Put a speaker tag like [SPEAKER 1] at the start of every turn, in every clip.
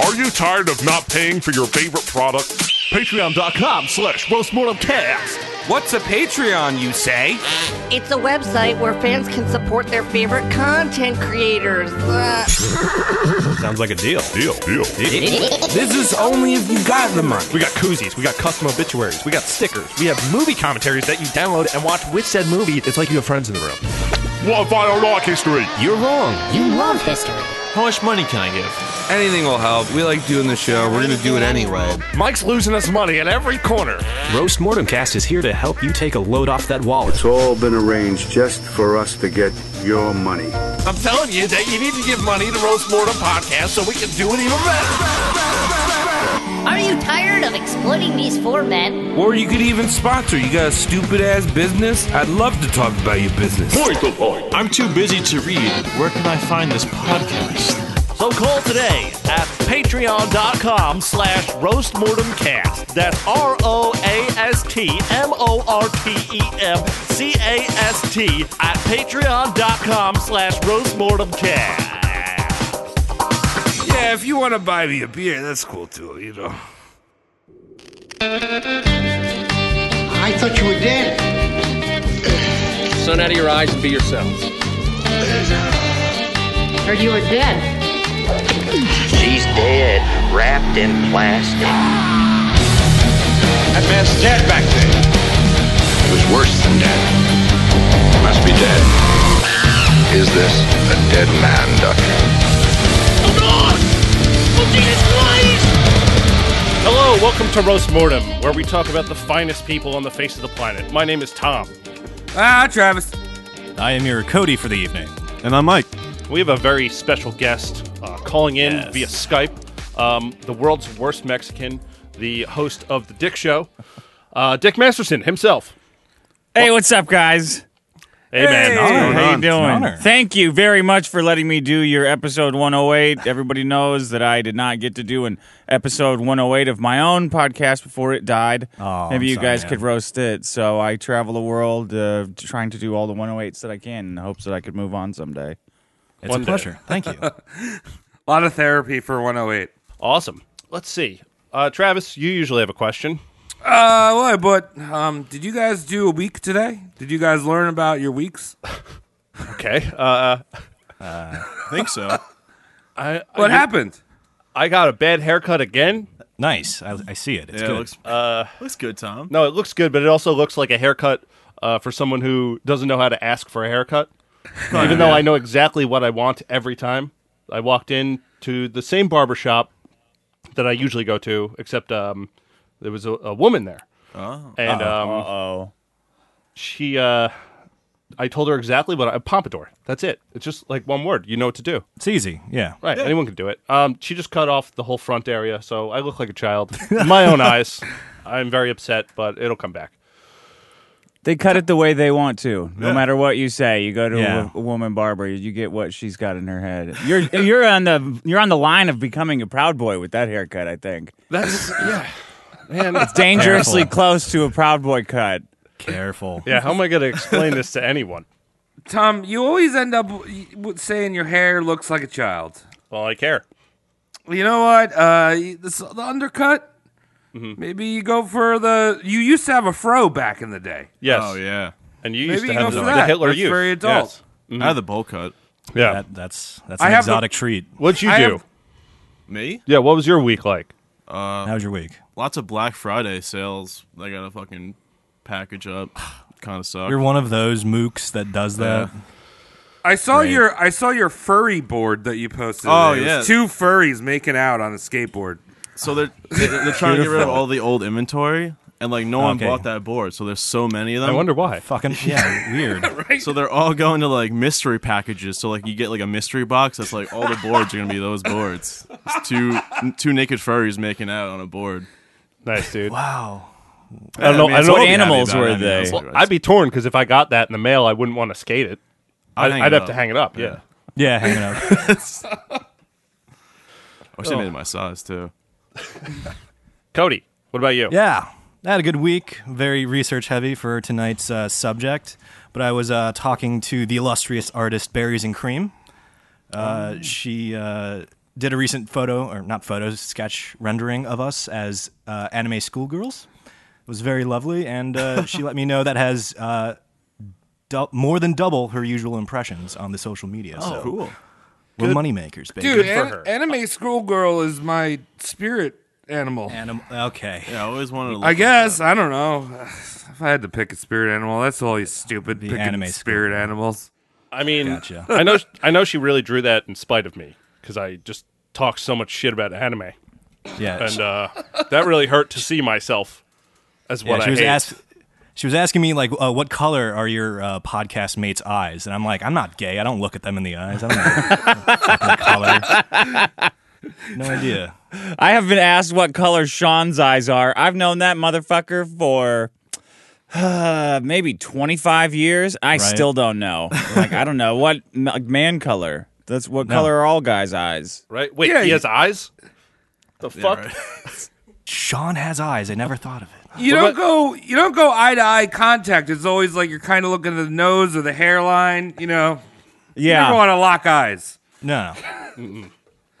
[SPEAKER 1] Are you tired of not paying for your favorite product? Patreon.com slash roastmortemcast.
[SPEAKER 2] What's a Patreon, you say?
[SPEAKER 3] It's a website where fans can support their favorite content creators. Uh,
[SPEAKER 4] Sounds like a deal.
[SPEAKER 1] Deal, deal.
[SPEAKER 2] This is only if you got the money.
[SPEAKER 4] We got koozies, we got custom obituaries, we got stickers, we have movie commentaries that you download and watch with said movie. It's like you have friends in the room.
[SPEAKER 1] What if I don't like history?
[SPEAKER 4] You're wrong.
[SPEAKER 5] You love history.
[SPEAKER 6] How much money can I give?
[SPEAKER 2] Anything will help. We like doing the show. We're gonna do it anyway.
[SPEAKER 4] Mike's losing us money at every corner.
[SPEAKER 7] Roast Mortemcast is here to help you take a load off that wallet.
[SPEAKER 8] It's all been arranged just for us to get your money.
[SPEAKER 2] I'm telling you that you need to give money to Roast Mortem Podcast so we can do it even better.
[SPEAKER 5] Are you tired of exploiting these four men?
[SPEAKER 2] Or you could even sponsor. You got a stupid ass business? I'd love to talk about your business.
[SPEAKER 6] I'm too busy to read. Where can I find this podcast?
[SPEAKER 7] So call today at patreon.com slash roastmortemcast. That's E R-O-A-S-T-M-O-R-T-E-M-C-A-S-T at patreon.com slash roastmortemcast.
[SPEAKER 2] Yeah, if you want to buy me a beer, that's cool too, you know.
[SPEAKER 9] I thought you were dead.
[SPEAKER 10] Sun out of your eyes and be yourselves.
[SPEAKER 5] Heard you were dead.
[SPEAKER 9] She's dead, wrapped in plastic.
[SPEAKER 10] That man's dead back there.
[SPEAKER 8] It was worse than dead. Must be dead. Is this a dead man, Doctor?
[SPEAKER 11] Hello, welcome to Roast Mortem, where we talk about the finest people on the face of the planet. My name is Tom.
[SPEAKER 2] Ah, Travis.
[SPEAKER 4] I am your Cody for the evening.
[SPEAKER 6] And I'm Mike.
[SPEAKER 11] We have a very special guest uh, calling in
[SPEAKER 4] Yes.
[SPEAKER 11] via Skype, um, the world's worst Mexican, the host of The Dick Show, uh, Dick Masterson himself.
[SPEAKER 10] Hey, what's up, guys?
[SPEAKER 11] Hey, man.
[SPEAKER 10] How you
[SPEAKER 6] It's an
[SPEAKER 10] doing?
[SPEAKER 6] honor.
[SPEAKER 10] Thank you very much for letting me do your episode 108. Everybody knows that I did not get to do an episode 108 of my own podcast before it died.
[SPEAKER 6] Oh,
[SPEAKER 10] Maybe
[SPEAKER 6] I'm
[SPEAKER 10] you
[SPEAKER 6] sorry,
[SPEAKER 10] guys
[SPEAKER 6] man.
[SPEAKER 10] could roast it. So I travel the world uh, trying to do all the 108s that I can in hopes that I could move on someday.
[SPEAKER 6] It's
[SPEAKER 11] One
[SPEAKER 6] a
[SPEAKER 11] day.
[SPEAKER 6] pleasure. Thank you.
[SPEAKER 2] A lot of therapy for 108.
[SPEAKER 11] Awesome. Let's see. Uh, Travis, you usually have a question.
[SPEAKER 2] Uh, well, I but um, did you guys do a week today? Did you guys learn about your weeks?
[SPEAKER 11] Okay. Uh,
[SPEAKER 6] think so.
[SPEAKER 11] I,
[SPEAKER 2] What
[SPEAKER 11] I,
[SPEAKER 2] happened?
[SPEAKER 11] I got a bad haircut again.
[SPEAKER 6] Nice. I, I see it. It's
[SPEAKER 4] Yeah,
[SPEAKER 6] good.
[SPEAKER 4] it looks, looks good, Tom.
[SPEAKER 11] No, it looks good, but it also looks like a haircut uh, for someone who doesn't know how to ask for a haircut. Even though I know exactly what I want every time. I walked in to the same barber shop that I usually go to, except um, there was a, a woman there. Oh. And um,
[SPEAKER 10] Oh.
[SPEAKER 11] she, uh, I told her exactly what I, pompadour. That's it. It's just like one word. You know what to do.
[SPEAKER 6] It's easy. Yeah.
[SPEAKER 11] Right. Anyone can do it. Um, she just cut off the whole front area, so I look like a child. In my own eyes. I'm very upset, but it'll come back.
[SPEAKER 10] They cut it the way they want to, no matter what you say. You go to
[SPEAKER 6] Yeah.
[SPEAKER 10] a, a woman barber, you get what she's got in her head. You're you're on the you're on the line of becoming a proud boy with that haircut. I think
[SPEAKER 11] That's, yeah.
[SPEAKER 10] it's dangerously
[SPEAKER 6] Careful.
[SPEAKER 10] close to a proud boy cut.
[SPEAKER 6] Careful.
[SPEAKER 11] Yeah, how am I going to explain this to anyone?
[SPEAKER 2] Tom, you always end up w- w- saying your hair looks like a child.
[SPEAKER 11] Well, I care.
[SPEAKER 2] You know what? Uh, y- this, the undercut.
[SPEAKER 11] Mm-hmm.
[SPEAKER 2] Maybe you go for the. You used to have a fro back in the day.
[SPEAKER 11] Yes.
[SPEAKER 4] Oh, yeah.
[SPEAKER 11] And you
[SPEAKER 2] Maybe
[SPEAKER 11] used to
[SPEAKER 2] you
[SPEAKER 11] have
[SPEAKER 2] go
[SPEAKER 11] the,
[SPEAKER 2] for
[SPEAKER 11] the
[SPEAKER 2] that.
[SPEAKER 11] Hitler
[SPEAKER 2] That's
[SPEAKER 11] Youth.
[SPEAKER 2] very adult.
[SPEAKER 11] Yes.
[SPEAKER 4] I have the bowl cut.
[SPEAKER 11] Yeah.
[SPEAKER 6] That, that's that's
[SPEAKER 2] I
[SPEAKER 6] an
[SPEAKER 2] have the-
[SPEAKER 6] exotic treat.
[SPEAKER 11] What'd you
[SPEAKER 2] I
[SPEAKER 11] do?
[SPEAKER 2] have-
[SPEAKER 9] Me?
[SPEAKER 11] Yeah, what was your week like?
[SPEAKER 6] How's your week?
[SPEAKER 9] Lots of Black Friday sales. I got a fucking package up. kind of sucks.
[SPEAKER 6] You're one of those mooks that does that.
[SPEAKER 2] I saw
[SPEAKER 6] Great.
[SPEAKER 2] your I saw your furry board that you posted.
[SPEAKER 9] Oh,
[SPEAKER 2] today. It was
[SPEAKER 9] yeah.
[SPEAKER 2] two furries making out on a skateboard.
[SPEAKER 9] So they're they're, they're trying to get rid of all the old inventory, and like no one
[SPEAKER 6] Okay.
[SPEAKER 9] bought that board. So there's so many of them.
[SPEAKER 11] I wonder why.
[SPEAKER 6] Fucking yeah, weird.
[SPEAKER 9] So they're all going to like mystery packages. So like you get like a mystery box. That's like all the boards are gonna be those boards. It's two two naked furries making out on a board.
[SPEAKER 11] Nice, dude.
[SPEAKER 6] Wow.
[SPEAKER 11] I don't
[SPEAKER 9] mean,
[SPEAKER 11] know. I don't
[SPEAKER 9] it's
[SPEAKER 11] know
[SPEAKER 9] all
[SPEAKER 11] what
[SPEAKER 9] happy
[SPEAKER 10] animals
[SPEAKER 9] about
[SPEAKER 10] were
[SPEAKER 9] it. I mean,
[SPEAKER 10] they?
[SPEAKER 9] it's
[SPEAKER 11] Well,
[SPEAKER 9] like-
[SPEAKER 11] I'd be torn because if I got that in the mail, I wouldn't want to skate it. I'd,
[SPEAKER 9] hang it
[SPEAKER 11] I'd have
[SPEAKER 9] up.
[SPEAKER 11] to hang it up. Yeah.
[SPEAKER 6] Yeah, hanging out.
[SPEAKER 9] I wish they
[SPEAKER 2] Oh.
[SPEAKER 9] made my size too.
[SPEAKER 11] Cody, what about you?
[SPEAKER 6] yeah. I had a good week, very research heavy for tonight's uh, subject, but I was uh,
[SPEAKER 2] Oh.
[SPEAKER 6] talking to the illustrious artist Berries and Cream. Uh, She uh, did a recent photo, or not photos, sketch rendering of us as uh, anime schoolgirls. It was very lovely, and uh, she let me know that has uh, dou- more than double her usual impressions on the social media.
[SPEAKER 2] Oh,
[SPEAKER 6] so
[SPEAKER 2] cool.
[SPEAKER 6] We're
[SPEAKER 2] Good-
[SPEAKER 6] moneymakers, baby.
[SPEAKER 2] Dude, an- anime schoolgirl is my spirit animal.
[SPEAKER 6] Animal. Okay.
[SPEAKER 12] Yeah, I always wanted
[SPEAKER 2] I guess I don't know. If I had to pick a spirit animal, that's all you stupid picking
[SPEAKER 6] anime
[SPEAKER 2] spirit animals.
[SPEAKER 9] I mean, I know, I know she really drew that in spite of me because I just talk so much shit about anime.
[SPEAKER 6] Yeah.
[SPEAKER 9] and uh, that really hurt to see myself as what
[SPEAKER 6] Yeah, she
[SPEAKER 9] I
[SPEAKER 6] was
[SPEAKER 9] hate.
[SPEAKER 6] ask- She was asking me like, uh, "What color are your uh, podcast mates' eyes?" And I'm like, "I'm not gay. I don't look at them in the eyes. I don't know what color. No idea."
[SPEAKER 11] I have been asked what color Sean's eyes are. I've known that motherfucker for uh, maybe 25 years. I
[SPEAKER 6] Right.
[SPEAKER 11] still don't know. like, I don't know. What m- like, man color? That's what color are all guys' eyes?
[SPEAKER 9] right? Wait, he has eyes. The fuck?
[SPEAKER 6] Sean has eyes. I never thought of it.
[SPEAKER 2] You don't go. You don't go eye to eye contact. It's always like you're kind of looking at the nose or the hairline. You know. You
[SPEAKER 11] Yeah.
[SPEAKER 2] never want to lock eyes.
[SPEAKER 6] No.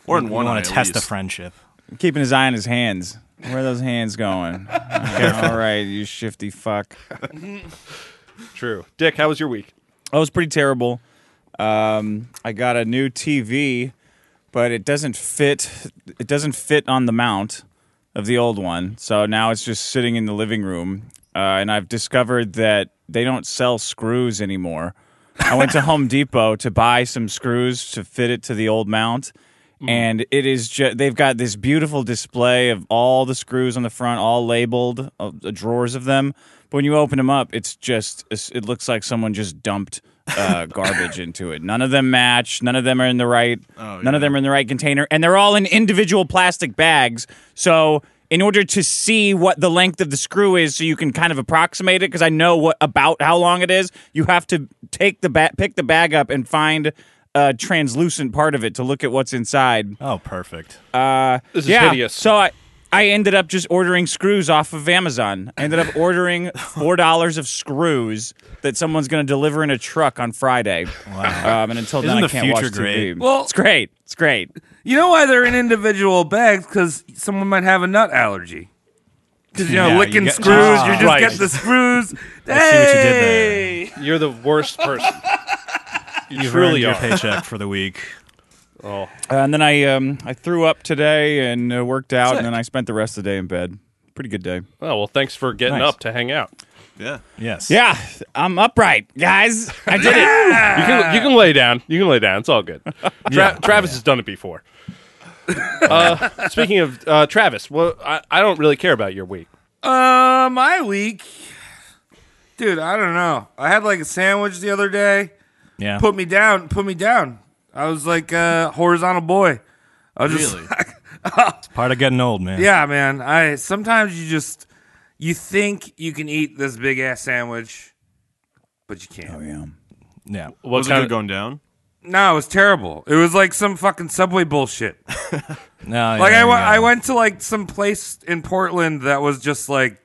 [SPEAKER 11] Or
[SPEAKER 6] in You one wanna eye, at test the least. friendship.
[SPEAKER 11] Keeping his eye on his hands. Where are those hands going? all right, you shifty fuck.
[SPEAKER 9] True. Dick, how was your week?
[SPEAKER 11] That was pretty terrible. Um, I got a new TV, but it doesn't fit. It doesn't fit on the mount of the old one, so now it's just sitting in the living room. Uh, and I've discovered that they don't sell screws anymore. I went to Home Depot to buy some screws to fit it to the old mount. And it is just, they've got this beautiful display of all the screws on the front, all labeled, uh, the drawers of them. But when you open them up, it's just, it's- it looks like someone just dumped uh, garbage into it. None of them match. None of them are in the right,
[SPEAKER 6] Oh,
[SPEAKER 11] none of them are in the right container. And they're all in individual plastic bags. So in order to see what the length of the screw is so you can kind of approximate it because i know what about how long it is you have to take the ba- pick the bag up and find a translucent part of it to look at what's inside
[SPEAKER 6] oh perfect
[SPEAKER 11] uh
[SPEAKER 9] This is
[SPEAKER 11] yeah
[SPEAKER 9] hideous.
[SPEAKER 11] so i i ended up just ordering screws off of amazon i ended up ordering four dollars of screws that someone's going to deliver in a truck on friday wow. um, and until
[SPEAKER 6] Isn't
[SPEAKER 11] then
[SPEAKER 6] the
[SPEAKER 11] i can't
[SPEAKER 6] future
[SPEAKER 11] watch
[SPEAKER 6] great?
[SPEAKER 11] tv
[SPEAKER 2] Well-
[SPEAKER 11] it's great it's great
[SPEAKER 2] You know why they're in individual bags? Because someone might have a nut allergy. Because you know,
[SPEAKER 11] Yeah, you
[SPEAKER 2] licking
[SPEAKER 11] get-
[SPEAKER 2] screws,
[SPEAKER 11] Ah.
[SPEAKER 2] you just
[SPEAKER 11] Right.
[SPEAKER 2] get the screws.
[SPEAKER 11] I see what you did
[SPEAKER 2] hey!
[SPEAKER 9] You're the worst person. You
[SPEAKER 6] You've
[SPEAKER 9] truly
[SPEAKER 6] earned your
[SPEAKER 9] are.
[SPEAKER 6] paycheck for the week.
[SPEAKER 9] Oh,
[SPEAKER 11] Uh, and then I um I threw up today and uh, worked out,
[SPEAKER 9] Sick.
[SPEAKER 11] and then I spent the rest of the day in bed. Pretty good day.
[SPEAKER 9] Oh well, thanks for getting
[SPEAKER 11] Nice.
[SPEAKER 9] up to hang out.
[SPEAKER 12] Yeah.
[SPEAKER 6] Yes.
[SPEAKER 11] Yeah, I'm upright, guys. I did
[SPEAKER 9] You
[SPEAKER 11] it.
[SPEAKER 9] can you can lay down. You can lay down. It's all good. Tra- Travis has done it before. uh, speaking of uh, Travis, well, I, I don't really care about your week.
[SPEAKER 2] Uh, my week, dude. I don't know. I had like a sandwich the other day.
[SPEAKER 6] Yeah.
[SPEAKER 2] Put me down. Put me down. I was like a horizontal boy. I was just
[SPEAKER 6] Really? It's part of getting old, man.
[SPEAKER 2] yeah, man. I sometimes you just you think you can eat this big ass sandwich, but you can't. Oh
[SPEAKER 11] yeah.
[SPEAKER 6] Yeah.
[SPEAKER 9] What
[SPEAKER 12] was it
[SPEAKER 9] kind
[SPEAKER 12] good
[SPEAKER 9] of-
[SPEAKER 12] going down?
[SPEAKER 2] No, it was terrible. It was like some fucking subway bullshit.
[SPEAKER 6] No.
[SPEAKER 2] like
[SPEAKER 6] Oh, yeah,
[SPEAKER 11] uh,
[SPEAKER 2] I, wa-
[SPEAKER 6] yeah.
[SPEAKER 2] I went to like some place in Portland that was just like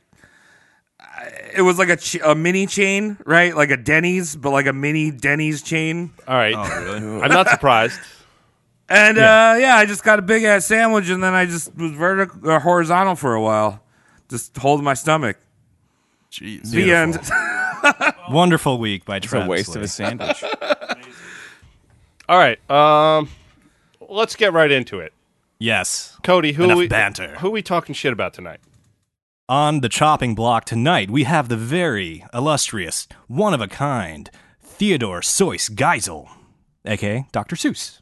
[SPEAKER 2] it was like a, ch- a mini chain, right? Like a Denny's, but like a mini Denny's chain.
[SPEAKER 9] All right.
[SPEAKER 12] Oh, really?
[SPEAKER 9] I'm not surprised.
[SPEAKER 2] And yeah, uh, yeah I just got a big ass sandwich, and then I just was vertical or horizontal for a while, just holding my stomach.
[SPEAKER 12] Jeez.
[SPEAKER 2] The
[SPEAKER 6] Beautiful.
[SPEAKER 2] end.
[SPEAKER 6] Wonderful week by
[SPEAKER 11] a
[SPEAKER 6] Travis.
[SPEAKER 11] waste of a sandwich.
[SPEAKER 9] All right. Um, let's get right into it.
[SPEAKER 6] yes.
[SPEAKER 9] Cody, who
[SPEAKER 6] Enough
[SPEAKER 9] we
[SPEAKER 6] banter.
[SPEAKER 9] who we talking shit about tonight?
[SPEAKER 6] On the chopping block tonight, we have the very illustrious, one of a kind, Theodore Seuss Geisel, aka Dr. Seuss.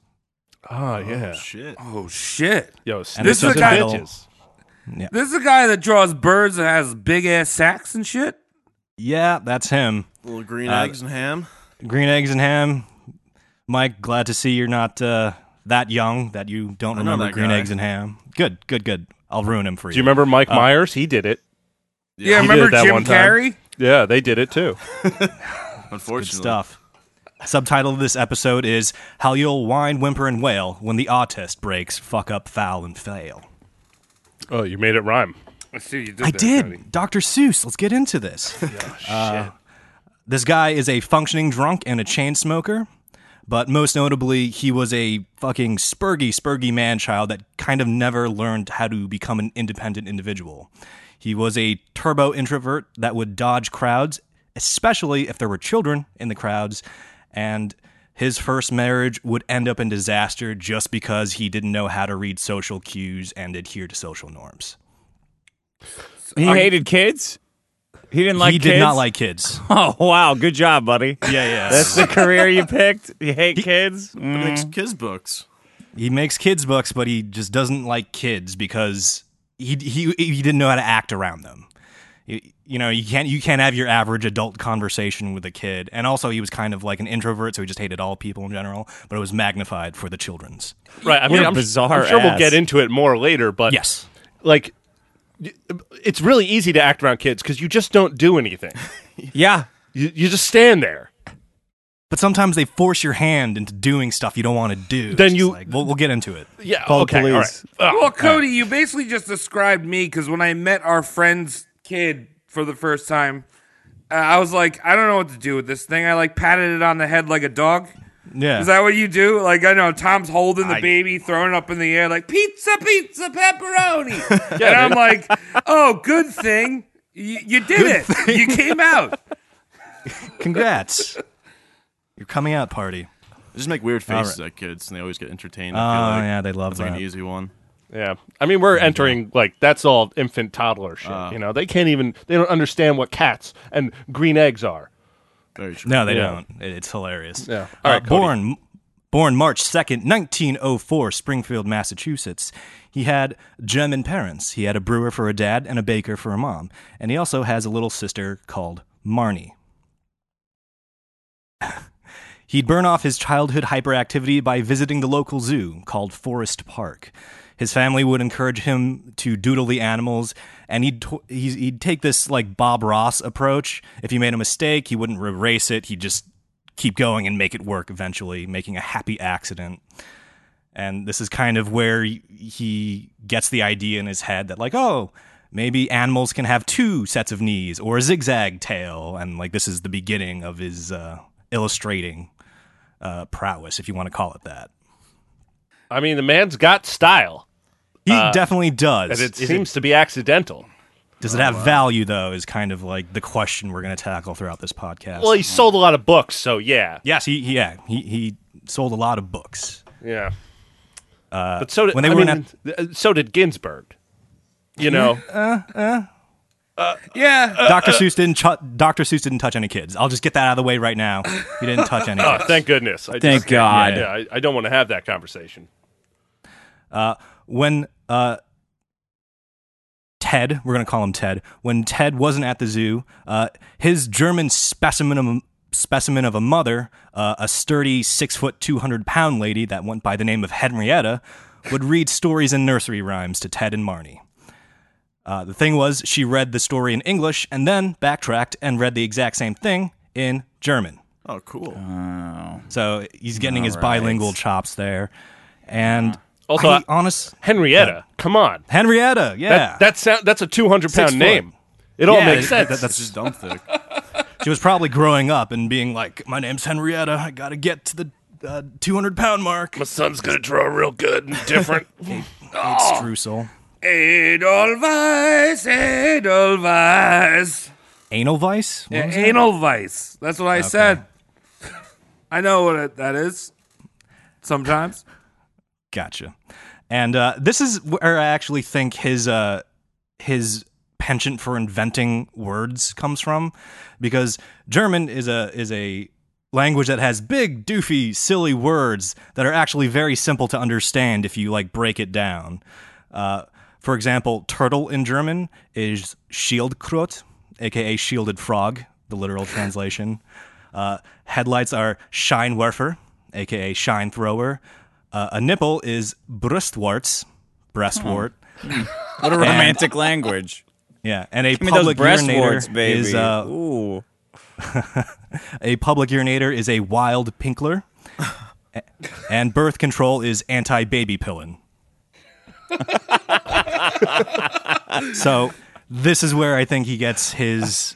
[SPEAKER 9] Oh yeah.
[SPEAKER 12] shit.
[SPEAKER 2] Oh shit!
[SPEAKER 9] Yo,
[SPEAKER 6] And
[SPEAKER 2] this
[SPEAKER 6] it's
[SPEAKER 2] is a
[SPEAKER 6] a
[SPEAKER 2] guy.
[SPEAKER 6] title.
[SPEAKER 2] This is a guy that draws birds that has big ass sacks and shit.
[SPEAKER 6] Yeah, that's him.
[SPEAKER 12] Little green
[SPEAKER 6] Uh,
[SPEAKER 12] eggs and ham.
[SPEAKER 6] Green eggs and ham. Mike, glad to see you're not uh, that young that you don't
[SPEAKER 12] I know
[SPEAKER 6] remember
[SPEAKER 12] that
[SPEAKER 6] green
[SPEAKER 12] guy.
[SPEAKER 6] eggs and ham. Good, good, good. I'll ruin him for you.
[SPEAKER 9] Do you remember Mike
[SPEAKER 6] Uh,
[SPEAKER 9] Myers? He did it.
[SPEAKER 2] Yeah,
[SPEAKER 9] He did
[SPEAKER 2] remember
[SPEAKER 9] it that
[SPEAKER 2] Jim
[SPEAKER 9] one time.
[SPEAKER 2] Carrey?
[SPEAKER 9] Yeah, they did it too.
[SPEAKER 12] Unfortunately.
[SPEAKER 6] stuff. Subtitle of this episode is How You'll Whine, Whimper, and Wail When the Autist Breaks, Fuck Up, Foul, and Fail.
[SPEAKER 9] Oh, you made it rhyme.
[SPEAKER 2] I see you did.
[SPEAKER 6] I did. Dr. Seuss. Let's get into this. Uh, this guy is a functioning drunk and a chain smoker, But most notably, he was a fucking spurgy, spurgy man child that kind of never learned how to become an independent individual. He was a turbo introvert that would dodge crowds, especially if there were children in the crowds. And his first marriage would end up in disaster just because he didn't know how to read social cues and adhere to social norms.
[SPEAKER 10] He hated kids. He didn't like.
[SPEAKER 6] He
[SPEAKER 10] kids?
[SPEAKER 6] did not like kids.
[SPEAKER 10] Oh wow, good job, buddy.
[SPEAKER 6] Yeah, yeah.
[SPEAKER 10] That's the career you picked. You hate kids.
[SPEAKER 9] But he makes kids books.
[SPEAKER 6] He makes kids books, but he just doesn't like kids because he he he didn't know how to act around them. You, you know, you can't you can't have your average adult conversation with a kid. And also, he was kind of like an introvert, so he just hated all people in general. But it was magnified for the children's.
[SPEAKER 11] Right. I mean, I'm, I'm sure we'll get into it more later, but
[SPEAKER 6] yes,
[SPEAKER 11] like y- it's really easy to act around kids because you just don't do anything.
[SPEAKER 10] yeah,
[SPEAKER 11] you, you just stand there.
[SPEAKER 6] But sometimes they force your hand into doing stuff you don't want to do.
[SPEAKER 11] Then
[SPEAKER 6] It's just
[SPEAKER 11] you-
[SPEAKER 6] like, we'll, we'll get into it.
[SPEAKER 11] Yeah,
[SPEAKER 6] Call the
[SPEAKER 11] okay, all
[SPEAKER 6] police.
[SPEAKER 11] right.
[SPEAKER 2] well, Cody, you basically just described me because when I met our friend's kid for the first time, uh, I was like, I don't know what to do with this thing. I like patted it on the head like a dog.
[SPEAKER 6] Yeah.
[SPEAKER 2] Is that what you do? Like I know Tom's holding the
[SPEAKER 6] I-
[SPEAKER 2] baby, throwing it up in the air like pizza, pizza, pepperoni,
[SPEAKER 11] Yeah,
[SPEAKER 2] and I'm
[SPEAKER 11] dude.
[SPEAKER 2] like, oh, good thing you, you did it. You came out.
[SPEAKER 6] Congrats. Your coming out party.
[SPEAKER 9] They just make weird
[SPEAKER 6] All
[SPEAKER 9] faces at kids, and they always get entertained.
[SPEAKER 6] Oh,
[SPEAKER 9] I feel like.
[SPEAKER 6] yeah, they love
[SPEAKER 9] That's like
[SPEAKER 6] that.
[SPEAKER 9] an easy one.
[SPEAKER 11] Yeah. I mean, we're entering like that's all infant toddler shit.
[SPEAKER 9] Uh.
[SPEAKER 11] you know, they can't even they don't understand what cats and green eggs are.
[SPEAKER 9] Very true.
[SPEAKER 6] No, they
[SPEAKER 11] Yeah.
[SPEAKER 6] don't. It- It's hilarious.
[SPEAKER 11] Yeah.
[SPEAKER 6] All
[SPEAKER 11] All
[SPEAKER 6] right,
[SPEAKER 11] right, Cody.
[SPEAKER 6] born born March 2nd, 1904, Springfield, Massachusetts. He had German parents. He had a brewer for a dad and a baker for a mom. And he also has a little sister called Marnie. He'd burn off his childhood hyperactivity by visiting the local zoo called Forest Park. His family would encourage him to doodle the animals, and he'd, t- he's- he'd take this like Bob Ross approach. If he made a mistake, he wouldn't erase it. He'd just keep going and make it work eventually, making a happy accident. And this is kind of where y- he gets the idea in his head that, like, oh, maybe animals can have two sets of knees or a zigzag tail. And, like, this is the beginning of his uh, illustrating uh, prowess, if you want to call it that.
[SPEAKER 11] I mean, the man's got style.
[SPEAKER 6] He
[SPEAKER 11] Uh,
[SPEAKER 6] definitely does.
[SPEAKER 11] And uh, it
[SPEAKER 6] Is
[SPEAKER 11] seems to be accidental.
[SPEAKER 6] does it have value, though, is kind of like the question we're going to tackle throughout this podcast.
[SPEAKER 11] Well, he sold a lot of books, so yeah.
[SPEAKER 6] yes, he, he- yeah, he, he sold a lot of books.
[SPEAKER 11] Yeah.
[SPEAKER 6] Uh,
[SPEAKER 11] But so did
[SPEAKER 6] when
[SPEAKER 11] when
[SPEAKER 6] they
[SPEAKER 11] they
[SPEAKER 6] were in
[SPEAKER 11] mean, th- uh, so did Ginsburg. You know.
[SPEAKER 6] Uh, uh.
[SPEAKER 2] yeah.
[SPEAKER 11] Uh,
[SPEAKER 6] Dr. Seuss didn't. Ch- Dr. Seuss didn't touch any kids. I'll just get that out of the way right now. He didn't touch any.
[SPEAKER 11] Oh,
[SPEAKER 6] kids.
[SPEAKER 11] thank goodness. I
[SPEAKER 6] Thank God.
[SPEAKER 11] Yeah, I, I don't want to have that conversation.
[SPEAKER 6] Uh, when uh, Ted, we're gonna call him Ted. When Ted wasn't at the zoo, uh, his German specimen of specimen of a mother, uh, a sturdy six foot two hundred pound lady that went by the name of Henrietta, would read stories and nursery rhymes to Ted and Marnie. Uh, the thing was, she read the story in English and then backtracked and read the exact same thing in German.
[SPEAKER 9] Oh, cool.
[SPEAKER 10] Oh.
[SPEAKER 6] So he's getting his
[SPEAKER 9] Alright.
[SPEAKER 6] bilingual chops there. And
[SPEAKER 11] Also,
[SPEAKER 6] I,
[SPEAKER 11] I-
[SPEAKER 6] honest
[SPEAKER 11] Henrietta, come on.
[SPEAKER 6] Henrietta, yeah.
[SPEAKER 11] That, that sound, that's a 200
[SPEAKER 6] Six
[SPEAKER 11] pound
[SPEAKER 6] foot.
[SPEAKER 11] name. It all
[SPEAKER 6] Yeah,
[SPEAKER 11] makes
[SPEAKER 6] that- that-
[SPEAKER 11] sense.
[SPEAKER 6] that's
[SPEAKER 9] just dumb thick.
[SPEAKER 6] she was probably growing up and being like, "My name's Henrietta. I gotta get to the uh, 200 pound mark."
[SPEAKER 11] My son's gonna draw real good and different.
[SPEAKER 6] It's Streusel.
[SPEAKER 2] Edelweiss, Edelweiss.
[SPEAKER 6] Anal vice. What
[SPEAKER 2] Yeah,
[SPEAKER 6] was that?
[SPEAKER 2] anal vice. That's what I
[SPEAKER 6] Okay.
[SPEAKER 2] said. I know what it, that is. Sometimes.
[SPEAKER 6] Gotcha. And uh, this is where I actually think his uh, his penchant for inventing words comes from, because German is a is a language that has big, doofy, silly words that are actually very simple to understand if you like break it down. Uh, for example, turtle in German is Schildkröte, aka shielded frog, the literal translation. Uh, headlights are Scheinwerfer, aka shine thrower. Uh, a nipple is Brustwarts, breastwart.
[SPEAKER 10] Hmm. What a
[SPEAKER 6] And-
[SPEAKER 10] romantic language.
[SPEAKER 6] Yeah, and a
[SPEAKER 10] Give me those
[SPEAKER 6] public
[SPEAKER 10] breast
[SPEAKER 6] urinator
[SPEAKER 10] warts, baby.
[SPEAKER 6] is uh,
[SPEAKER 10] Ooh.
[SPEAKER 6] a public urinator is a wild pinkler, A- and birth control is anti-baby pillin. so this is where I think he gets his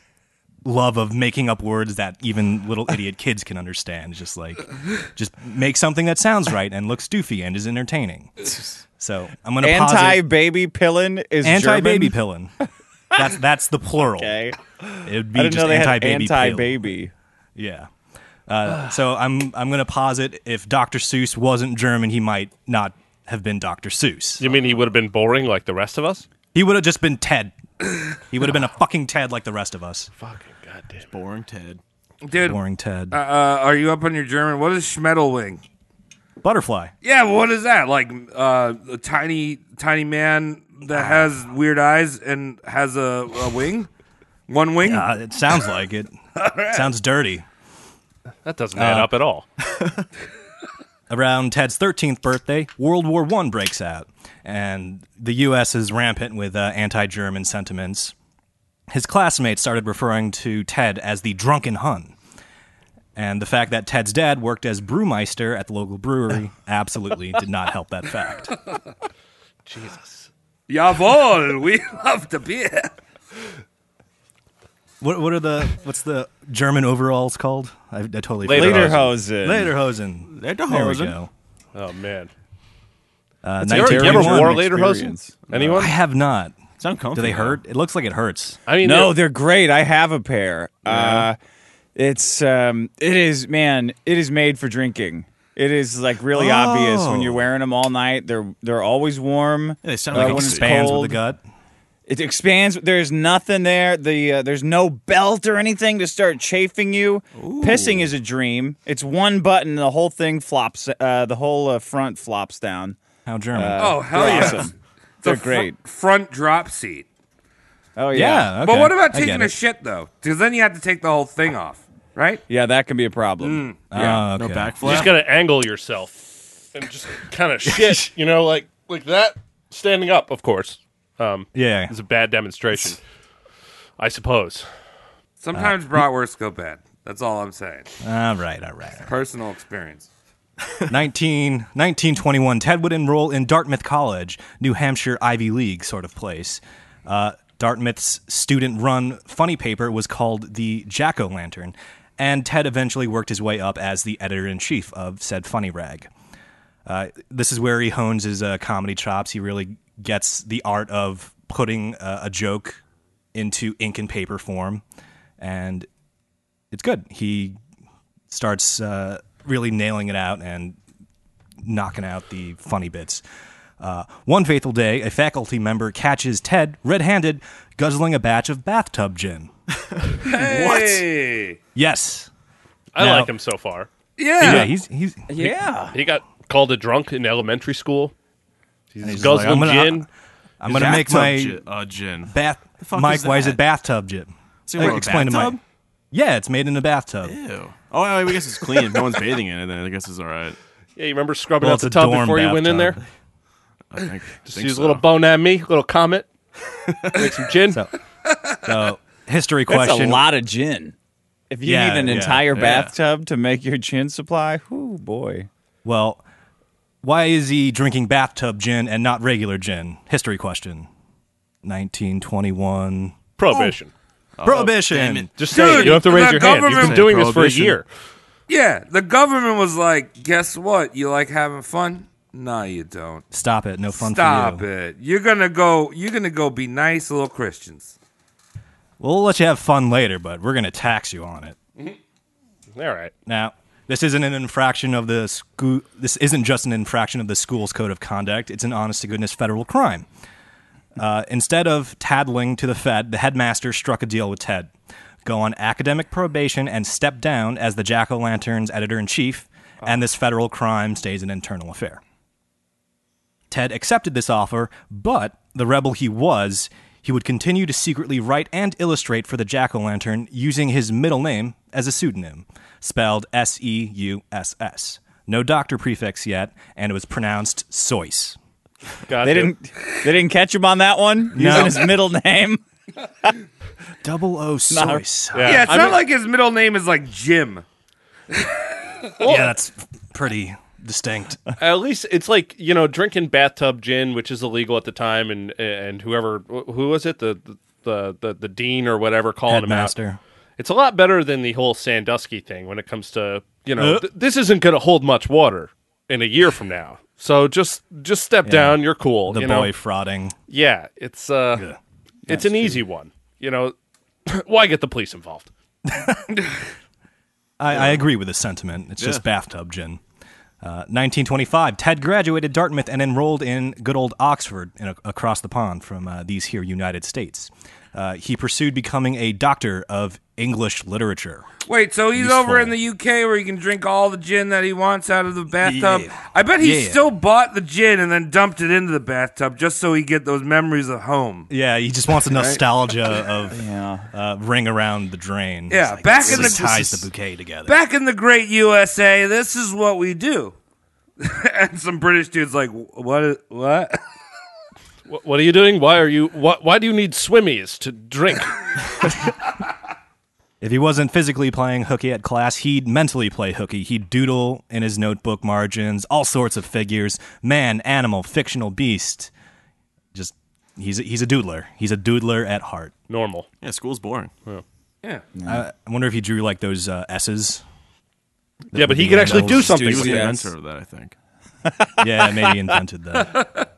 [SPEAKER 6] love of making up words that even little idiot kids can understand. Just like, just make something that sounds right and looks doofy and is entertaining. So I'm gonna
[SPEAKER 10] anti
[SPEAKER 6] posit-
[SPEAKER 10] baby pillin is
[SPEAKER 6] anti baby
[SPEAKER 10] German?
[SPEAKER 6] pillin. That's that's the plural.
[SPEAKER 10] Okay.
[SPEAKER 6] It would
[SPEAKER 10] I
[SPEAKER 6] be
[SPEAKER 10] didn't
[SPEAKER 6] just
[SPEAKER 10] know they had
[SPEAKER 6] anti baby.
[SPEAKER 10] anti-baby.
[SPEAKER 6] Yeah. Uh, so I'm I'm gonna posit if Dr. Seuss wasn't German, he might not have been Dr. Seuss.
[SPEAKER 11] You mean he would have been boring like the rest of us?
[SPEAKER 6] He would have just been Ted. He would have been a fucking Ted like the rest of us.
[SPEAKER 11] Fucking goddamn.
[SPEAKER 9] Boring Ted.
[SPEAKER 2] Dude,
[SPEAKER 6] Boring Ted.
[SPEAKER 2] Uh, uh, are you up on your German? What is Schmetterling?
[SPEAKER 6] Butterfly.
[SPEAKER 2] Yeah, well, what is that? Like uh, a tiny, tiny man
[SPEAKER 6] Ah.
[SPEAKER 2] that has weird eyes and has a, a wing? One wing?
[SPEAKER 6] Yeah, Uh, it sounds like it. Sounds dirty.
[SPEAKER 11] That doesn't add
[SPEAKER 6] Uh,
[SPEAKER 11] up at all.
[SPEAKER 6] Around Ted's 13th birthday, World War I breaks out, and the U.S. is rampant with uh, anti German sentiments. His classmates started referring to Ted as the drunken Hun. And the fact that Ted's dad worked as brewmeister at the local brewery absolutely did not help that fact.
[SPEAKER 2] Jesus. Jawohl, we love the beer.
[SPEAKER 6] What, what are the what's the German overalls called? I, I totally
[SPEAKER 10] Lederhosen.
[SPEAKER 6] Lederhosen. There we go.
[SPEAKER 11] Oh man.
[SPEAKER 6] Uh,
[SPEAKER 11] That's a very- you ever
[SPEAKER 6] 1941.
[SPEAKER 11] wore Lederhosen? Anyone?
[SPEAKER 6] I have not.
[SPEAKER 9] It's uncomfortable.
[SPEAKER 6] Do they hurt? It looks like it hurts.
[SPEAKER 11] I mean,
[SPEAKER 10] no,
[SPEAKER 11] they're-
[SPEAKER 10] they're great. I have a pair. Uh, it's um, it is man, it is made for drinking. It is like really obvious when you're
[SPEAKER 6] Oh.
[SPEAKER 10] wearing them all night. They're they're always warm.
[SPEAKER 6] they sound
[SPEAKER 10] uh,
[SPEAKER 6] like it
[SPEAKER 10] when it's
[SPEAKER 6] expands
[SPEAKER 10] cold.
[SPEAKER 6] with the gut.
[SPEAKER 10] It expands. There's nothing there. The uh, there's no belt or anything to start chafing you. Pissing is a dream. It's one button. The whole thing flops. Uh, the whole uh, front flops down.
[SPEAKER 6] How German?
[SPEAKER 10] Uh,
[SPEAKER 2] oh, hell
[SPEAKER 10] they're
[SPEAKER 2] yeah.
[SPEAKER 10] Awesome.
[SPEAKER 2] It's
[SPEAKER 10] They're
[SPEAKER 2] a fr-
[SPEAKER 10] great.
[SPEAKER 2] front drop seat.
[SPEAKER 10] Oh
[SPEAKER 6] Yeah,
[SPEAKER 10] yeah.
[SPEAKER 2] But what about
[SPEAKER 6] I get
[SPEAKER 2] taking a
[SPEAKER 6] it.
[SPEAKER 2] shit, though? Because then you have to take the whole thing off, right?
[SPEAKER 6] Uh,
[SPEAKER 10] Yeah, that can be a problem.
[SPEAKER 6] Oh, okay.
[SPEAKER 9] No
[SPEAKER 11] you
[SPEAKER 9] backflip.
[SPEAKER 11] just gotta angle yourself and just kind of shit. You know, like like that. Standing up, of course. Um,
[SPEAKER 6] Yeah.
[SPEAKER 11] it's a bad demonstration, I suppose.
[SPEAKER 2] Sometimes bratwursts go bad. That's all I'm saying.
[SPEAKER 6] All right, all right.
[SPEAKER 2] Personal experience.
[SPEAKER 6] 19, 1921, Ted would enroll in Dartmouth College, New Hampshire Ivy League sort of place. Uh, Dartmouth's student run funny paper was called the Jack O' Lantern, and Ted eventually worked his way up as the editor in chief of said funny rag. Uh, this is where he hones his uh, comedy chops. He really gets the art of putting uh, a joke into ink and paper form, and it's good. He starts uh, really nailing it out and knocking out the funny bits. Uh, one fateful day, a faculty member catches Ted red handed guzzling a batch of bathtub gin.
[SPEAKER 2] Hey!
[SPEAKER 6] Yes.
[SPEAKER 11] I
[SPEAKER 6] Now-
[SPEAKER 11] like him so far.
[SPEAKER 2] Yeah.
[SPEAKER 6] Yeah, he's, he's,
[SPEAKER 10] Yeah.
[SPEAKER 11] He got called a drunk in elementary school. He's
[SPEAKER 6] just like,
[SPEAKER 11] guzzling
[SPEAKER 6] I'm gonna-
[SPEAKER 11] gin.
[SPEAKER 6] I'm going to make my
[SPEAKER 9] Bathtub gi- uh, gin.
[SPEAKER 6] bath.
[SPEAKER 9] The fuck
[SPEAKER 6] Mike,
[SPEAKER 9] is
[SPEAKER 6] why is
[SPEAKER 9] that?
[SPEAKER 6] it bathtub gin?
[SPEAKER 9] Is it like a
[SPEAKER 6] explain to
[SPEAKER 9] bathtub?
[SPEAKER 6] Mike. Yeah, it's made in a bathtub.
[SPEAKER 9] Ew. Oh, I I guess it's clean. If no one's bathing in it, then I guess it's all right.
[SPEAKER 11] Yeah, you remember scrubbing
[SPEAKER 6] Well,
[SPEAKER 11] out
[SPEAKER 6] it's
[SPEAKER 11] the
[SPEAKER 6] a
[SPEAKER 11] tub
[SPEAKER 6] dorm
[SPEAKER 11] before you went in there?
[SPEAKER 6] bathtub.
[SPEAKER 9] I think,
[SPEAKER 11] Just
[SPEAKER 9] think
[SPEAKER 11] use
[SPEAKER 9] so.
[SPEAKER 11] a little bone at me, little comet, make some gin.
[SPEAKER 6] So, history
[SPEAKER 10] That's
[SPEAKER 6] question.
[SPEAKER 10] a lot of gin. If you
[SPEAKER 6] Yeah,
[SPEAKER 10] need an
[SPEAKER 6] yeah,
[SPEAKER 10] entire
[SPEAKER 9] yeah.
[SPEAKER 10] bathtub to make your gin supply, whoo boy.
[SPEAKER 6] Well, why is he drinking bathtub gin and not regular gin? History question. 1921.
[SPEAKER 11] Prohibition.
[SPEAKER 9] damn
[SPEAKER 6] Prohibition.
[SPEAKER 9] it.
[SPEAKER 11] Just
[SPEAKER 2] Dude,
[SPEAKER 11] say it. You don't have to raise
[SPEAKER 2] the
[SPEAKER 11] your hand. You've been
[SPEAKER 2] government-
[SPEAKER 11] doing this for a
[SPEAKER 9] Prohibition.
[SPEAKER 11] year.
[SPEAKER 2] Yeah, the government was like, guess what? You like having fun? No, you don't.
[SPEAKER 6] Stop it. No fun
[SPEAKER 2] Stop
[SPEAKER 6] for you.
[SPEAKER 2] it. You're gonna go you're gonna go be nice little Christians.
[SPEAKER 6] We'll let you have fun later, but we're going to tax you on it.
[SPEAKER 11] All right.
[SPEAKER 6] Now, this isn't an infraction of the school. This isn't just an infraction of the school's code of conduct. It's an honest to goodness federal crime. Uh, instead of tattling to the Fed, the headmaster struck a deal with Ted. Go on academic probation and step down as the Jack O' Lantern's editor in chief, and this federal crime stays an internal affair. Ted accepted this offer, but the rebel he was, he would continue to secretly write and illustrate for the jack o' lantern using his middle name as a pseudonym, spelled S E U S S. No doctor prefix yet, and it was pronounced Soyce.
[SPEAKER 11] Got
[SPEAKER 10] They
[SPEAKER 11] you.
[SPEAKER 10] didn't they didn't catch him on that one using his middle name.
[SPEAKER 6] Double O Soyce.
[SPEAKER 11] Yeah,
[SPEAKER 2] Yeah, it's
[SPEAKER 11] I
[SPEAKER 2] not
[SPEAKER 11] mean-
[SPEAKER 2] like his middle name is like Jim.
[SPEAKER 6] Yeah, that's pretty distinct.
[SPEAKER 11] At least it's like you know drinking bathtub gin, which is illegal at the time, and and whoever who was it the the the, the dean or whatever calling him
[SPEAKER 6] Headmaster.
[SPEAKER 11] out. It's a lot better than the whole Sandusky thing when it comes to you know
[SPEAKER 9] Uh.
[SPEAKER 11] th- this isn't going to hold much water in a year from now. So just just step
[SPEAKER 6] Yeah.
[SPEAKER 11] down. You're cool.
[SPEAKER 6] The
[SPEAKER 11] you know?
[SPEAKER 6] boy frauding.
[SPEAKER 11] Yeah, it's uh, it's an easy one. You know, why get the police involved?
[SPEAKER 6] I, I agree with the sentiment. It's just bathtub gin. Uh, 1925, Ted graduated Dartmouth and enrolled in good old Oxford in, across the pond from uh, these here United States. Uh, he pursued becoming a doctor of English literature.
[SPEAKER 2] Wait, so he's
[SPEAKER 6] Useful.
[SPEAKER 2] over in the UK where he can drink all the gin that he wants out of the bathtub. I bet he
[SPEAKER 6] Yeah.
[SPEAKER 2] still bought the gin and then dumped it into the bathtub just so he get those memories of home.
[SPEAKER 6] Yeah, he just wants the
[SPEAKER 2] Right?
[SPEAKER 6] nostalgia of uh, ring around the drain. It's
[SPEAKER 2] Yeah,
[SPEAKER 6] like,
[SPEAKER 2] back
[SPEAKER 6] this
[SPEAKER 2] in the
[SPEAKER 6] is- ties the bouquet together.
[SPEAKER 2] Back in the great USA, this is what we do. and some British dudes like, what? is- What?
[SPEAKER 11] Wh- What are you doing? Why are you? Why, why do you need swimmies to drink?
[SPEAKER 6] If he wasn't physically playing hooky at class, he'd mentally play hooky. He'd doodle in his notebook margins, all sorts of figures man, animal, fictional beast. Just, he's a, he's a doodler. He's a doodler at heart.
[SPEAKER 11] Normal.
[SPEAKER 9] Yeah, school's boring. Yeah.
[SPEAKER 2] Yeah.
[SPEAKER 6] I, I wonder if he drew like those uh, S's. that
[SPEAKER 11] Yeah,
[SPEAKER 6] would
[SPEAKER 11] but he
[SPEAKER 6] be
[SPEAKER 11] could
[SPEAKER 6] in
[SPEAKER 11] actually
[SPEAKER 6] those
[SPEAKER 11] do something
[SPEAKER 6] students'
[SPEAKER 11] with it.
[SPEAKER 6] pants.
[SPEAKER 9] Inventor of that, I think.
[SPEAKER 6] yeah, maybe invented that.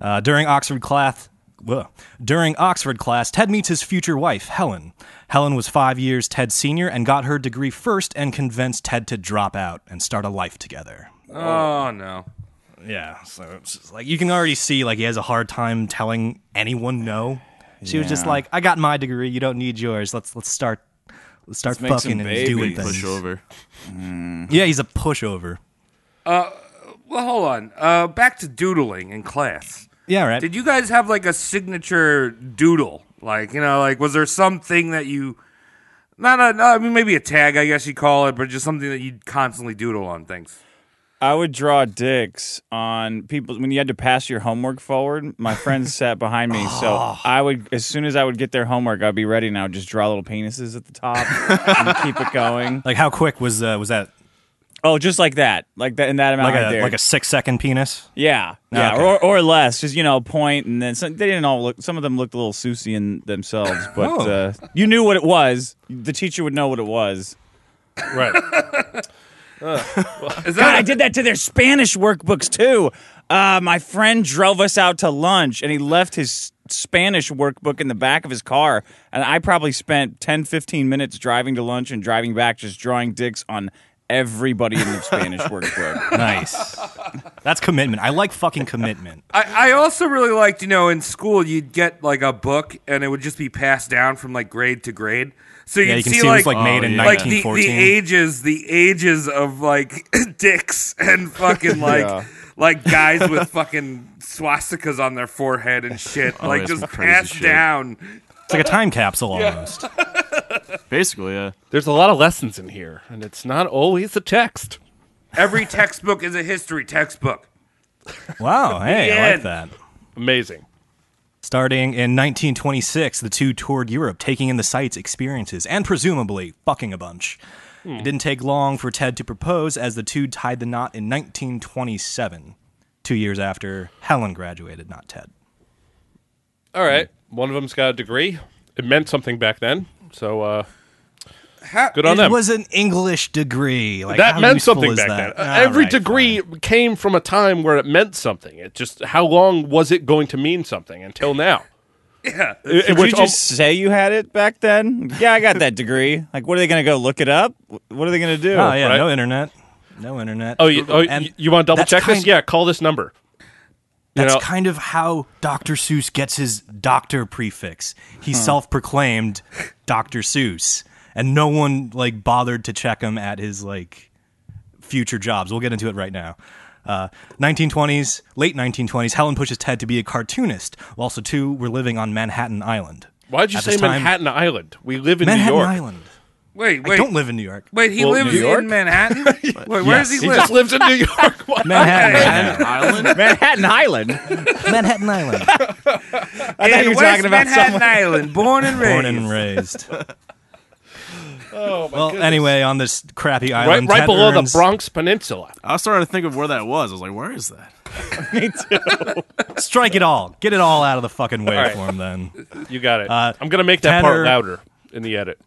[SPEAKER 6] Uh, during Oxford class, whoa. during Oxford class, Ted meets his future wife, Helen. Helen was five years Ted's senior and got her degree first, and convinced Ted to drop out and start a life together.
[SPEAKER 2] Oh, no.
[SPEAKER 6] Yeah, so it's just like you can already see like he has a hard time telling anyone no. She was just
[SPEAKER 9] Yeah.
[SPEAKER 6] like, "I got my degree. You don't need yours. Let's let's start let's start
[SPEAKER 9] make some
[SPEAKER 6] fucking and doing
[SPEAKER 9] babies."
[SPEAKER 6] things."
[SPEAKER 9] Pushover.
[SPEAKER 6] Yeah, he's a pushover.
[SPEAKER 2] Uh, well, hold on. Uh, back to doodling in class.
[SPEAKER 6] Yeah, right.
[SPEAKER 2] Did you guys have like a signature doodle? Like, you know, like was there something that you not a not, I mean maybe a tag, I guess you call it, but just something that you constantly doodle on things.
[SPEAKER 10] I would draw dicks on people when you had to pass your homework forward. My friends sat behind me,
[SPEAKER 6] Oh.
[SPEAKER 10] so I would as soon as I would get their homework, I'd be ready and I would just draw little penises at the top and keep it going.
[SPEAKER 6] Like how quick was uh, was that?
[SPEAKER 10] Oh, just like that, like that in that amount
[SPEAKER 6] Like
[SPEAKER 10] right
[SPEAKER 6] a
[SPEAKER 10] there.
[SPEAKER 6] like a six second penis.
[SPEAKER 10] yeah,
[SPEAKER 6] Oh,
[SPEAKER 10] yeah,
[SPEAKER 6] okay.
[SPEAKER 10] or or less, just you know, point and then some, they didn't all look. Some of them looked a little Susie in themselves, but
[SPEAKER 6] Oh.
[SPEAKER 10] uh, you knew what it was. The teacher would know what it was.
[SPEAKER 11] Right.
[SPEAKER 10] God, I did that to their Spanish workbooks too. Uh, my friend drove us out to lunch and he left his Spanish workbook in the back of his car. And I probably spent 10, 15 minutes driving to lunch and driving back just drawing dicks on everybody in the Spanish workbook.
[SPEAKER 6] Nice. That's commitment. I like fucking commitment.
[SPEAKER 2] I, I also really liked, you know, in school you'd get like a book and it would just be passed down from like grade to grade. So you'd
[SPEAKER 6] Yeah, you can
[SPEAKER 2] see,
[SPEAKER 6] see it
[SPEAKER 2] like,
[SPEAKER 6] was, like, made in
[SPEAKER 2] like, the, the
[SPEAKER 6] 1914.
[SPEAKER 2] ages, the ages of like dicks and fucking like
[SPEAKER 11] Yeah.
[SPEAKER 2] like guys with fucking swastikas on their forehead and shit,
[SPEAKER 9] Oh,
[SPEAKER 2] like
[SPEAKER 9] yeah,
[SPEAKER 2] just
[SPEAKER 9] some crazy
[SPEAKER 2] passed
[SPEAKER 9] shit.
[SPEAKER 2] down.
[SPEAKER 6] It's like a time capsule
[SPEAKER 2] Yeah.
[SPEAKER 6] almost.
[SPEAKER 9] Basically, yeah.
[SPEAKER 11] There's a lot of lessons in here, and it's not always the text.
[SPEAKER 2] Every textbook is a history textbook.
[SPEAKER 6] Wow. Hey, I like that.
[SPEAKER 11] Amazing.
[SPEAKER 6] Starting in 1926, the two toured Europe, taking in the sights, experiences, and presumably fucking a bunch.
[SPEAKER 11] Hmm.
[SPEAKER 6] It didn't take long for Ted to propose as the two tied the knot in 1927, two years after Helen graduated, not Ted.
[SPEAKER 11] All right.
[SPEAKER 6] Mm.
[SPEAKER 11] One of them's got a degree. It meant something back then. So uh, good on
[SPEAKER 6] it
[SPEAKER 11] them.
[SPEAKER 6] was an English degree. Like,
[SPEAKER 11] that
[SPEAKER 6] how
[SPEAKER 11] meant
[SPEAKER 6] useful
[SPEAKER 11] something
[SPEAKER 6] is
[SPEAKER 11] back
[SPEAKER 6] that?
[SPEAKER 11] then. Uh,
[SPEAKER 6] All
[SPEAKER 11] Every
[SPEAKER 6] right,
[SPEAKER 11] degree came from a time where it meant something. It just how long was it going to mean something until now?
[SPEAKER 2] Yeah.
[SPEAKER 11] It-
[SPEAKER 10] Did
[SPEAKER 11] which
[SPEAKER 10] you
[SPEAKER 11] al-
[SPEAKER 10] just say you had it back then? Yeah, I got that degree. Like, what are they going to go look it up? What are they going to do?
[SPEAKER 6] Oh yeah,
[SPEAKER 11] right?
[SPEAKER 6] no internet, no internet.
[SPEAKER 11] Oh, you, oh,
[SPEAKER 6] And
[SPEAKER 11] you- you want to double
[SPEAKER 6] that's
[SPEAKER 11] check this?
[SPEAKER 6] kind-
[SPEAKER 11] Yeah, call this number. You
[SPEAKER 6] That's
[SPEAKER 11] know-
[SPEAKER 6] kind of how Dr. Seuss gets his doctor prefix.
[SPEAKER 11] Hmm.
[SPEAKER 6] He self-proclaimed Dr. Seuss, and no one like bothered to check him at his like future jobs. We'll get into it right now. Uh, 1920s, late 1920s, Helen pushes Ted to be a cartoonist, whilst the two were living on Manhattan Island.
[SPEAKER 11] Why'd you
[SPEAKER 6] At
[SPEAKER 11] say
[SPEAKER 6] this time-
[SPEAKER 11] Manhattan Island? We live in
[SPEAKER 6] Manhattan
[SPEAKER 11] New York.
[SPEAKER 6] Island.
[SPEAKER 2] Wait, wait.
[SPEAKER 6] I don't live in New York.
[SPEAKER 2] Wait, he
[SPEAKER 11] Well,
[SPEAKER 2] lives
[SPEAKER 11] New York?
[SPEAKER 2] in Manhattan? wait, where
[SPEAKER 6] Yes.
[SPEAKER 2] does he,
[SPEAKER 6] He
[SPEAKER 2] live?
[SPEAKER 11] just lives in New York. What?
[SPEAKER 6] Manhattan
[SPEAKER 9] Island.
[SPEAKER 10] Manhattan Island.
[SPEAKER 6] Manhattan Island.
[SPEAKER 10] I thought you were
[SPEAKER 2] West
[SPEAKER 10] talking about
[SPEAKER 2] Manhattan
[SPEAKER 10] someone.
[SPEAKER 2] Island, born and raised.
[SPEAKER 6] Born and raised.
[SPEAKER 11] Oh, my
[SPEAKER 6] well,
[SPEAKER 11] goodness.
[SPEAKER 6] anyway, on this crappy
[SPEAKER 11] right,
[SPEAKER 6] island, Uh,
[SPEAKER 11] right
[SPEAKER 6] Ted
[SPEAKER 11] below
[SPEAKER 6] earns-
[SPEAKER 11] the Bronx Peninsula.
[SPEAKER 9] I was starting to think of where that was. I was like, where is that?
[SPEAKER 6] Strike it all. Get it all out of the fucking
[SPEAKER 11] right.
[SPEAKER 6] waveform then.
[SPEAKER 11] You got it.
[SPEAKER 6] Uh,
[SPEAKER 11] I'm gonna make that
[SPEAKER 6] Tanner-
[SPEAKER 11] part louder. in the edit.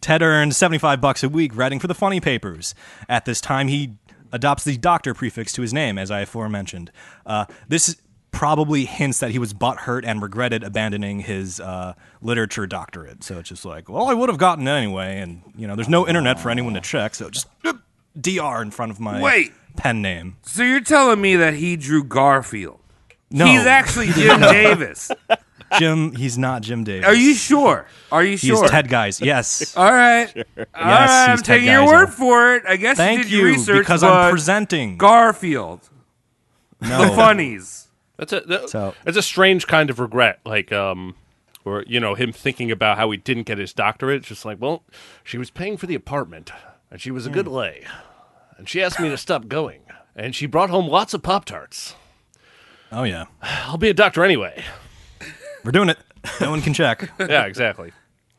[SPEAKER 6] Ted earned 75 bucks a week writing for the funny papers. At this time, he adopts the doctor prefix to his name, as I aforementioned. Uh, this probably hints that he was butthurt and regretted abandoning his uh, literature doctorate. So it's just like, well, I would have gotten it anyway. And, you know, there's no internet for anyone to check. So just uh, DR in front of my
[SPEAKER 2] Wait.
[SPEAKER 6] pen name.
[SPEAKER 2] So you're telling me that he drew Garfield?
[SPEAKER 6] No.
[SPEAKER 2] he's actually Jim Davis.
[SPEAKER 6] Jim, he's not Jim Davis.
[SPEAKER 2] Are you sure? Are you
[SPEAKER 6] He's
[SPEAKER 2] sure? Oh,
[SPEAKER 6] Ted Guys, yes.
[SPEAKER 2] All right. All right, I'm
[SPEAKER 6] he's Ted
[SPEAKER 2] taking your
[SPEAKER 6] Geisel.
[SPEAKER 2] word for it. I guess
[SPEAKER 6] Thank
[SPEAKER 2] you did your
[SPEAKER 6] you,
[SPEAKER 2] research
[SPEAKER 6] because I'm
[SPEAKER 2] but
[SPEAKER 6] presenting. Oh.
[SPEAKER 2] Garfield.
[SPEAKER 6] No.
[SPEAKER 2] The funnies.
[SPEAKER 11] That's a that,
[SPEAKER 6] So-
[SPEAKER 11] that's a strange kind of regret, like um, or you know him thinking about how he didn't get his doctorate. It's just like, well, she was paying for the apartment, and she was a
[SPEAKER 6] Hmm.
[SPEAKER 11] good lay, and she asked me to stop going, and she brought home lots of pop tarts.
[SPEAKER 6] Oh, yeah.
[SPEAKER 11] I'll be a doctor anyway.
[SPEAKER 6] We're doing it. No one can check.
[SPEAKER 11] yeah, exactly.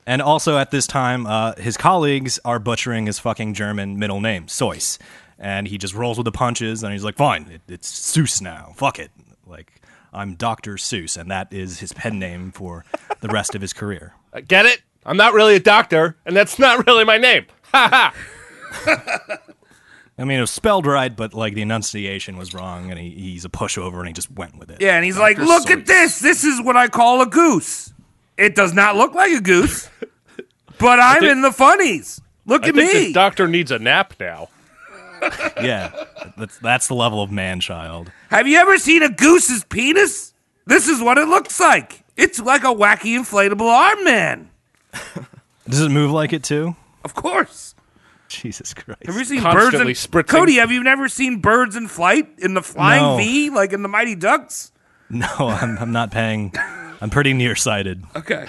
[SPEAKER 6] And also at this time, uh, his colleagues are butchering his fucking German middle name, Seuss. And he just rolls with the punches and he's like, fine, it, it's Seuss now. Fuck it. Like, I'm Dr. Seuss, and that is his pen name for the rest of his career.
[SPEAKER 11] I Uh, get it. I'm not really a doctor, and that's not really my name. Ha ha.
[SPEAKER 6] I mean, it was spelled right, but like the enunciation was wrong, and he, he's a pushover and he just went with it.
[SPEAKER 2] Yeah, and he's like, look at this. This is what I call a goose. It does not look like a goose, but I'm
[SPEAKER 11] think-
[SPEAKER 2] in the funnies. Look
[SPEAKER 11] I
[SPEAKER 2] at
[SPEAKER 11] think
[SPEAKER 2] me.
[SPEAKER 11] The doctor needs a nap now.
[SPEAKER 6] yeah, that's, that's the level of man child.
[SPEAKER 2] Have you ever seen a goose's penis? This is what it looks like. It's like a wacky inflatable arm man.
[SPEAKER 6] Does it move like it too?
[SPEAKER 2] Of course.
[SPEAKER 6] Jesus Christ.
[SPEAKER 2] Have you seen birds
[SPEAKER 6] Constantly
[SPEAKER 2] in
[SPEAKER 6] spritzing.
[SPEAKER 2] Cody, have you never seen birds in flight in the flying
[SPEAKER 6] No.
[SPEAKER 2] V like in the Mighty Ducks?
[SPEAKER 6] No, I'm, I'm not paying. I'm pretty nearsighted.
[SPEAKER 2] Okay.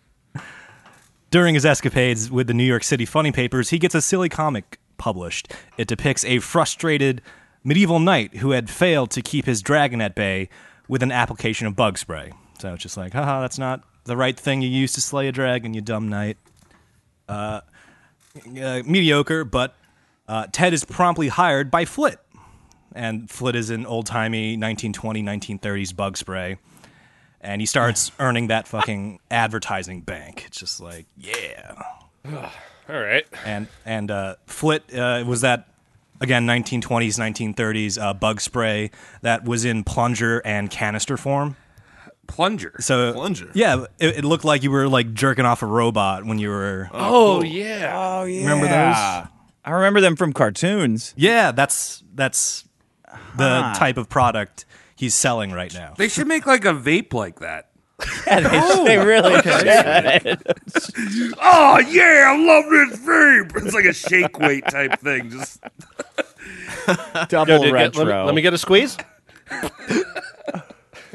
[SPEAKER 6] During his escapades with the New York City Funny Papers, he gets a silly comic published. It depicts a frustrated medieval knight who had failed to keep his dragon at bay with an application of bug spray. So it's just like, haha, that's not the right thing you use to slay a dragon, you dumb knight. Uh, uh, mediocre, but uh, Ted is promptly hired by Flit. And Flit is an old timey 1920, 1930s bug spray. And he starts earning that fucking advertising bank. It's just like, yeah.
[SPEAKER 11] All right.
[SPEAKER 6] and and uh, Flit uh, was that again 1920s 1930s uh, bug spray that was in plunger and canister form.
[SPEAKER 2] Plunger.
[SPEAKER 6] So plunger. Yeah, it, it looked like you were like jerking off a robot when you were.
[SPEAKER 11] Oh, yeah.
[SPEAKER 10] Oh yeah.
[SPEAKER 6] Remember those?
[SPEAKER 10] I remember them from cartoons.
[SPEAKER 6] Yeah, that's that's the
[SPEAKER 10] Huh.
[SPEAKER 6] type of product he's selling right now.
[SPEAKER 2] They should make like a vape like that.
[SPEAKER 10] they really
[SPEAKER 2] oh yeah, I love this vape. It's like a shake weight type thing. Just
[SPEAKER 10] Double
[SPEAKER 11] dude, get- let me- let me get a squeeze.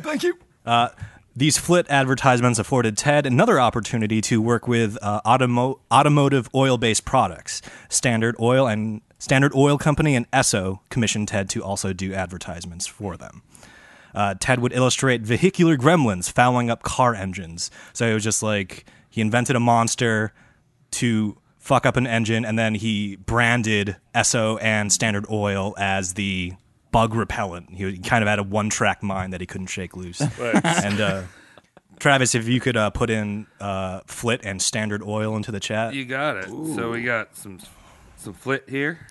[SPEAKER 6] Thank you. Uh, these Flit advertisements afforded Ted another opportunity to work with uh, automo- automotive oil-based products. Standard Oil and Standard Oil Company and Esso commissioned Ted to also do advertisements for them. Uh, Ted would illustrate vehicular gremlins fouling up car engines. So it was just like he invented a monster to fuck up an engine, and then he branded Esso and Standard Oil as the bug repellent. He, he kind of had a one-track mind that he couldn't shake loose.
[SPEAKER 11] Right.
[SPEAKER 6] and uh, Travis, if you could uh, put in uh, Flit and Standard Oil into the chat.
[SPEAKER 2] you got it. So we got some some flit here.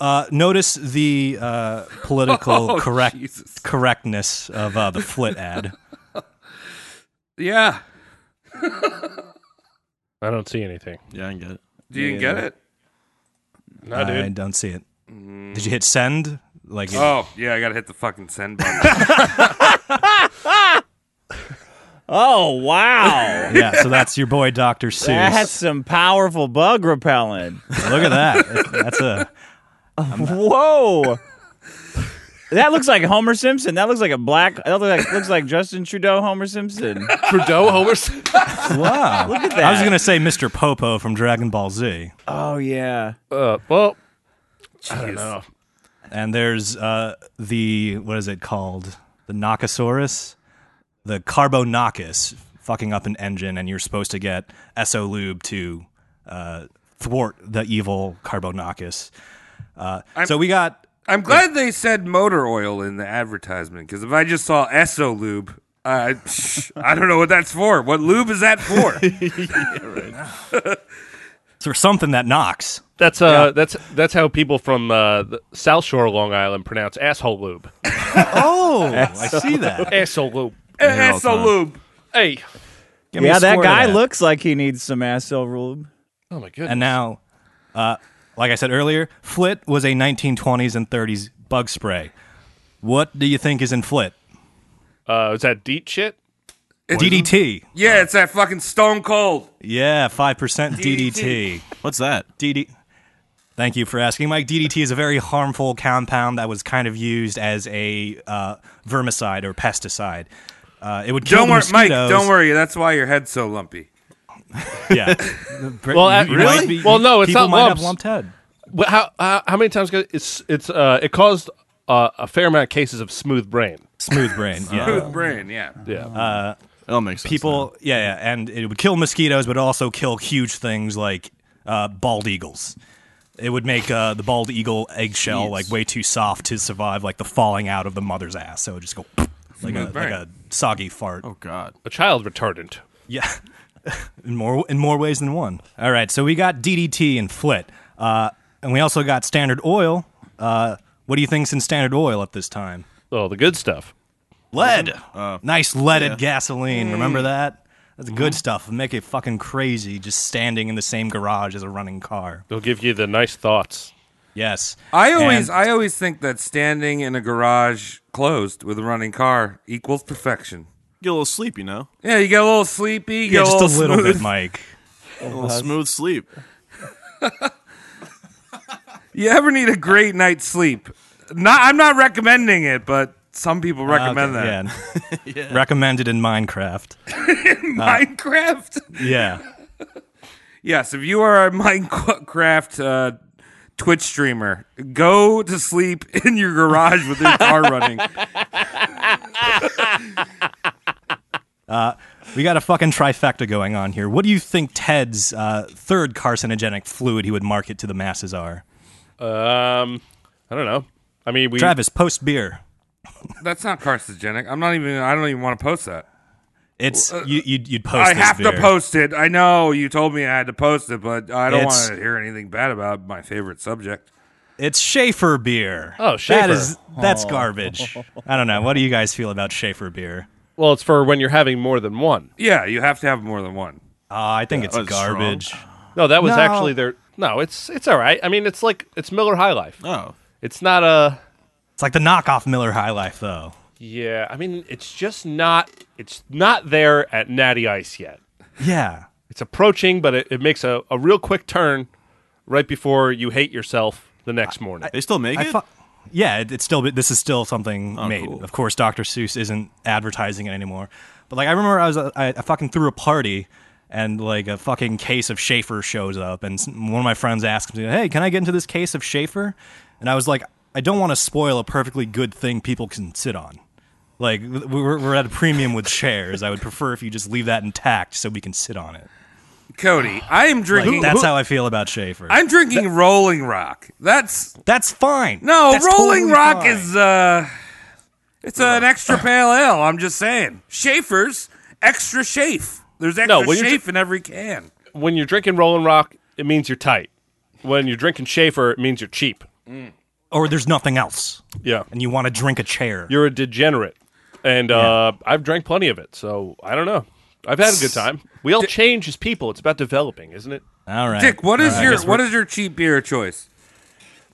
[SPEAKER 6] Uh, notice the uh, political
[SPEAKER 2] Oh,
[SPEAKER 6] correct correctness of uh, the Flit ad.
[SPEAKER 2] Yeah.
[SPEAKER 11] I don't see anything.
[SPEAKER 9] Yeah, I can get it.
[SPEAKER 2] Do you get it? No,
[SPEAKER 6] I
[SPEAKER 2] dude.
[SPEAKER 6] don't see it. Did you hit send? Like
[SPEAKER 2] Oh yeah, I gotta hit the fucking send button.
[SPEAKER 10] Oh wow.
[SPEAKER 6] yeah, so that's your boy Doctor Seuss.
[SPEAKER 10] That's some powerful bug repellent.
[SPEAKER 6] Look at that. That's a
[SPEAKER 10] Whoa. That looks like Homer Simpson. That looks like a black. That looks like, looks like Justin Trudeau Homer Simpson.
[SPEAKER 11] Trudeau Homer. Simpson.
[SPEAKER 6] Wow.
[SPEAKER 10] Look at that.
[SPEAKER 6] I was gonna say Mr. Popo from Dragon Ball Z.
[SPEAKER 10] Oh yeah.
[SPEAKER 11] Uh, well, I don't know.
[SPEAKER 6] And there's uh, the what is it called? The Nakasaurus, the Carbonacus, fucking up an engine, and you're supposed to get SO lube to uh, thwart the evil Carbonacus. Uh, so we got
[SPEAKER 2] I'm glad they said motor oil in the advertisement because if I just saw Esso lube, Uh, psh, I don't know what that's for. What lube is that for?
[SPEAKER 6] It's for something that knocks.
[SPEAKER 11] That's uh, that's that's how people from uh, the South Shore, Long Island, pronounce asshole lube.
[SPEAKER 6] oh,
[SPEAKER 11] I see that. asshole lube.
[SPEAKER 2] Eh, asshole lube.
[SPEAKER 11] Hey,
[SPEAKER 10] yeah, that guy looks like he needs some asshole lube.
[SPEAKER 11] Oh my goodness.
[SPEAKER 6] And now, uh, like I said earlier, Flit was a 1920s and 30s bug spray. What do you think is in Flit?
[SPEAKER 11] Uh, is that deep shit?
[SPEAKER 6] DDT.
[SPEAKER 2] Yeah, it's that fucking Stone Cold.
[SPEAKER 6] Yeah, 5% DDT.
[SPEAKER 2] DDT.
[SPEAKER 6] What's that? DD. Thank you for asking, Mike. DDT is a very harmful compound that was kind of used as a uh, vermicide or pesticide. Uh, it would kill
[SPEAKER 2] Don't
[SPEAKER 6] the
[SPEAKER 2] worry, Mike.
[SPEAKER 6] mosquitoes.
[SPEAKER 2] Don't worry. That's why your head's so lumpy.
[SPEAKER 6] Yeah.
[SPEAKER 11] Well, uh, really? well, no, it's not lumps.
[SPEAKER 6] head.
[SPEAKER 11] Well, how, how how many times? go- It's it's uh, it caused uh, a fair amount of cases of smooth brain.
[SPEAKER 6] Smooth brain. yeah.
[SPEAKER 2] Smooth brain. Yeah.
[SPEAKER 11] Yeah.
[SPEAKER 6] Uh,
[SPEAKER 9] That'll make sense.
[SPEAKER 6] people, yeah, yeah, and it would kill mosquitoes, but also kill huge things like uh, bald eagles. It would make uh, the bald eagle eggshell
[SPEAKER 9] Jeez.
[SPEAKER 6] like way too soft to survive, like the falling out of the mother's ass. So it would just go like a,
[SPEAKER 11] Smooth
[SPEAKER 6] like
[SPEAKER 11] brain.
[SPEAKER 6] a soggy fart.
[SPEAKER 9] Oh God.
[SPEAKER 11] A child retardant.
[SPEAKER 6] Yeah, in more in more ways than one. All right, so we got DDT and Flit, uh, and we also got Standard Oil. Uh, what do you think's in Standard Oil at this time?
[SPEAKER 11] Oh, the good stuff.
[SPEAKER 6] Lead.
[SPEAKER 2] Oh.
[SPEAKER 6] nice leaded
[SPEAKER 9] yeah.
[SPEAKER 6] gasoline. Remember that? That's
[SPEAKER 2] Mm-hmm.
[SPEAKER 6] good stuff. Make it fucking crazy just standing in the same garage as a running car.
[SPEAKER 11] They'll give you the nice thoughts.
[SPEAKER 6] Yes.
[SPEAKER 2] I always,
[SPEAKER 6] And-
[SPEAKER 2] I always think that standing in a garage closed with a running car equals perfection.
[SPEAKER 9] Get a little sleep, you know.
[SPEAKER 2] Yeah, you get a little sleepy. You
[SPEAKER 6] yeah,
[SPEAKER 2] get
[SPEAKER 6] just a
[SPEAKER 2] little
[SPEAKER 6] little
[SPEAKER 2] smooth.
[SPEAKER 6] bit, Mike.
[SPEAKER 9] A little smooth sleep.
[SPEAKER 2] You ever need a great night's sleep? Not, I'm not recommending it, but some people recommend
[SPEAKER 6] Ah, Okay,
[SPEAKER 2] that.
[SPEAKER 6] Yeah. Recommended in Minecraft.
[SPEAKER 2] Uh, Minecraft.
[SPEAKER 6] Yeah.
[SPEAKER 2] Yes, if you are a Minecraft uh, Twitch streamer, go to sleep in your garage with your car running.
[SPEAKER 6] Uh, we got a fucking trifecta going on here. What do you think Ted's uh, third carcinogenic fluid he would market to the masses are?
[SPEAKER 11] Um, I don't know. I mean, we
[SPEAKER 6] Travis, post beer.
[SPEAKER 2] That's not carcinogenic. I'm not even. I don't even want to post that.
[SPEAKER 6] It's
[SPEAKER 2] Uh,
[SPEAKER 6] you, you'd, you'd post.
[SPEAKER 2] I
[SPEAKER 6] this
[SPEAKER 2] have to
[SPEAKER 6] beer.
[SPEAKER 2] post it. I know you told me I had to post it, but I don't
[SPEAKER 6] It's-
[SPEAKER 2] want to hear anything bad about my favorite subject.
[SPEAKER 6] It's Schaefer beer.
[SPEAKER 11] Oh,
[SPEAKER 6] That
[SPEAKER 11] Schaefer.
[SPEAKER 6] is that's
[SPEAKER 11] Oh.
[SPEAKER 6] garbage. I don't know. What do you guys feel about Schaefer beer?
[SPEAKER 11] Well, it's for when you're having more than one.
[SPEAKER 2] Yeah, you have to have more than one.
[SPEAKER 6] Uh, I think it's
[SPEAKER 9] Oh, it's
[SPEAKER 6] garbage.
[SPEAKER 11] No, that was
[SPEAKER 6] No.
[SPEAKER 11] actually their. No, it's it's all right. I mean, it's like it's Miller High Life.
[SPEAKER 9] Oh,
[SPEAKER 11] it's not a.
[SPEAKER 6] It's like the knockoff Miller High Life, though.
[SPEAKER 11] Yeah, I mean, it's just not. It's not there at Natty Ice yet.
[SPEAKER 6] Yeah.
[SPEAKER 11] It's approaching, but it, it makes a, a real quick turn right before you hate yourself the next morning.
[SPEAKER 9] They still make
[SPEAKER 6] I fu- yeah, it, it's still this is still something
[SPEAKER 9] Oh,
[SPEAKER 6] made.
[SPEAKER 9] cool.
[SPEAKER 6] Of course, Dr. Seuss isn't advertising it anymore. But like, I remember I was uh, I, I fucking threw a party, and like a fucking case of Schaefer shows up, and s- one of my friends asked me, "Hey, can I get into this case of Schaefer?" And I was like, I don't want to spoil a perfectly good thing people can sit on. Like we- we're, we're at a premium with chairs. I would prefer if you just leave that intact so we can sit on it.
[SPEAKER 2] Cody, I am
[SPEAKER 6] Like,
[SPEAKER 2] drinking.
[SPEAKER 6] that's how I feel about Schaefer.
[SPEAKER 2] I'm drinking Rolling Rock. That's
[SPEAKER 6] that's fine.
[SPEAKER 2] No,
[SPEAKER 6] That's
[SPEAKER 2] Rolling
[SPEAKER 6] totally
[SPEAKER 2] Rock
[SPEAKER 6] fine.
[SPEAKER 2] is uh, it's an extra pale ale. I'm just saying, Schaefer's extra Schaef. There's extra
[SPEAKER 11] No,
[SPEAKER 2] no,
[SPEAKER 11] when you're
[SPEAKER 2] in every can.
[SPEAKER 11] When you're drinking Rolling Rock, it means you're tight. When you're drinking Schaefer, it means you're cheap.
[SPEAKER 6] or there's nothing else.
[SPEAKER 11] Yeah.
[SPEAKER 6] And you want to drink a chair.
[SPEAKER 11] You're a degenerate. And uh, I've drank plenty of it, so I don't know. I've had a good time. We all change as people. It's about developing, isn't it?
[SPEAKER 6] All right.
[SPEAKER 2] Dick, what is
[SPEAKER 11] All right.
[SPEAKER 2] your
[SPEAKER 11] Guess we're-
[SPEAKER 2] what is your cheap beer choice?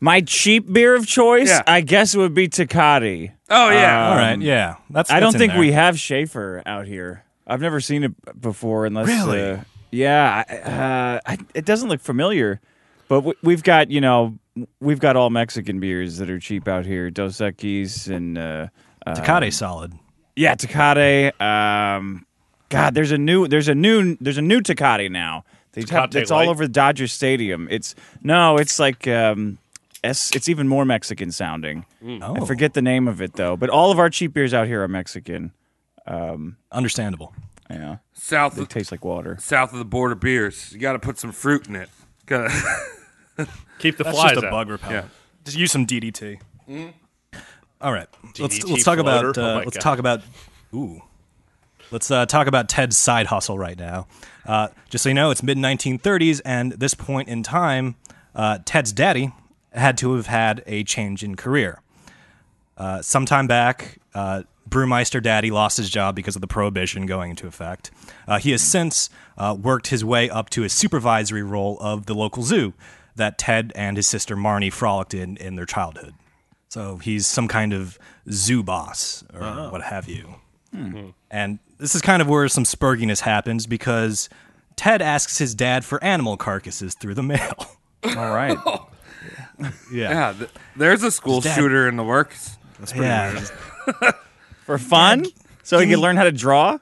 [SPEAKER 10] My cheap beer of choice,
[SPEAKER 2] Yeah.
[SPEAKER 10] I guess, would be Takati.
[SPEAKER 2] Oh, yeah.
[SPEAKER 6] All right, yeah. That's- that's
[SPEAKER 10] I don't
[SPEAKER 6] in
[SPEAKER 10] think
[SPEAKER 6] there.
[SPEAKER 10] we have Schaefer out here. I've never seen it b- before, unless
[SPEAKER 6] Really?
[SPEAKER 10] uh, yeah, I- uh, I, it doesn't look familiar. But we, we've got you know we've got all Mexican beers that are cheap out here, Dos Equis and uh, uh,
[SPEAKER 6] Tecate solid.
[SPEAKER 10] Yeah, Tecate. Um, God, there's a new, there's a new, there's a new Tecate now. They have,
[SPEAKER 11] Tecate
[SPEAKER 10] it's
[SPEAKER 11] Light?
[SPEAKER 10] all over Dodger Stadium. It's no, it's like um, S, it's even more Mexican sounding. I
[SPEAKER 6] Oh.
[SPEAKER 10] forget the name of it though. But all of our cheap beers out here are Mexican. Um,
[SPEAKER 6] Understandable.
[SPEAKER 10] Yeah,
[SPEAKER 2] South
[SPEAKER 10] they taste like water.
[SPEAKER 2] south of the border beers. You got to put some fruit in it. Gotta-
[SPEAKER 11] Keep the
[SPEAKER 6] That's
[SPEAKER 11] flies
[SPEAKER 6] just a
[SPEAKER 11] out.
[SPEAKER 6] bug repellent.
[SPEAKER 2] Yeah.
[SPEAKER 6] Just use some DDT. All right. Let's
[SPEAKER 11] DDT
[SPEAKER 6] let's talk about
[SPEAKER 11] floater?
[SPEAKER 6] uh,
[SPEAKER 11] Oh my
[SPEAKER 6] let's
[SPEAKER 11] God.
[SPEAKER 6] talk about ooh. Let's uh, talk about Ted's side hustle right now. Uh, just so you know, it's mid 1930s, and this point in time, uh, Ted's daddy had to have had a change in career. Uh, sometime back, uh, Brewmeister Daddy lost his job because of the prohibition going into effect. Uh, he has since uh, worked his way up to a supervisory role of the local zoo that Ted and his sister Marnie frolicked in in their childhood. So he's some kind of zoo boss or
[SPEAKER 13] Oh.
[SPEAKER 6] what have you. And this is kind of where some spurginess happens because Ted asks his dad for animal carcasses through the mail.
[SPEAKER 10] All right.
[SPEAKER 6] yeah.
[SPEAKER 2] th- there's a school
[SPEAKER 6] His dad-
[SPEAKER 2] shooter in the works.
[SPEAKER 6] That's pretty Yeah. weird.
[SPEAKER 10] For fun? So he could learn how to draw?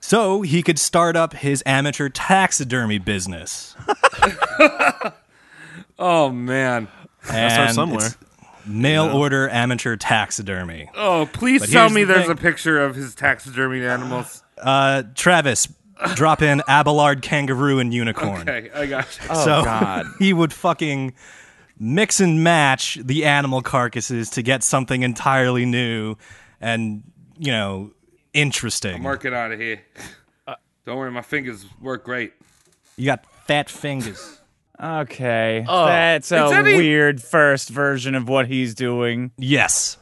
[SPEAKER 6] So he could start up his amateur taxidermy business.
[SPEAKER 2] Oh man.
[SPEAKER 6] And it's Mail order amateur taxidermy.
[SPEAKER 2] Oh, please
[SPEAKER 6] But
[SPEAKER 2] tell
[SPEAKER 6] here's
[SPEAKER 2] me
[SPEAKER 6] the
[SPEAKER 2] there's
[SPEAKER 6] thing.
[SPEAKER 2] a picture of his taxidermied animals.
[SPEAKER 6] Uh, Travis, drop in Abelard kangaroo and unicorn.
[SPEAKER 2] Okay, I got you.
[SPEAKER 6] so he would fucking mix and match the animal carcasses to get something entirely new and, you know, interesting.
[SPEAKER 2] I'm working on it here. Don't worry, my fingers work great.
[SPEAKER 6] you got fat fingers.
[SPEAKER 10] Okay.
[SPEAKER 2] Oh.
[SPEAKER 10] That's a
[SPEAKER 2] Is that he-
[SPEAKER 10] weird first version of what he's doing.
[SPEAKER 6] Yes.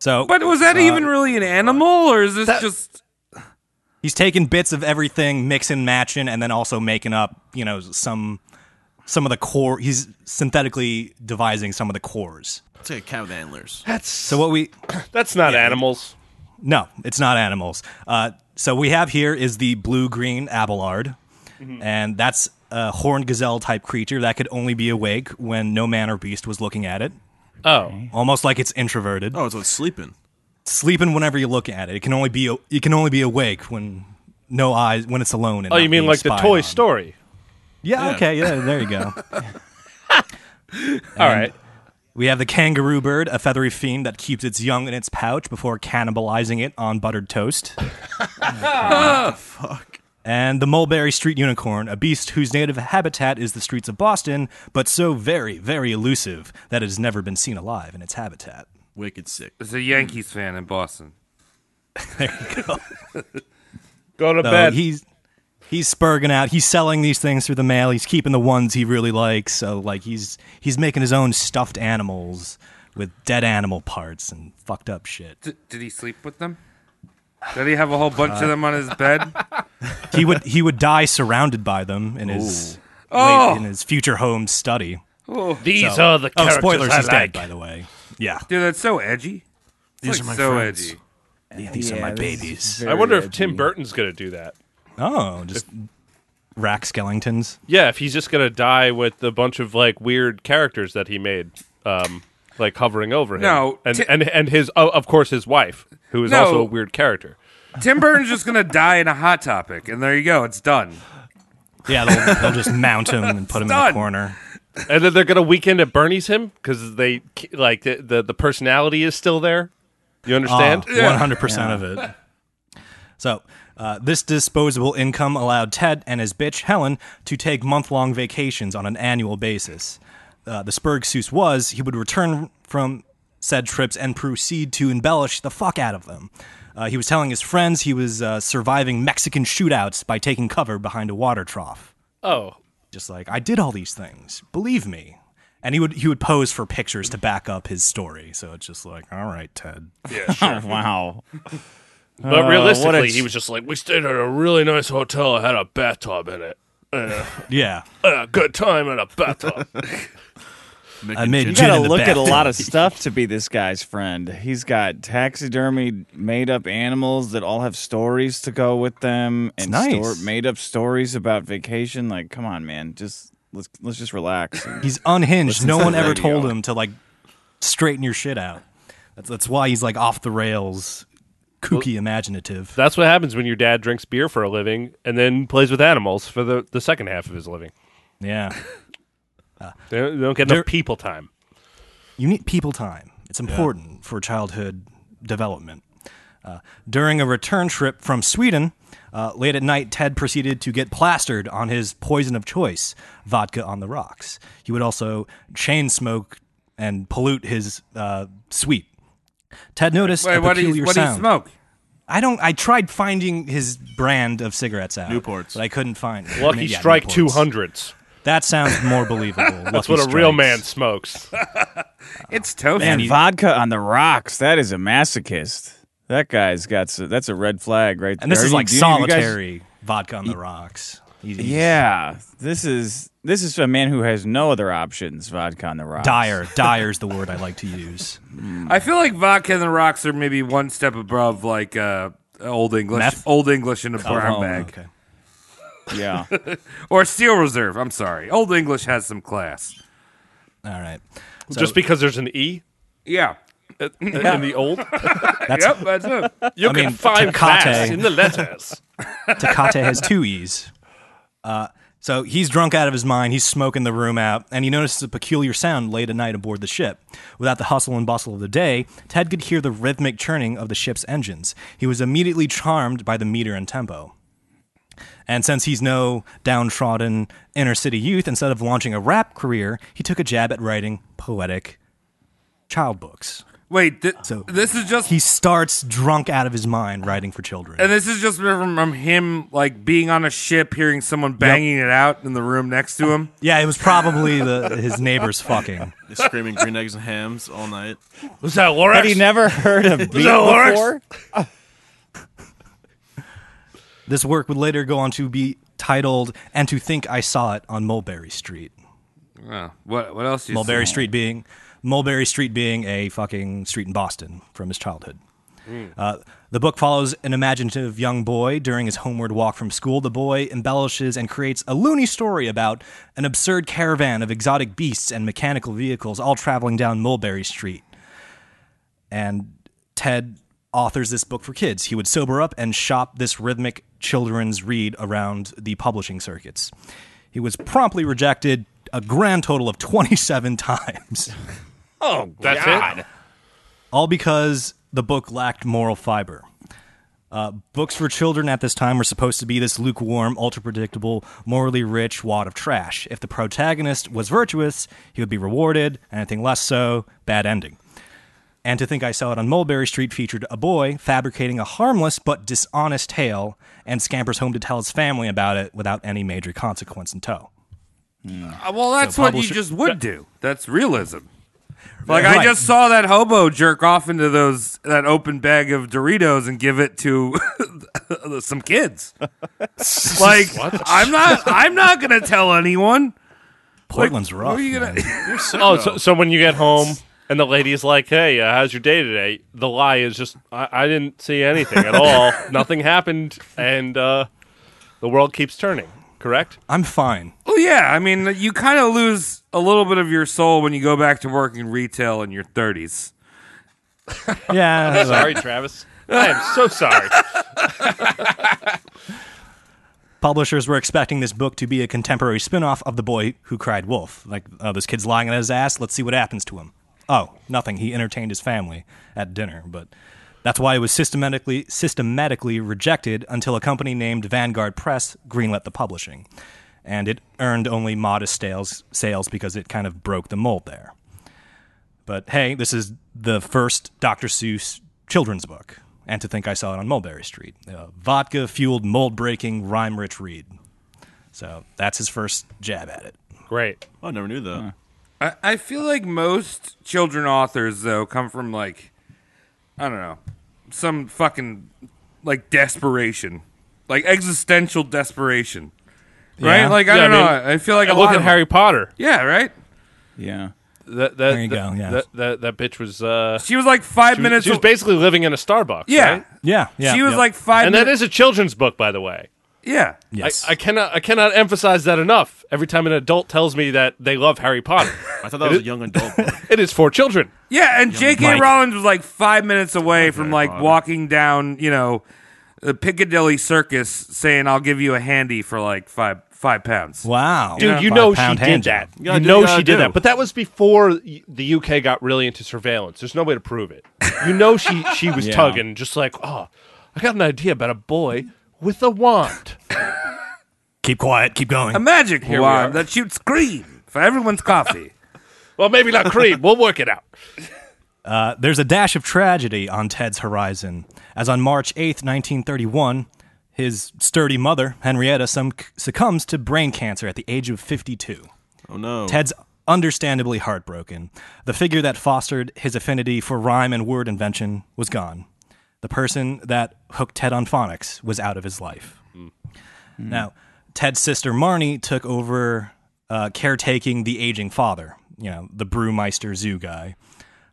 [SPEAKER 6] So
[SPEAKER 2] But was that
[SPEAKER 6] Uh,
[SPEAKER 2] even really an animal, or is this just
[SPEAKER 6] He's taking bits of everything, mixing, matching, and then also making up, you know, some some of the core. He's synthetically devising some of the cores.
[SPEAKER 9] It's like a cat with antlers.
[SPEAKER 6] That's so what we. That's not animals. No, it's not animals. Uh, so we have here is the blue green Abelard,
[SPEAKER 11] Mm-hmm.
[SPEAKER 6] and that's a horned gazelle type creature that could only be awake when no man or beast was looking at it.
[SPEAKER 11] Oh.
[SPEAKER 6] almost like it's introverted. Oh,
[SPEAKER 9] so it's sleeping.
[SPEAKER 6] Sleeping whenever you look at it. It can only be it can only be awake when no eyes when it's alone. And
[SPEAKER 11] Oh,
[SPEAKER 6] not
[SPEAKER 11] you mean
[SPEAKER 6] being
[SPEAKER 11] like the
[SPEAKER 6] spied
[SPEAKER 11] Toy
[SPEAKER 6] on.
[SPEAKER 11] Story?
[SPEAKER 6] Yeah,
[SPEAKER 11] Yeah.
[SPEAKER 6] Okay. Yeah. There you go.
[SPEAKER 11] All right.
[SPEAKER 6] We have the kangaroo bird, a feathery fiend that keeps its young in its pouch before cannibalizing it on buttered toast. and the mulberry street unicorn, a beast whose native habitat is the streets of Boston, but so very, very elusive that it has never been seen alive in its habitat.
[SPEAKER 9] Wicked sick.
[SPEAKER 2] There's a Yankees fan in Boston.
[SPEAKER 11] Go to
[SPEAKER 6] So
[SPEAKER 11] bed.
[SPEAKER 6] He's he's spurging out. He's selling these things through the mail. He's keeping the ones he really likes. So like he's he's making his own stuffed animals with dead animal parts and fucked up shit.
[SPEAKER 2] D- did he sleep with them? Did he have a whole
[SPEAKER 6] Uh,
[SPEAKER 2] bunch of them on his bed?
[SPEAKER 6] He would he would die surrounded by them in his
[SPEAKER 2] Ooh. Oh.
[SPEAKER 6] late- in his future home study.
[SPEAKER 2] Oh.
[SPEAKER 11] These are the
[SPEAKER 6] oh,
[SPEAKER 11] characters
[SPEAKER 6] spoilers.
[SPEAKER 11] I
[SPEAKER 6] he's dead,
[SPEAKER 11] like.
[SPEAKER 6] by the way. Yeah.
[SPEAKER 2] Dude, that's so edgy. It's
[SPEAKER 6] These are
[SPEAKER 2] like
[SPEAKER 6] my
[SPEAKER 2] so
[SPEAKER 6] friends.
[SPEAKER 2] edgy.
[SPEAKER 6] Yeah, these are my babies.
[SPEAKER 11] I wonder if Tim Burton's going to do that.
[SPEAKER 6] Oh, just rack skeletons.
[SPEAKER 11] Yeah, if he's just going to die with a bunch of like weird characters that he made, um, like hovering over him.
[SPEAKER 2] No,
[SPEAKER 11] and
[SPEAKER 2] Ti-
[SPEAKER 11] and and his oh, of course his wife, who is
[SPEAKER 2] No.
[SPEAKER 11] also a weird character.
[SPEAKER 2] Tim Burton's just gonna die in a hot topic, and there you go. It's done.
[SPEAKER 6] Yeah, they'll, they'll just mount him and put him in
[SPEAKER 2] Done.
[SPEAKER 6] a corner.
[SPEAKER 11] and then they're going to weekend at Bernie's him because they like the, the the personality is still there. You understand?
[SPEAKER 6] Oh, One hundred percent of it. So, uh, this disposable income allowed Ted and his bitch Helen to take month-long vacations on an annual basis. Uh, the Spurgsus was he would return from said trips and proceed to embellish the fuck out of them. Uh, he was telling his friends he was uh, surviving Mexican shootouts by taking cover behind a water trough.
[SPEAKER 11] Oh,
[SPEAKER 6] Just like I did all these things, believe me. And he would he would pose for pictures to back up his story. So it's just like, all right, Ted.
[SPEAKER 11] Yeah, sure.
[SPEAKER 10] wow.
[SPEAKER 11] But
[SPEAKER 6] Uh,
[SPEAKER 11] realistically,
[SPEAKER 6] what a-
[SPEAKER 11] he was just like, we stayed at a really nice hotel. It had a bathtub in it. And, uh,
[SPEAKER 6] Yeah.
[SPEAKER 11] and a good time in a bathtub.
[SPEAKER 10] I mean, you gotta look at a lot of stuff to be this guy's friend. He's got taxidermy made up animals that all have stories to go with them, and
[SPEAKER 6] nice.
[SPEAKER 10] made up stories about vacation. Like, come on, man, just let's let's just relax.
[SPEAKER 6] He's unhinged.
[SPEAKER 10] Listen
[SPEAKER 6] No
[SPEAKER 10] to
[SPEAKER 6] one
[SPEAKER 10] the
[SPEAKER 6] ever
[SPEAKER 10] radio.
[SPEAKER 6] told him to like straighten your shit out. That's that's why he's like off the rails, kooky, imaginative.
[SPEAKER 11] That's what happens when your dad drinks beer for a living and then plays with animals for the, the second half of his living.
[SPEAKER 6] Yeah,
[SPEAKER 11] They don't, they don't get
[SPEAKER 6] There-
[SPEAKER 11] enough people time.
[SPEAKER 6] you need people time. It's important for childhood development. Uh, during a return trip from Sweden, uh, late at night, Ted proceeded to get plastered on his poison of choice, vodka on the rocks. He would also chain smoke and pollute his uh, suite. Ted noticed
[SPEAKER 2] Wait,
[SPEAKER 6] a
[SPEAKER 2] what do
[SPEAKER 6] peculiar
[SPEAKER 2] you what do
[SPEAKER 6] sound.
[SPEAKER 2] you smoke?
[SPEAKER 6] I don't. I tried finding his brand of cigarettes out. Newports. But I couldn't find. it.
[SPEAKER 11] Lucky
[SPEAKER 6] Yeah,
[SPEAKER 11] Strike
[SPEAKER 6] Newports.
[SPEAKER 11] 200s.
[SPEAKER 6] That sounds more believable.
[SPEAKER 11] That's
[SPEAKER 6] Lucky
[SPEAKER 11] what a real
[SPEAKER 6] Strikes.
[SPEAKER 11] man smokes.
[SPEAKER 2] it's toast.
[SPEAKER 10] Man, vodka on the rocks. That is a masochist. That guy's got so, that's a red flag right there.
[SPEAKER 6] And this is
[SPEAKER 10] You-
[SPEAKER 6] like
[SPEAKER 10] do you guys-
[SPEAKER 6] solitary vodka on the rocks. He- he's
[SPEAKER 10] Yeah, this is this is a man who has no other options. Vodka on the rocks.
[SPEAKER 6] Dire. Dire's the word I like to use.
[SPEAKER 2] I feel like vodka and the rocks are maybe one step above like uh, old English,
[SPEAKER 6] Meth?
[SPEAKER 2] old English in a brown
[SPEAKER 6] Oh,
[SPEAKER 2] bag,
[SPEAKER 6] Okay.
[SPEAKER 10] Yeah.
[SPEAKER 2] or Steel Reserve. I'm sorry, old English has some class.
[SPEAKER 6] All right,
[SPEAKER 11] Just because there's an E
[SPEAKER 2] yeah,
[SPEAKER 11] in the old?
[SPEAKER 2] yep, that's it.
[SPEAKER 11] You
[SPEAKER 6] I
[SPEAKER 11] can
[SPEAKER 6] mean,
[SPEAKER 11] find
[SPEAKER 6] Tecate.
[SPEAKER 11] class in the letters.
[SPEAKER 6] Takate has two E's. Uh, so he's drunk out of his mind. He's smoking the room out, and he notices a peculiar sound late at night aboard the ship. Without the hustle and bustle of the day, Ted could hear the rhythmic churning of the ship's engines. He was immediately charmed by the meter and tempo. And since he's no downtrodden inner city youth, instead of launching a rap career, he took a jab at writing poetic child books.
[SPEAKER 2] Wait, thi- this is just
[SPEAKER 6] He starts drunk out of his mind writing for children.
[SPEAKER 2] and this is just from, from him like being on a ship, hearing someone banging it out in the room next to him.
[SPEAKER 6] Yeah, it was probably the, his neighbors fucking.
[SPEAKER 9] They're screaming green eggs and hams all night.
[SPEAKER 2] Was that
[SPEAKER 10] Had he never heard of beat
[SPEAKER 9] that Lorax?
[SPEAKER 10] before?
[SPEAKER 6] This work would later go on to be titled "And to Think I Saw It on Mulberry Street."
[SPEAKER 2] Oh, what what else? do you
[SPEAKER 6] Mulberry
[SPEAKER 2] see?
[SPEAKER 6] Street being Mulberry Street being a fucking street in Boston from his childhood. Uh, the book follows an imaginative young boy during his homeward walk from school. The boy embellishes and creates a loony story about an absurd caravan of exotic beasts and mechanical vehicles all traveling down Mulberry Street. And Ted authors this book for kids. He would sober up and shop this rhythmic children's read around the publishing circuits. He was promptly rejected a grand total of 27 times.
[SPEAKER 11] Oh, That's it?
[SPEAKER 6] all because the book lacked moral fiber. Uh, books for children at this time were supposed to be this lukewarm, ultra predictable, morally rich wad of trash. If the protagonist was virtuous, he would be rewarded. Anything less so, bad ending. And to think I saw it on Mulberry Street featured a boy fabricating a harmless but dishonest tale and scampers home to tell his family about it without any major consequence in tow.
[SPEAKER 2] Uh, well, that's what you
[SPEAKER 6] publisher-
[SPEAKER 2] just would do. That's realism. Like I
[SPEAKER 6] Right.
[SPEAKER 2] just saw that hobo jerk off into those that open bag of Doritos and give it to some kids. like I'm not I'm not gonna tell anyone.
[SPEAKER 6] Portland's rough.
[SPEAKER 2] What are you gonna?
[SPEAKER 11] Oh, so, so when you get home and the lady's like, "Hey, uh, how's your day today?" The lie is just, "I, I didn't see anything at all. Nothing happened, and uh, the world keeps turning." Correct?
[SPEAKER 6] I'm fine.
[SPEAKER 2] well, Oh, yeah. I mean, you kind of lose a little bit of your soul when you go back to working retail in your 30s.
[SPEAKER 6] Yeah.
[SPEAKER 11] Sorry, Travis. I am so sorry.
[SPEAKER 6] Publishers were expecting this book to be a contemporary spin off of The Boy Who Cried Wolf. Like, oh, this kid's lying on his ass. Let's see what happens to him. Oh, nothing. He entertained his family at dinner, but that's why it was systematically systematically rejected until a company named Vanguard Press greenlit the publishing, and it earned only modest sales sales because it kind of broke the mold there. But hey, this is the first Dr. Seuss children's book. And to think I saw it on Mulberry Street. Uh, vodka fueled, mold breaking, rhyme rich read. So that's his first jab at it.
[SPEAKER 11] Great.
[SPEAKER 9] Oh, I never knew that.
[SPEAKER 2] I, I feel like most children authors though come from like I don't know some fucking like desperation, like existential desperation, right?
[SPEAKER 6] Yeah.
[SPEAKER 2] Like I
[SPEAKER 11] Yeah,
[SPEAKER 2] don't know.
[SPEAKER 11] mean,
[SPEAKER 2] I feel like a
[SPEAKER 11] look
[SPEAKER 2] lot
[SPEAKER 11] at
[SPEAKER 2] of
[SPEAKER 11] Harry Potter.
[SPEAKER 2] Yeah, right.
[SPEAKER 10] Yeah.
[SPEAKER 11] That, that,
[SPEAKER 6] There you
[SPEAKER 11] that-
[SPEAKER 6] go, yeah.
[SPEAKER 11] that, that, that bitch was. Uh,
[SPEAKER 2] She was like five
[SPEAKER 11] she, was,
[SPEAKER 2] minutes.
[SPEAKER 11] she was
[SPEAKER 2] aw-
[SPEAKER 11] basically living in a Starbucks.
[SPEAKER 2] yeah.
[SPEAKER 11] right?
[SPEAKER 6] Yeah.
[SPEAKER 2] she was like five.
[SPEAKER 11] and
[SPEAKER 2] minutes.
[SPEAKER 11] that is a children's book, by the way.
[SPEAKER 2] yeah.
[SPEAKER 6] yes.
[SPEAKER 11] I, I cannot I cannot emphasize that enough. Every time an adult tells me that they love Harry Potter,
[SPEAKER 9] I thought that was a young adult book.
[SPEAKER 11] it is for children.
[SPEAKER 2] Yeah, and J.K.
[SPEAKER 6] Mike.
[SPEAKER 2] Rowling was like five minutes away from like walking down, you know, the Piccadilly Circus, saying, "I'll give you a handy for like five five pounds."
[SPEAKER 6] wow.
[SPEAKER 11] Dude, you
[SPEAKER 6] Five
[SPEAKER 11] know she
[SPEAKER 6] pound
[SPEAKER 11] did
[SPEAKER 6] hand
[SPEAKER 11] that.
[SPEAKER 6] job.
[SPEAKER 9] You gotta
[SPEAKER 11] You
[SPEAKER 9] do
[SPEAKER 11] know
[SPEAKER 9] what you
[SPEAKER 11] she
[SPEAKER 9] gotta
[SPEAKER 11] did
[SPEAKER 9] do.
[SPEAKER 11] that. But that was before y- the UK got really into surveillance. There's no way to prove it. You know she she was
[SPEAKER 10] Yeah.
[SPEAKER 11] tugging, just like, oh, I got an idea about a boy with a wand.
[SPEAKER 6] Keep quiet. Keep going.
[SPEAKER 2] a magic
[SPEAKER 11] we
[SPEAKER 2] wand
[SPEAKER 11] are.
[SPEAKER 2] that shoots cream for everyone's coffee.
[SPEAKER 11] Well, maybe not cream. we'll work it out.
[SPEAKER 6] Uh, there's a dash of tragedy on Ted's horizon, as on March 8th, 1931, his sturdy mother, Henrietta, some, succumbs to brain cancer at the age of 52.
[SPEAKER 9] Oh, no.
[SPEAKER 6] Ted's understandably heartbroken. The figure that fostered his affinity for rhyme and word invention was gone. The person that hooked Ted on phonics was out of his life.
[SPEAKER 9] Hmm.
[SPEAKER 6] Now, Ted's sister Marnie took over uh, caretaking the aging father, you know, the brewmeister zoo guy.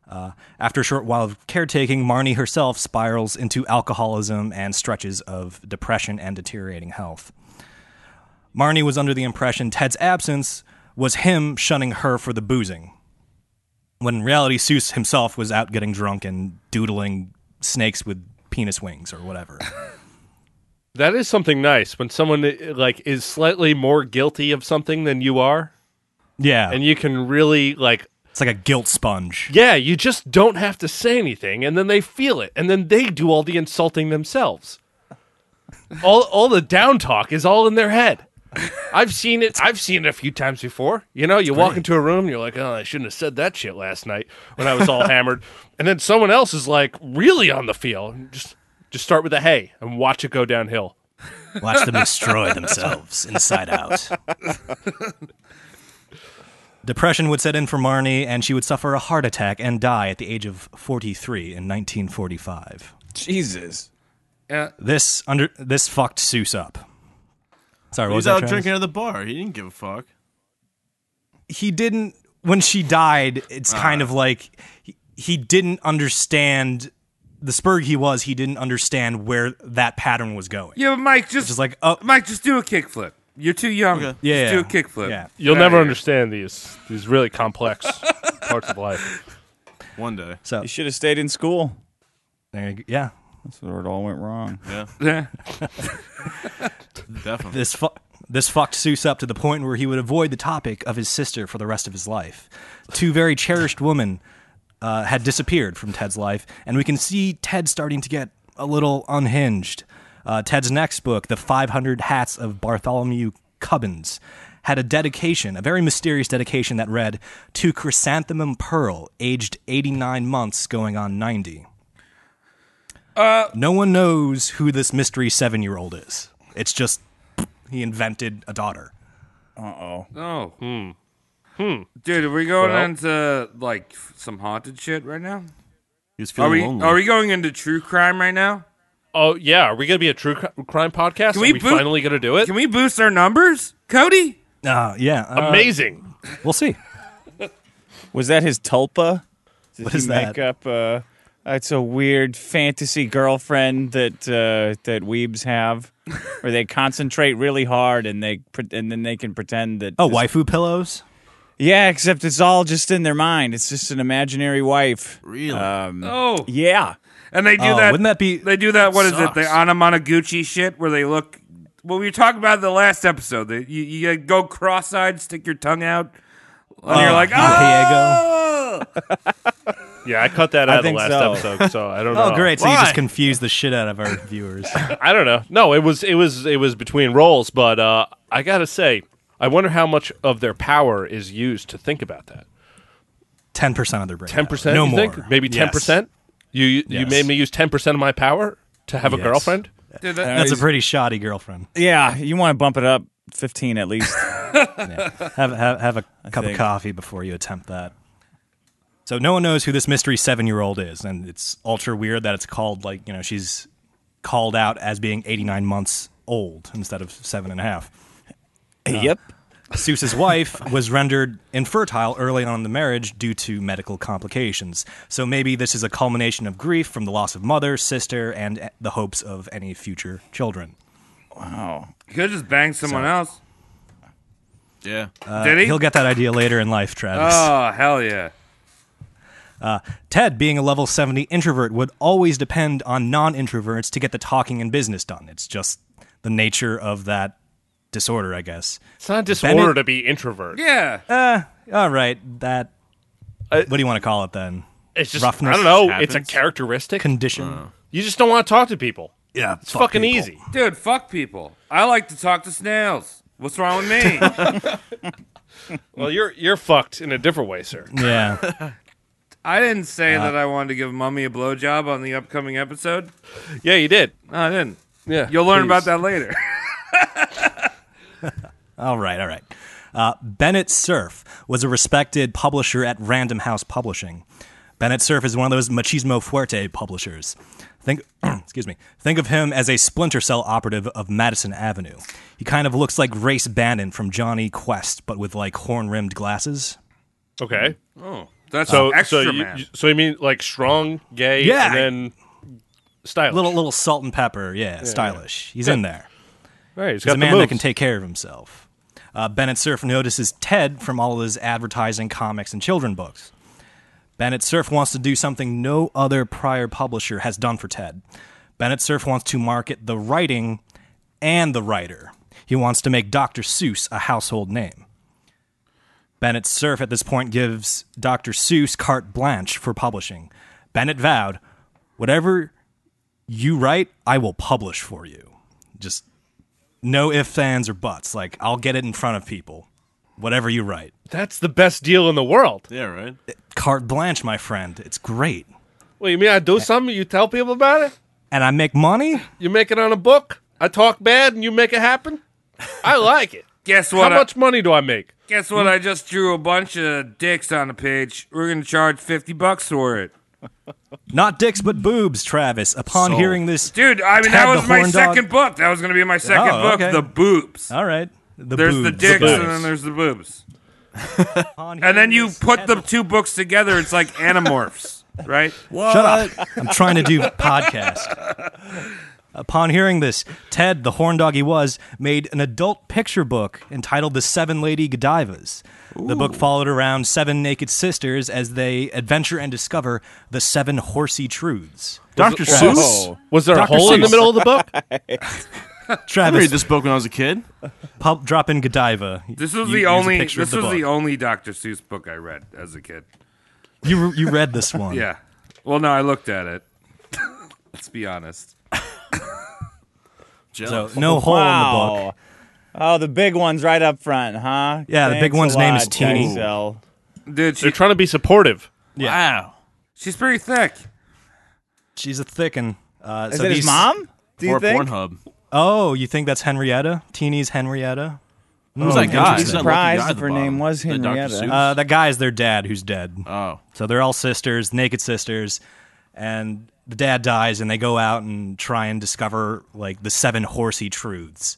[SPEAKER 6] Uh, after a short while of caretaking, Marnie herself spirals into alcoholism and stretches of depression and deteriorating health. Marnie was under the impression Ted's absence was him shunning her for the boozing, when in reality, Seuss himself was out getting drunk and doodling snakes with penis wings or whatever.
[SPEAKER 11] That is something nice when someone eh, like is slightly more guilty of something than you are.
[SPEAKER 6] Yeah.
[SPEAKER 11] And you can really like
[SPEAKER 6] It's like a guilt sponge.
[SPEAKER 11] yeah, you just don't have to say anything and then they feel it and then they do all the insulting themselves. All all the down talk is all in their head. I've seen it I've seen it a few times before. You know, you walk into a room, you're like, "Oh, I shouldn't have said that shit last night when I was all hammered." And then someone else is like really on the feel. Just just start with a hey and watch it go downhill.
[SPEAKER 6] Watch them destroy themselves inside out. Depression would set in for Marnie, and she would suffer a heart attack and die at the age of 43 in 1945.
[SPEAKER 10] Jesus.
[SPEAKER 2] Yeah.
[SPEAKER 6] This under this fucked Seuss up. Sorry, what
[SPEAKER 9] He's
[SPEAKER 6] was that,
[SPEAKER 9] out
[SPEAKER 6] Travis?
[SPEAKER 9] drinking at the bar. He didn't give a fuck.
[SPEAKER 6] he didn't when she died it's kind of like he, he didn't understand the spurg he was he didn't understand where that pattern was going
[SPEAKER 2] Yeah, but Mike, just,
[SPEAKER 6] just like oh,
[SPEAKER 2] Mike, just do a kickflip. You're too young.
[SPEAKER 6] Yeah,
[SPEAKER 2] just do a
[SPEAKER 6] yeah.
[SPEAKER 2] kickflip.
[SPEAKER 6] Yeah.
[SPEAKER 11] You'll
[SPEAKER 2] Get outta
[SPEAKER 11] never
[SPEAKER 2] here.
[SPEAKER 11] understand these these really complex parts of life.
[SPEAKER 9] One day.
[SPEAKER 6] so
[SPEAKER 10] You should have stayed in school.
[SPEAKER 6] there you go. yeah
[SPEAKER 10] That's where it all went wrong.
[SPEAKER 9] Yeah,
[SPEAKER 2] Yeah.
[SPEAKER 9] definitely.
[SPEAKER 6] this fu- this fucked Seuss up to the point where he would avoid the topic of his sister for the rest of his life. Two very cherished women uh, had disappeared from Ted's life, and we can see Ted starting to get a little unhinged. Uh, Ted's next book, The 500 Hats of Bartholomew Cubbins, had a dedication, a very mysterious dedication that read, To Chrysanthemum Pearl, aged 89 months, going on 90. No one knows who this mystery seven year old is. It's just he invented a daughter.
[SPEAKER 2] Oh. Hmm. Dude, are we going
[SPEAKER 11] Well-
[SPEAKER 2] into like f- some haunted shit right now?
[SPEAKER 9] He was
[SPEAKER 2] Are
[SPEAKER 9] feeling
[SPEAKER 2] we
[SPEAKER 9] lonely.
[SPEAKER 2] are we going into true crime right now?
[SPEAKER 11] Oh yeah, are we gonna be a true cri- crime podcast?
[SPEAKER 2] Can
[SPEAKER 11] are
[SPEAKER 2] we
[SPEAKER 11] we,
[SPEAKER 2] boot-
[SPEAKER 11] finally gonna do it?
[SPEAKER 2] Can we boost our numbers, Cody?
[SPEAKER 6] Uh, yeah. uh,
[SPEAKER 11] Amazing.
[SPEAKER 6] We'll see.
[SPEAKER 10] Was that his tulpa? Did
[SPEAKER 6] What
[SPEAKER 10] he
[SPEAKER 6] is
[SPEAKER 10] make
[SPEAKER 6] that?
[SPEAKER 10] up uh, it's a weird fantasy girlfriend that uh, that weebs have, where they concentrate really hard and they pre- and then they can pretend that.
[SPEAKER 6] Oh,
[SPEAKER 10] this-
[SPEAKER 6] waifu pillows?
[SPEAKER 10] Yeah, except it's all just in their mind. It's just an imaginary wife.
[SPEAKER 9] Really?
[SPEAKER 10] Um,
[SPEAKER 2] Oh.
[SPEAKER 10] Yeah.
[SPEAKER 2] And they do
[SPEAKER 6] Oh,
[SPEAKER 2] that
[SPEAKER 6] wouldn't that be-
[SPEAKER 2] They do that What is
[SPEAKER 9] Sucks.
[SPEAKER 2] it? The Anamanaguchi shit where they look well, we were talking about it the last episode. That you, you go cross-eyed, stick your tongue out, and
[SPEAKER 6] Uh,
[SPEAKER 2] you're like, "Oh!"
[SPEAKER 11] Yeah, I cut that
[SPEAKER 10] I
[SPEAKER 11] out of the
[SPEAKER 10] think
[SPEAKER 11] last
[SPEAKER 10] so.
[SPEAKER 11] episode, so I don't know.
[SPEAKER 6] Oh, great. So you
[SPEAKER 11] Why?
[SPEAKER 6] just confused the shit out of our viewers.
[SPEAKER 11] I don't know. No, it was it was it was between roles, but uh, I gotta say, I wonder how much of their power is used to think about that.
[SPEAKER 6] 10% of their brain.
[SPEAKER 11] Ten percent?
[SPEAKER 6] No
[SPEAKER 11] you
[SPEAKER 6] more.
[SPEAKER 11] Think? Maybe ten
[SPEAKER 6] Yes.
[SPEAKER 11] percent. You you you
[SPEAKER 6] Yes.
[SPEAKER 11] made me use ten percent of my power to have a
[SPEAKER 6] Yes.
[SPEAKER 11] girlfriend.
[SPEAKER 2] Dude, that-
[SPEAKER 6] That's a pretty shoddy girlfriend.
[SPEAKER 10] Yeah, you want to bump it up 15 at least.
[SPEAKER 6] Have, have, have a cup
[SPEAKER 10] think-
[SPEAKER 6] of coffee before you attempt that. So no one knows who this mystery seven year old is. And it's ultra weird that it's called, like, you know, she's called out as being 89 months old instead of seven and a half.
[SPEAKER 10] yep.
[SPEAKER 6] Seuss's wife was rendered infertile early on in the marriage due to medical complications. So maybe this is a culmination of grief from the loss of mother, sister, and the hopes of any future children.
[SPEAKER 2] you could just bang someone else.
[SPEAKER 9] yeah.
[SPEAKER 2] Did he?
[SPEAKER 6] Uh, He'll get that idea later in life, Travis.
[SPEAKER 2] Oh, hell yeah.
[SPEAKER 6] Ted, being a level 70 introvert, would always depend on non introverts to get the talking and business done. It's just the nature of that disorder, I guess.
[SPEAKER 11] It's not a disorder
[SPEAKER 6] Bennett-
[SPEAKER 11] to be introvert.
[SPEAKER 2] Yeah.
[SPEAKER 6] Uh, All right, that. what do you want to call it then?
[SPEAKER 11] It's just
[SPEAKER 6] Roughness
[SPEAKER 11] I don't know. It's
[SPEAKER 9] happens.
[SPEAKER 11] a characteristic.
[SPEAKER 6] Condition?
[SPEAKER 11] you just don't want to talk to people.
[SPEAKER 6] yeah.
[SPEAKER 11] It's fucking easy.
[SPEAKER 2] Dude, fuck people. I like to talk to snails. What's wrong with me?
[SPEAKER 11] Well, you're you're fucked in a different way, sir.
[SPEAKER 6] Yeah.
[SPEAKER 2] I didn't say
[SPEAKER 11] Uh,
[SPEAKER 2] that I wanted to give Mummy a blowjob on the upcoming episode.
[SPEAKER 11] Yeah, you did.
[SPEAKER 2] No, I didn't.
[SPEAKER 11] Yeah,
[SPEAKER 2] You'll learn
[SPEAKER 11] please.
[SPEAKER 2] about that later.
[SPEAKER 6] All right, all right. Uh, Bennett Cerf was a respected publisher at Random House Publishing. Bennett Cerf is one of those machismo fuerte publishers. Think, excuse me. Think of him as a Splinter Cell operative of Madison Avenue. He kind of looks like Race Bannon from Johnny Quest, but with like horn-rimmed glasses.
[SPEAKER 11] Okay.
[SPEAKER 2] Oh, that's
[SPEAKER 11] so.
[SPEAKER 2] extra
[SPEAKER 11] so, you,
[SPEAKER 2] man.
[SPEAKER 11] you- so you mean like strong, gay,
[SPEAKER 6] Um, Yeah.
[SPEAKER 11] and then stylish?
[SPEAKER 6] Little little salt and pepper, yeah,
[SPEAKER 11] Yeah,
[SPEAKER 6] stylish.
[SPEAKER 11] yeah.
[SPEAKER 6] He's
[SPEAKER 11] Yeah.
[SPEAKER 6] in there.
[SPEAKER 11] Right, he's
[SPEAKER 6] he's
[SPEAKER 11] got
[SPEAKER 6] a
[SPEAKER 11] the
[SPEAKER 6] man that
[SPEAKER 11] moves.
[SPEAKER 6] can take care of himself. Uh, Bennett Cerf notices Ted from all of his advertising, comics, and children books. Bennett Cerf wants to do something no other prior publisher has done for Ted. Bennett Cerf wants to market the writing and the writer. He wants to make Dr. Seuss a household name. Bennett Cerf at this point gives Dr. Seuss carte blanche for publishing. Bennett vowed, whatever you write, I will publish for you. Just no ifs, ands, or buts. Like, I'll get it in front of people. Whatever you write.
[SPEAKER 11] That's the best deal in the world.
[SPEAKER 9] Yeah, right.
[SPEAKER 6] Carte blanche, my friend. It's great.
[SPEAKER 11] Well, you mean I do something? You tell people about it?
[SPEAKER 6] And I make money?
[SPEAKER 11] You make it on a book? I talk bad and you make it happen? I like it.
[SPEAKER 2] Guess what
[SPEAKER 6] uh,
[SPEAKER 11] How
[SPEAKER 2] I-
[SPEAKER 11] much money do I make?
[SPEAKER 2] Guess what? I just drew a bunch of dicks on a page. We're gonna charge fifty bucks for it.
[SPEAKER 6] Not dicks, but boobs, Travis. Upon
[SPEAKER 2] Sold.
[SPEAKER 6] hearing this.
[SPEAKER 2] Dude, I mean that
[SPEAKER 6] Ted the
[SPEAKER 2] was my
[SPEAKER 6] Horn Dog-
[SPEAKER 2] second book. That was gonna be my second
[SPEAKER 6] Oh,
[SPEAKER 2] book.
[SPEAKER 6] okay.
[SPEAKER 2] The boobs.
[SPEAKER 6] All right. The
[SPEAKER 2] there's the
[SPEAKER 6] boobs.
[SPEAKER 2] dicks
[SPEAKER 6] The
[SPEAKER 2] and
[SPEAKER 6] boobs.
[SPEAKER 2] then there's the boobs. and then you put the two books together. It's like Animorphs, right?
[SPEAKER 6] Shut
[SPEAKER 2] Uh,
[SPEAKER 6] up. I'm trying to do podcast. Upon hearing this, Ted, the horn dog he was, made an adult picture book entitled The Seven Lady Godivas. The book followed around seven naked sisters as they adventure and discover the seven horsey truths.
[SPEAKER 9] Was it-
[SPEAKER 10] Oh.
[SPEAKER 9] Whoa. Was there a hole in the middle of the book?
[SPEAKER 6] Travis.
[SPEAKER 9] I read this book when I was a kid.
[SPEAKER 6] Pop, drop in Godiva.
[SPEAKER 2] This was
[SPEAKER 6] You-
[SPEAKER 2] the
[SPEAKER 6] use a
[SPEAKER 2] only. This
[SPEAKER 6] picture of
[SPEAKER 2] was
[SPEAKER 6] the book.
[SPEAKER 2] the only Dr. Seuss book I read as a kid.
[SPEAKER 6] You you read this one.
[SPEAKER 2] Yeah. Well, no, I looked at it. Let's be honest.
[SPEAKER 10] Jealous.
[SPEAKER 6] So, no hole in the book.
[SPEAKER 10] Oh, the big one's right up front, huh?
[SPEAKER 6] Yeah, the big
[SPEAKER 10] Thanks a
[SPEAKER 6] one's name is
[SPEAKER 10] lot,
[SPEAKER 6] Teeny.
[SPEAKER 10] Dexel.
[SPEAKER 2] Dude,
[SPEAKER 11] They're trying to be supportive.
[SPEAKER 2] Wow. She's pretty thick.
[SPEAKER 6] She's a thicken. Uh,
[SPEAKER 10] Is
[SPEAKER 6] so
[SPEAKER 10] it his
[SPEAKER 6] these-
[SPEAKER 10] mom? Do you Or think?
[SPEAKER 9] Pornhub.
[SPEAKER 6] Oh, you think that's Henrietta? Teeny's Henrietta.
[SPEAKER 9] Who's that guy?
[SPEAKER 6] interesting.
[SPEAKER 9] Who's that lucky Surprised guy at if the her name bottom? was That Dr. Henrietta. Seuss?
[SPEAKER 6] Uh, that guy's their dad, who's dead.
[SPEAKER 9] Oh,
[SPEAKER 6] so they're all sisters, naked sisters, and the dad dies, and they go out and try and discover like the seven horsey truths.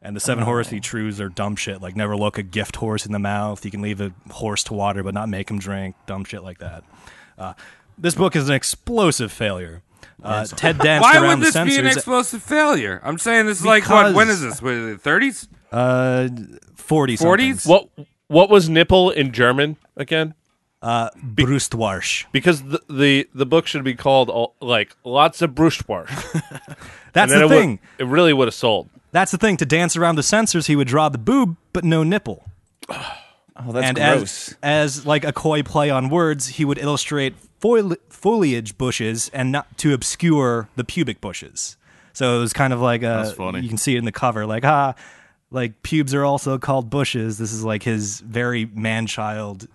[SPEAKER 6] And the seven
[SPEAKER 10] Oh.
[SPEAKER 6] horsey truths are dumb shit, like never look a gift horse in the mouth. You can leave a horse to water, but not make him drink. Dumb shit like that. Uh, this book is an explosive failure. Uh, Ted danced
[SPEAKER 2] Why
[SPEAKER 6] around
[SPEAKER 2] would this
[SPEAKER 6] the
[SPEAKER 2] be an
[SPEAKER 6] censors-
[SPEAKER 2] explosive failure? I'm saying this is like what? When is
[SPEAKER 6] Because-
[SPEAKER 2] this? What is it? Thirties?
[SPEAKER 6] Uh, forty.
[SPEAKER 2] 40s?
[SPEAKER 11] What What was nipple in German again?
[SPEAKER 6] Uh, Brustwarsch.
[SPEAKER 11] Because the, the the book should be called all, like lots of Brustwarsch.
[SPEAKER 6] That's the
[SPEAKER 11] it would-
[SPEAKER 6] thing.
[SPEAKER 11] it really would have sold.
[SPEAKER 6] That's the thing. To dance around the censors, he would draw the boob, but no nipple.
[SPEAKER 10] Oh,
[SPEAKER 6] and As, as like a coy play on words, he would illustrate foil- foliage bushes and not to obscure the pubic bushes. So it was kind of like a,
[SPEAKER 9] That's funny.
[SPEAKER 6] you can see it in the cover, like ah, like pubes are also called bushes. This is like his very man-child,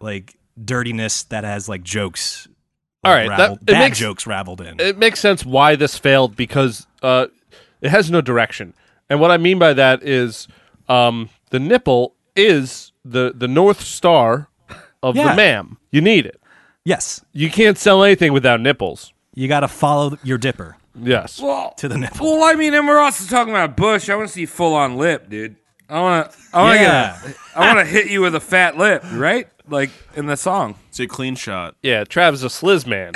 [SPEAKER 6] like dirtiness that has like jokes.
[SPEAKER 11] All
[SPEAKER 6] like,
[SPEAKER 11] right, that-
[SPEAKER 6] raveled,
[SPEAKER 11] it
[SPEAKER 6] bad
[SPEAKER 11] makes-
[SPEAKER 6] jokes raveled in.
[SPEAKER 11] It makes sense why this failed because uh, it has no direction. And what I mean by that is um, the nipple is the, the north star of
[SPEAKER 6] Yeah.
[SPEAKER 11] the ma'am. You need it.
[SPEAKER 6] Yes.
[SPEAKER 11] You can't sell anything without nipples.
[SPEAKER 6] You got to follow your dipper.
[SPEAKER 11] Yes.
[SPEAKER 2] Well,
[SPEAKER 6] to the nipple.
[SPEAKER 2] Well, I mean, and we're also talking about Bush. I want to see full on lip, dude. I want to. I want to
[SPEAKER 11] Yeah.
[SPEAKER 2] get. A, I want to hit you with a fat lip, right? Like in the song.
[SPEAKER 9] It's a clean shot.
[SPEAKER 11] Yeah, Trav's a sliz man.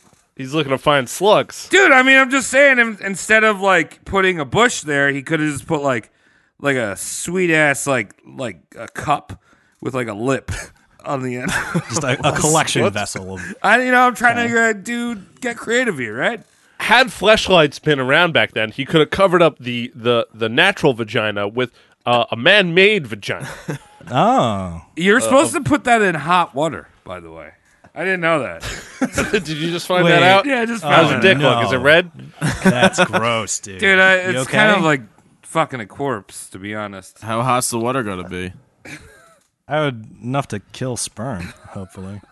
[SPEAKER 11] He's looking to find slugs.
[SPEAKER 2] Dude, I mean, I'm just saying. in- Instead of like putting a bush there, he could have just put like, like a sweet ass like like a cup with like a lip on the end.
[SPEAKER 6] Just a, a collection
[SPEAKER 2] Whoops.
[SPEAKER 6] vessel of
[SPEAKER 2] I, you know, I'm trying to uh, do get creative here, right?
[SPEAKER 11] Had fleshlights been around back then, he could have covered up the the, the natural vagina with uh, a man made vagina.
[SPEAKER 6] Oh.
[SPEAKER 2] You're
[SPEAKER 11] Uh,
[SPEAKER 2] supposed to put that in hot water, by the way. I didn't know that.
[SPEAKER 11] Did you just find that out?
[SPEAKER 2] Yeah, I just found
[SPEAKER 11] How's your
[SPEAKER 2] it.
[SPEAKER 11] dick look? Is it red?
[SPEAKER 6] That's gross, dude.
[SPEAKER 2] Dude, I,
[SPEAKER 9] You
[SPEAKER 2] it's kind
[SPEAKER 9] okay?
[SPEAKER 2] of like fucking a corpse, to be honest.
[SPEAKER 9] How hot's the water gotta be?
[SPEAKER 6] I would enough to kill sperm, hopefully.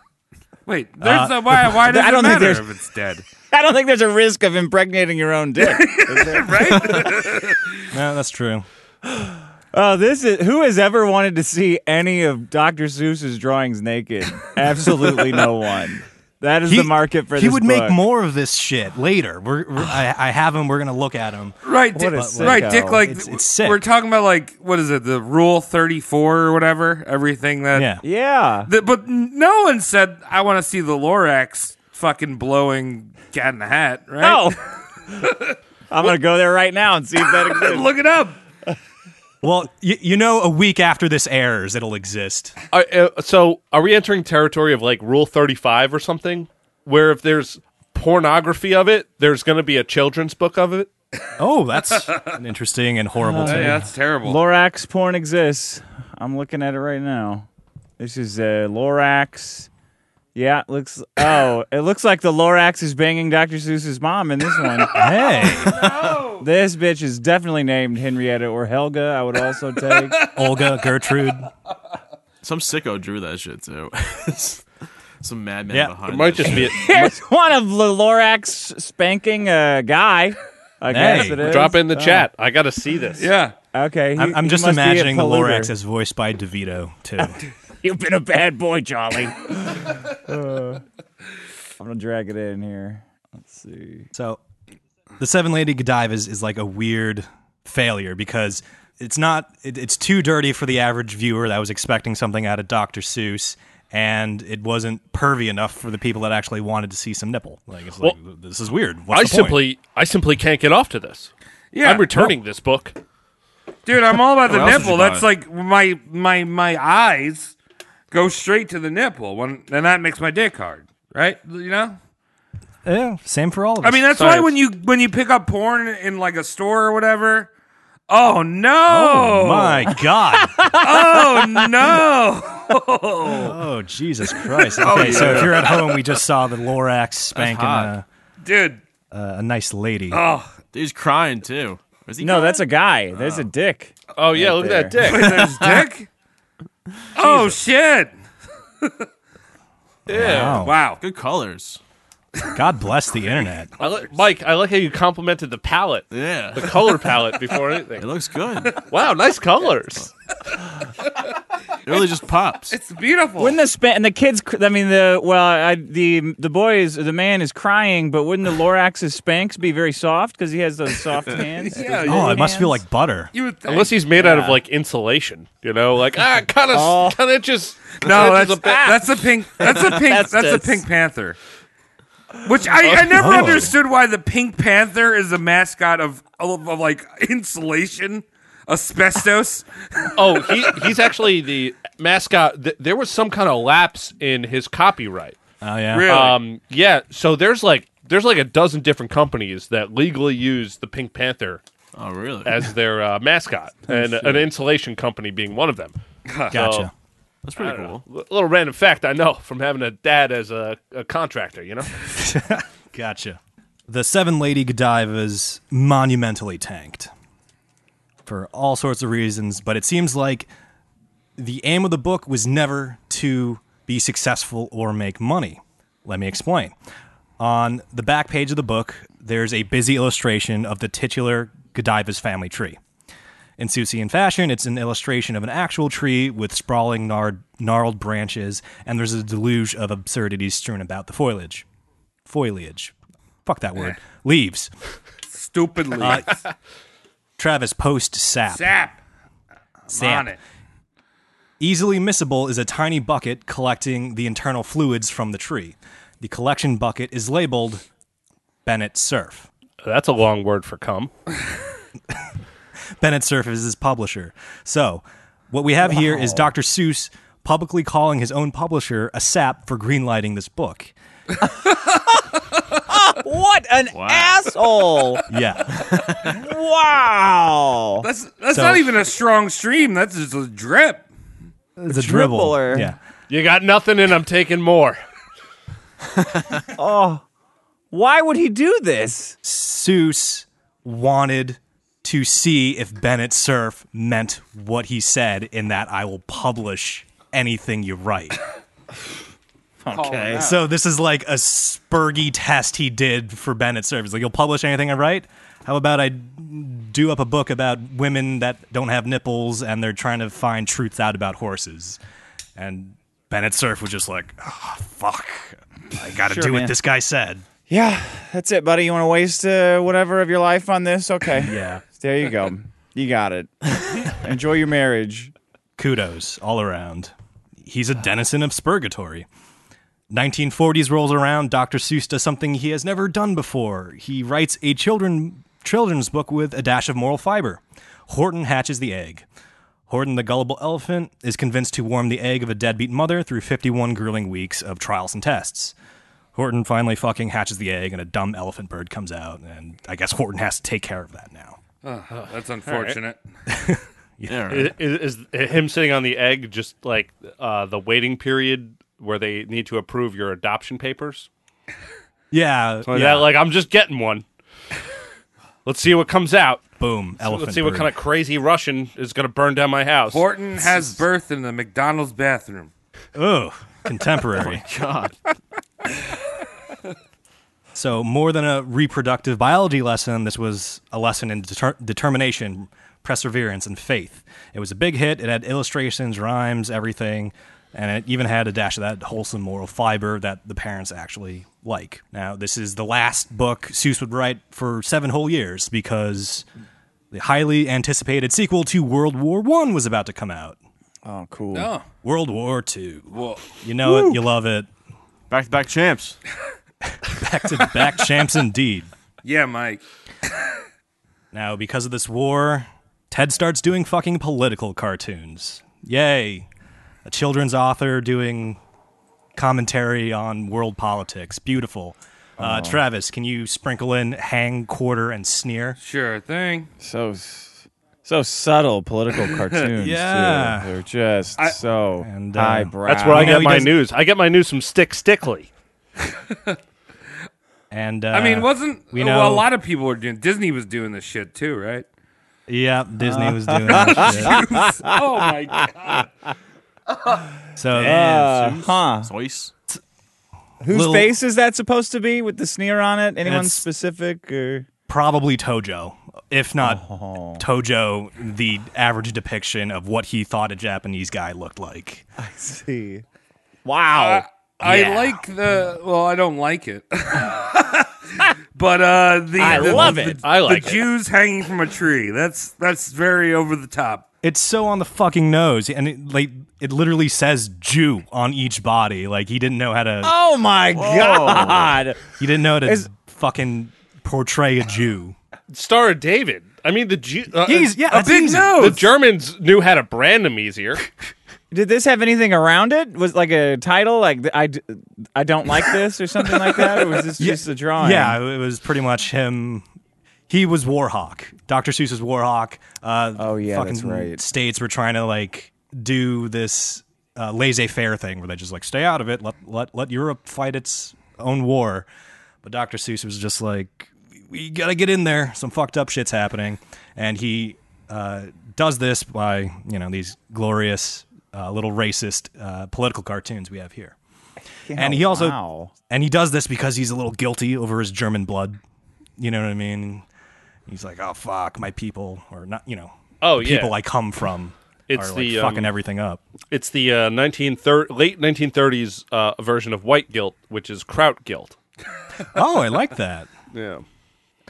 [SPEAKER 2] Wait, there's no- why- why does it matter
[SPEAKER 10] there's-
[SPEAKER 2] if it's dead?
[SPEAKER 10] I don't think there's a risk of impregnating your own dick, is there?
[SPEAKER 2] right?
[SPEAKER 6] no, that's true.
[SPEAKER 10] Uh, this is who has ever wanted to see any of Dr. Seuss's drawings naked? Absolutely no one. That is the market for
[SPEAKER 6] he
[SPEAKER 10] this
[SPEAKER 6] would
[SPEAKER 10] book.
[SPEAKER 6] make more of this shit later. We're, we're- I, I have him. We're gonna look at him.
[SPEAKER 2] Right, Dick,
[SPEAKER 6] But,
[SPEAKER 2] right, Dick. Like
[SPEAKER 6] it's, it's sick.
[SPEAKER 2] We're talking about like what is it? The Rule Thirty Four or whatever. Everything that
[SPEAKER 6] Yeah.
[SPEAKER 10] yeah.
[SPEAKER 2] but no one said I want to see the Lorax fucking blowing Cat in the Hat. Right?
[SPEAKER 10] No. I'm gonna go there right now and see if that exists.
[SPEAKER 2] Look it up.
[SPEAKER 6] Well, you, you know, a week after this airs, it'll exist.
[SPEAKER 11] Are, uh, so are we entering territory of like Rule Thirty Five or something, where if there's pornography of it, there's going to be a children's book of it?
[SPEAKER 6] Oh, that's an interesting and horrible.
[SPEAKER 10] Oh,
[SPEAKER 6] thing.
[SPEAKER 10] yeah,
[SPEAKER 2] that's terrible.
[SPEAKER 10] Lorax porn exists. I'm looking at it right now. This is uh, Lorax. Yeah, it looks. Oh, it looks like the Lorax is banging Dr. Seuss's mom in this one.
[SPEAKER 6] hey,
[SPEAKER 10] this bitch is definitely named Henrietta or Helga. I would also take
[SPEAKER 6] Olga Gertrude.
[SPEAKER 9] Some sicko drew that shit too. Some madman
[SPEAKER 10] Yeah.
[SPEAKER 9] behind.
[SPEAKER 10] It might
[SPEAKER 9] that
[SPEAKER 10] just
[SPEAKER 11] be
[SPEAKER 10] Here's one of the Lorax spanking a guy. I guess it is.
[SPEAKER 11] Drop in the
[SPEAKER 10] Oh.
[SPEAKER 11] chat. I got to see this.
[SPEAKER 2] Yeah.
[SPEAKER 10] Okay. he-
[SPEAKER 6] I'm, I'm
[SPEAKER 10] he
[SPEAKER 6] just
[SPEAKER 10] must be a
[SPEAKER 6] imagining the
[SPEAKER 10] polluter.
[SPEAKER 6] Lorax as voiced by DeVito too.
[SPEAKER 10] You've been a bad boy, Jolly. Uh, I'm gonna drag it in here. Let's see.
[SPEAKER 6] So, the Seven Lady Godivas is like a weird failure because it's not it, it's too dirty for the average viewer that was expecting something out of Dr. Seuss and it wasn't pervy enough for the people that actually wanted to see some nipple. Like it's
[SPEAKER 11] Well,
[SPEAKER 6] like this is weird. What's
[SPEAKER 11] I
[SPEAKER 6] the point?
[SPEAKER 11] simply, I simply can't get off to this.
[SPEAKER 2] Yeah.
[SPEAKER 11] I'm returning this book.
[SPEAKER 2] Dude, I'm all about the
[SPEAKER 11] What else did
[SPEAKER 2] nipple.
[SPEAKER 11] you buy?
[SPEAKER 2] That's like my my my eyes go straight to the nipple when and that makes my dick hard, right? You know?
[SPEAKER 6] Yeah, same for all of us.
[SPEAKER 2] I mean, that's why when you when you pick up porn in like a store or whatever, oh no.
[SPEAKER 6] Oh my god.
[SPEAKER 2] oh no.
[SPEAKER 6] Oh Jesus Christ. Okay,
[SPEAKER 2] Oh,
[SPEAKER 6] so
[SPEAKER 2] yeah.
[SPEAKER 6] if you're at home, we just saw the Lorax spanking a,
[SPEAKER 9] hot.
[SPEAKER 2] dude.
[SPEAKER 6] a, a nice lady.
[SPEAKER 2] Oh.
[SPEAKER 9] Dude's crying too. Is he
[SPEAKER 10] No, that's a guy. There's a dick.
[SPEAKER 11] Oh yeah, look at that dick.
[SPEAKER 2] There's dick. oh shit.
[SPEAKER 6] Wow.
[SPEAKER 9] Good colors.
[SPEAKER 6] God bless the internet.
[SPEAKER 2] Oh,
[SPEAKER 11] I li- Mike, I like how you complimented the palette.
[SPEAKER 9] Yeah.
[SPEAKER 11] The color palette before anything. It
[SPEAKER 9] looks good.
[SPEAKER 11] Wow, nice colors.
[SPEAKER 9] It really just pops.
[SPEAKER 2] It's beautiful.
[SPEAKER 10] Wouldn't the span and the kids? cr- I mean, the well, I, the the boy is the man is crying, but wouldn't the Lorax's spanks be very soft because he has those soft hands?
[SPEAKER 2] Yeah,
[SPEAKER 10] Those
[SPEAKER 6] Oh,
[SPEAKER 10] little
[SPEAKER 6] it must feel
[SPEAKER 10] hands?
[SPEAKER 6] like butter.
[SPEAKER 2] You would think.
[SPEAKER 11] Unless he's made out of like insulation, you know, like ah, kind of,
[SPEAKER 10] Oh.
[SPEAKER 11] kind of just.
[SPEAKER 2] No,
[SPEAKER 11] inches
[SPEAKER 2] that's
[SPEAKER 11] of ba-
[SPEAKER 2] that's a pink. That's a pink.
[SPEAKER 10] That's
[SPEAKER 2] that's a
[SPEAKER 10] just- Oh,
[SPEAKER 2] Pink Panther. Which I, I never understood why the Pink Panther is the mascot of, of, of, like insulation, asbestos.
[SPEAKER 11] oh, he, he's actually the mascot. Th- there was some kind of lapse in his copyright.
[SPEAKER 6] Oh yeah.
[SPEAKER 2] Really?
[SPEAKER 11] Um, yeah. So there's like there's like a dozen different companies that legally use the Pink Panther
[SPEAKER 9] Oh really?
[SPEAKER 11] as their uh, mascot, and an insulation company being one of them.
[SPEAKER 6] Gotcha.
[SPEAKER 9] That's pretty cool.
[SPEAKER 11] A little random fact I know from having a dad as a, a contractor, you know?
[SPEAKER 6] Gotcha. The Seven Lady Godiva's monumentally tanked for all sorts of reasons, but it seems like the aim of the book was never to be successful or make money. Let me explain. On the back page of the book, there's a busy illustration of the titular Godiva's family tree. In Susian fashion, it's an illustration of an actual tree with sprawling, gnarled, gnarled branches, and there's a deluge of absurdities strewn about the foliage foliage. Fuck that
[SPEAKER 2] Eh.
[SPEAKER 6] word. Leaves.
[SPEAKER 2] Stupidly
[SPEAKER 10] uh,
[SPEAKER 6] Travis Post sap.
[SPEAKER 2] sap.
[SPEAKER 6] Sap.
[SPEAKER 2] On it.
[SPEAKER 6] Easily missable is a tiny bucket collecting the internal fluids from the tree. The collection bucket is labeled Bennett Surf.
[SPEAKER 11] That's a long word for cum.
[SPEAKER 6] Bennett Surf is his publisher. So, what we have here is Dr. Seuss publicly calling his own publisher a sap for greenlighting this book.
[SPEAKER 10] What an asshole!
[SPEAKER 6] Yeah.
[SPEAKER 10] Wow.
[SPEAKER 2] That's that's
[SPEAKER 6] So-
[SPEAKER 2] not even a strong stream. That's just a drip.
[SPEAKER 6] it's a dribble.
[SPEAKER 10] dribbler.
[SPEAKER 6] Yeah.
[SPEAKER 11] You got nothing and I'm taking more.
[SPEAKER 10] Why would he do this?
[SPEAKER 6] Seuss wanted to see if Bennett Cerf meant what he said in that I will publish anything you write.
[SPEAKER 10] Okay. out.
[SPEAKER 6] So this is like a spurgy test he did for Bennett's service. Like, you'll publish anything I write? How about I do up a book about women that don't have nipples and they're trying to find truths out about horses? And Bennett Surf was just like, oh, fuck. I got to
[SPEAKER 10] Sure,
[SPEAKER 6] do what
[SPEAKER 10] man.
[SPEAKER 6] this guy said.
[SPEAKER 10] Yeah, that's it, buddy. You want to waste uh, whatever of your life on this? Okay.
[SPEAKER 6] Yeah.
[SPEAKER 10] There you go. You got it. Enjoy your marriage.
[SPEAKER 6] Kudos all around. He's a denizen of Spurgatory. 1940s rolls around. Dr. Seuss does something he has never done before. He writes a children children's book with a dash of moral fiber. Horton hatches the egg. Horton, the gullible elephant, is convinced to warm the egg of a deadbeat mother through 51 grueling weeks of trials and tests. Horton finally fucking hatches the egg, and a dumb elephant bird comes out, and I guess Horton has to take care of that now.
[SPEAKER 2] Uh, that's unfortunate.
[SPEAKER 11] Is, is, is him sitting on the egg just like uh, the waiting period where they need to approve your adoption papers?
[SPEAKER 6] Yeah,
[SPEAKER 11] So
[SPEAKER 6] yeah.
[SPEAKER 11] that, like I'm just getting one. Let's see what comes out.
[SPEAKER 6] Boom!
[SPEAKER 11] So
[SPEAKER 2] elephant
[SPEAKER 11] let's see what
[SPEAKER 2] bird.
[SPEAKER 11] kind of crazy Russian is going to burn down my house.
[SPEAKER 2] Horton has birth in the McDonald's bathroom.
[SPEAKER 6] Oh, contemporary.
[SPEAKER 2] God.
[SPEAKER 6] So, more than a reproductive biology lesson, this was a lesson in deter- determination, perseverance, and faith. It was a big hit. It had illustrations, rhymes, everything. And it even had a dash of that wholesome moral fiber that the parents actually like. Now, this is the last book Seuss would write for seven whole years because the highly anticipated sequel to World War One was about to come out.
[SPEAKER 10] Oh, cool.
[SPEAKER 2] Oh.
[SPEAKER 6] World War Two.
[SPEAKER 2] Whoa.
[SPEAKER 6] You know
[SPEAKER 2] Woo.
[SPEAKER 6] it. You love it. Back to back champs. back to back champs, indeed.
[SPEAKER 2] Yeah, Mike.
[SPEAKER 6] Now, because of this war, Ted starts doing fucking political cartoons. Yay. A children's author doing commentary on world politics. Beautiful. Uh,
[SPEAKER 2] Oh.
[SPEAKER 6] Travis, can you sprinkle in hang, quarter, and sneer?
[SPEAKER 2] Sure thing.
[SPEAKER 10] So so subtle political cartoons.
[SPEAKER 6] Yeah.
[SPEAKER 10] too. They're just so and,
[SPEAKER 6] uh,
[SPEAKER 10] highbrow.
[SPEAKER 11] That's where I
[SPEAKER 10] You know,
[SPEAKER 11] get
[SPEAKER 10] he
[SPEAKER 11] my
[SPEAKER 10] doesn't-
[SPEAKER 11] news. I get my news from Stick Stickley.
[SPEAKER 6] And uh,
[SPEAKER 2] I mean, wasn't
[SPEAKER 6] we
[SPEAKER 2] well,
[SPEAKER 6] know-
[SPEAKER 2] a lot of people were doing Disney was doing this shit too, right?
[SPEAKER 6] Yeah, Disney was doing that shit.
[SPEAKER 2] oh my god.
[SPEAKER 6] So,
[SPEAKER 10] Damn, Zeus. huh.
[SPEAKER 9] Zeus.
[SPEAKER 10] Whose
[SPEAKER 6] Little-
[SPEAKER 10] face is that supposed to be with the sneer on it? Anyone
[SPEAKER 6] It's-
[SPEAKER 10] specific? Or
[SPEAKER 6] probably Tojo, if not Tojo, the average depiction of what he thought a Japanese guy looked like. Uh,
[SPEAKER 10] I see.
[SPEAKER 2] Wow. I
[SPEAKER 6] Yeah.
[SPEAKER 2] like the well, I don't like it. but uh the
[SPEAKER 6] I
[SPEAKER 2] the-
[SPEAKER 6] love
[SPEAKER 2] the-
[SPEAKER 6] it. I like
[SPEAKER 2] the
[SPEAKER 6] it.
[SPEAKER 2] Jews hanging from a tree. That's that's very over the top.
[SPEAKER 6] It's so on the fucking nose, and it, like it literally says Jew on each body. Like he didn't know how to.
[SPEAKER 10] Oh my God.
[SPEAKER 6] He didn't know how to
[SPEAKER 11] Is-
[SPEAKER 6] fucking portray a Jew.
[SPEAKER 11] Star of David. I mean, the Jew. Uh,
[SPEAKER 6] He's- yeah,
[SPEAKER 11] a
[SPEAKER 6] that's
[SPEAKER 11] big
[SPEAKER 6] easy.
[SPEAKER 11] nose. The Germans knew how to brand them easier.
[SPEAKER 10] Did this have anything around it? Was like a title like th- I, d- I don't like this or something like that? Or was this
[SPEAKER 6] Yeah,
[SPEAKER 10] just a drawing?
[SPEAKER 6] Yeah, it was pretty much him. He was Warhawk. Dr. Seuss was Warhawk. Uh, oh
[SPEAKER 10] yeah,
[SPEAKER 6] fucking
[SPEAKER 10] that's right.
[SPEAKER 6] States were trying to like do this uh, laissez-faire thing where they just like stay out of it. Let let let Europe fight its own war. But Dr. Seuss was just like, we gotta get in there. Some fucked up shit's happening, and he uh, does this by you know these glorious uh, little racist uh, political cartoons we have here.
[SPEAKER 10] Yeah,
[SPEAKER 6] and he also
[SPEAKER 10] wow.
[SPEAKER 6] and he does this because he's a little guilty over his German blood. You know what I mean? He's like, oh fuck, my people, or not, you know,
[SPEAKER 11] Oh,
[SPEAKER 6] the
[SPEAKER 11] yeah.
[SPEAKER 6] people I come from.
[SPEAKER 11] It's
[SPEAKER 6] are, like,
[SPEAKER 11] the, um,
[SPEAKER 6] fucking everything up.
[SPEAKER 11] It's the uh, 1930, late 1930s uh, version of white guilt, which is kraut guilt.
[SPEAKER 6] Oh, I like that.
[SPEAKER 11] Yeah.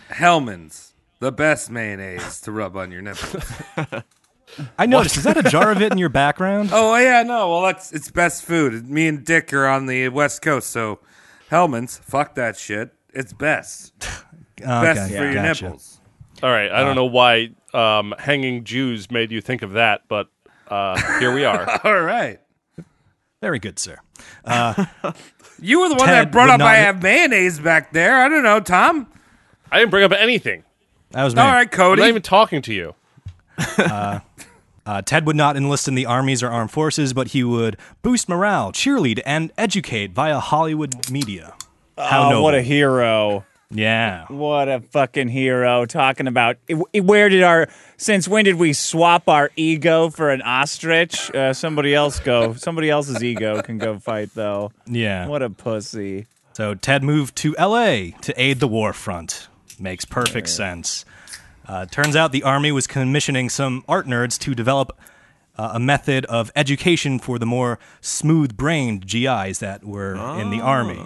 [SPEAKER 2] Hellman's the best mayonnaise to rub on your nipples.
[SPEAKER 6] I noticed. Is that a jar of it in your background?
[SPEAKER 2] oh yeah, no. Well, that's it's best food. Me and Dick are on the West Coast, so Hellman's, fuck that shit. It's best. best for your nipples.
[SPEAKER 11] All right. I don't know why um, hanging Jews made you think of that, but uh, here we are.
[SPEAKER 2] All right.
[SPEAKER 6] Very good, sir. Uh,
[SPEAKER 2] You were the one
[SPEAKER 6] Ted
[SPEAKER 2] that brought
[SPEAKER 6] would
[SPEAKER 2] up
[SPEAKER 6] not- e-
[SPEAKER 2] I have mayonnaise back there. I don't know, Tom.
[SPEAKER 11] I didn't bring up anything.
[SPEAKER 6] that was me.
[SPEAKER 2] All right, Cody.
[SPEAKER 11] I'm not even talking to you.
[SPEAKER 6] uh, uh, Ted would not enlist in the armies or armed forces, but he would boost morale, cheerlead, and educate via Hollywood media. How
[SPEAKER 10] Oh,
[SPEAKER 6] noble.
[SPEAKER 10] what a hero.
[SPEAKER 6] Yeah.
[SPEAKER 10] What a fucking hero talking about i- where did our since when did we swap our ego for an ostrich? Uh, somebody else go. Somebody else's ego can go fight though.
[SPEAKER 6] Yeah.
[SPEAKER 10] What a pussy.
[SPEAKER 6] So Ted moved to L.A. to aid the war front. Makes perfect sense. Uh, turns out the army was commissioning some art nerds to develop uh, a method of education for the more smooth-brained GIs that were in the army.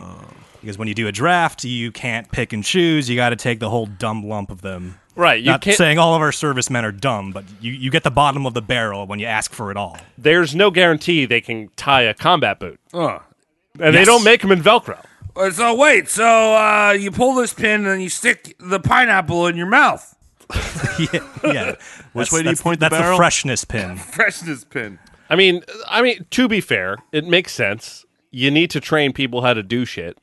[SPEAKER 6] Because when you do a draft, you can't pick and choose. You got to take the whole dumb lump of them.
[SPEAKER 11] Right, you
[SPEAKER 6] Not
[SPEAKER 11] can't-
[SPEAKER 6] saying all of our servicemen are dumb, but you, you get the bottom of the barrel when you ask for it all.
[SPEAKER 11] There's no guarantee they can tie a combat boot.
[SPEAKER 2] Ugh.
[SPEAKER 11] And they
[SPEAKER 2] Yes.
[SPEAKER 11] don't make them in Velcro.
[SPEAKER 2] Uh, So wait, so uh, you pull this pin and you stick the pineapple in your mouth.
[SPEAKER 6] yeah. Which That's- way do you that's- point the that's the barrel? freshness pin.
[SPEAKER 2] freshness pin.
[SPEAKER 11] I mean, I mean, to be fair, it makes sense. You need to train people how to do shit.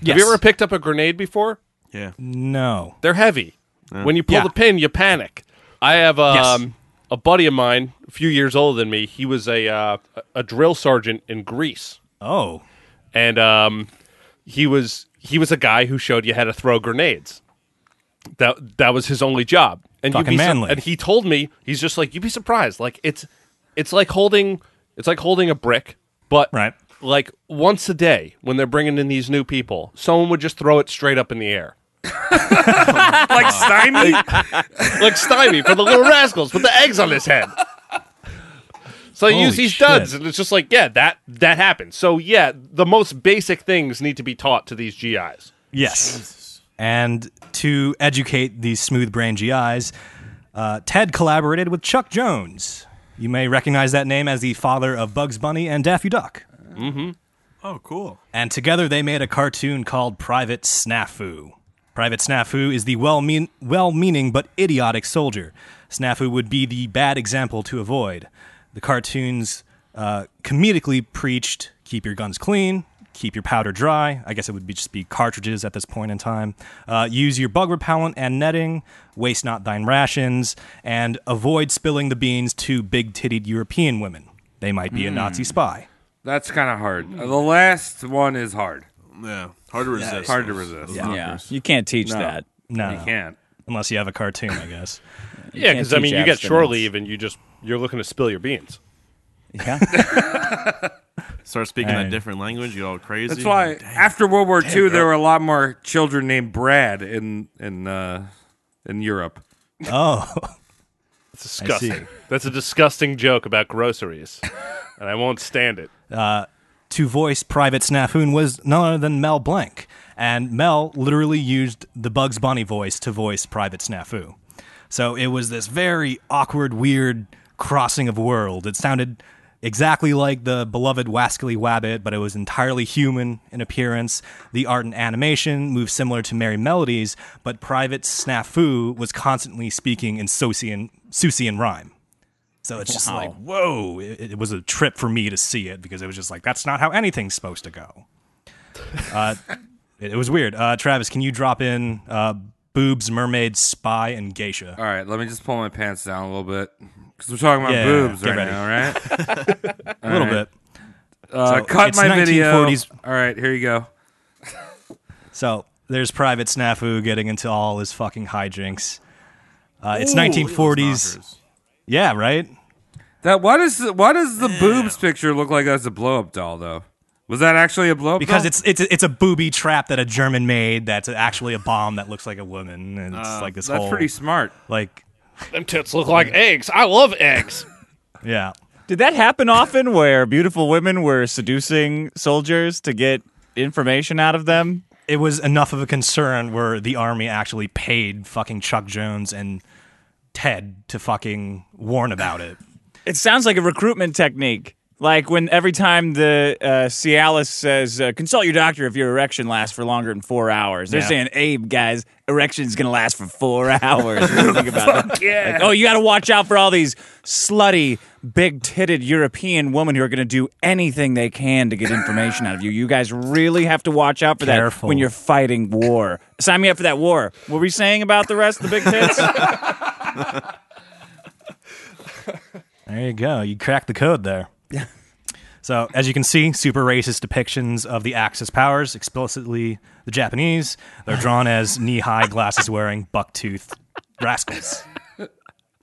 [SPEAKER 11] Have
[SPEAKER 6] Yes.
[SPEAKER 11] you ever picked up a grenade before?
[SPEAKER 9] Yeah.
[SPEAKER 6] Mm. No.
[SPEAKER 11] They're heavy.
[SPEAKER 6] Yeah.
[SPEAKER 11] When you pull
[SPEAKER 6] Yeah.
[SPEAKER 11] the pin, you panic. I have um,
[SPEAKER 6] Yes.
[SPEAKER 11] a buddy of mine, a few years older than me. He was a uh, a drill sergeant in Greece.
[SPEAKER 6] Oh,
[SPEAKER 11] and um, he was he was a guy who showed you how to throw grenades. That that was his only job. And you'd
[SPEAKER 6] Fucking
[SPEAKER 11] be su-
[SPEAKER 6] manly.
[SPEAKER 11] and he told me he's just like you'd be surprised. Like it's it's like holding it's like holding a brick, but
[SPEAKER 6] right.
[SPEAKER 11] Like once a day, when they're bringing in these new people, someone would just throw it straight up in the air.
[SPEAKER 2] like stymie,
[SPEAKER 11] like stymie for the little rascals with the eggs on his head. So you
[SPEAKER 7] Holy
[SPEAKER 11] use these
[SPEAKER 7] shit.
[SPEAKER 11] duds, and it's just like, yeah, that that happens. So yeah, the most basic things need to be taught to these GIs.
[SPEAKER 6] Yes. And to educate these smooth brain GIs, uh, Ted collaborated with Chuck Jones. You may recognize that name as the father of Bugs Bunny and Daffy Duck.
[SPEAKER 9] Mm-hmm. Oh, cool.
[SPEAKER 6] And together they made a cartoon called Private Snafu. Private Snafu is the well mean well meaning but idiotic soldier. Snafu would be the bad example to avoid. The cartoons uh, comedically preached keep your guns clean, keep your powder dry. I guess it would be just be cartridges at this point in time. Uh, use your bug repellent and netting, waste not thine rations, and avoid spilling the beans to big titted European women. They might be a
[SPEAKER 2] Hmm.
[SPEAKER 6] Nazi spy.
[SPEAKER 2] That's kind of hard. Uh, The last one is hard.
[SPEAKER 9] Yeah, hard to resist.
[SPEAKER 2] hard to resist.
[SPEAKER 9] Yeah. Yeah.
[SPEAKER 10] You can't teach
[SPEAKER 2] No.
[SPEAKER 10] that.
[SPEAKER 6] No,
[SPEAKER 2] you can't.
[SPEAKER 6] Unless you have a cartoon, I guess.
[SPEAKER 11] Yeah, because I mean, you get shore leave, and you just you're looking to spill your beans.
[SPEAKER 10] Yeah.
[SPEAKER 9] Start speaking
[SPEAKER 2] Hey.
[SPEAKER 9] that different language, you get all crazy.
[SPEAKER 2] That's why after World War
[SPEAKER 9] Damn,
[SPEAKER 2] II, there
[SPEAKER 9] girl.
[SPEAKER 2] were a lot more children named Brad in in uh, in Europe.
[SPEAKER 6] Oh,
[SPEAKER 11] That's disgusting. That's a disgusting joke about groceries, and I won't stand it.
[SPEAKER 6] Uh, to voice Private Snafoon was none other than Mel Blanc, and Mel literally used the Bugs Bunny voice to voice Private Snafu. So it was this very awkward, weird crossing of world. It sounded exactly like the beloved Wascally Wabbit, but it was entirely human in appearance. The art and animation moved similar to Merry Melodies, but Private Snafu was constantly speaking in Sosian, Susian rhyme. So it's just
[SPEAKER 10] Wow.
[SPEAKER 6] like, whoa, it, it was a trip for me to see it because it was just like, that's not how anything's supposed to go. Uh, it, it was weird. Uh, Travis, can you drop in uh, boobs, mermaids, spy, and geisha?
[SPEAKER 2] All right, let me just pull my pants down a little bit because we're talking about
[SPEAKER 6] Yeah,
[SPEAKER 2] boobs
[SPEAKER 6] get
[SPEAKER 2] right
[SPEAKER 6] ready.
[SPEAKER 2] now, right?
[SPEAKER 6] A little bit.
[SPEAKER 2] Uh,
[SPEAKER 6] So
[SPEAKER 2] cut
[SPEAKER 6] it's
[SPEAKER 2] my video.
[SPEAKER 6] 1940s.
[SPEAKER 2] All right, here you go.
[SPEAKER 6] So there's Private Snafu getting into all his fucking hijinks. Uh, it's
[SPEAKER 2] Ooh,
[SPEAKER 6] 1940s. Yeah, right.
[SPEAKER 2] That what is the, what does the boobs picture look like as a blow up doll though? Was that actually a blow up?
[SPEAKER 6] Because it's it's it's a booby trap that a German made. That's actually a bomb that looks like a woman, and it's
[SPEAKER 2] Uh,
[SPEAKER 6] like this
[SPEAKER 2] that's
[SPEAKER 6] whole
[SPEAKER 2] pretty smart.
[SPEAKER 6] Like
[SPEAKER 11] Them tits look like eggs. I love eggs.
[SPEAKER 6] yeah.
[SPEAKER 10] Did that happen often where beautiful women were seducing soldiers to get information out of them?
[SPEAKER 6] It was enough of a concern where the army actually paid fucking Chuck Jones and Ted to fucking warn about it.
[SPEAKER 10] It sounds like a recruitment technique. Like when every time the uh, Cialis says, uh, consult your doctor if your erection lasts for longer than four hours. They're
[SPEAKER 7] Yeah.
[SPEAKER 10] saying, Abe, guys, erection's going to last for four hours. What do you think about
[SPEAKER 7] Fuck
[SPEAKER 10] it?
[SPEAKER 7] yeah.
[SPEAKER 10] Like, oh, you got to watch out for all these slutty, big titted European women who are going to do anything they can to get information out of you. You guys really have to watch out for
[SPEAKER 6] Careful.
[SPEAKER 10] that when you're fighting war. Sign me up for that war. What were we saying about the rest of the big tits?
[SPEAKER 6] There you go. You cracked the code there. So, as you can see, super racist depictions of the Axis powers, explicitly the Japanese. They're drawn as knee high glasses wearing bucktooth rascals.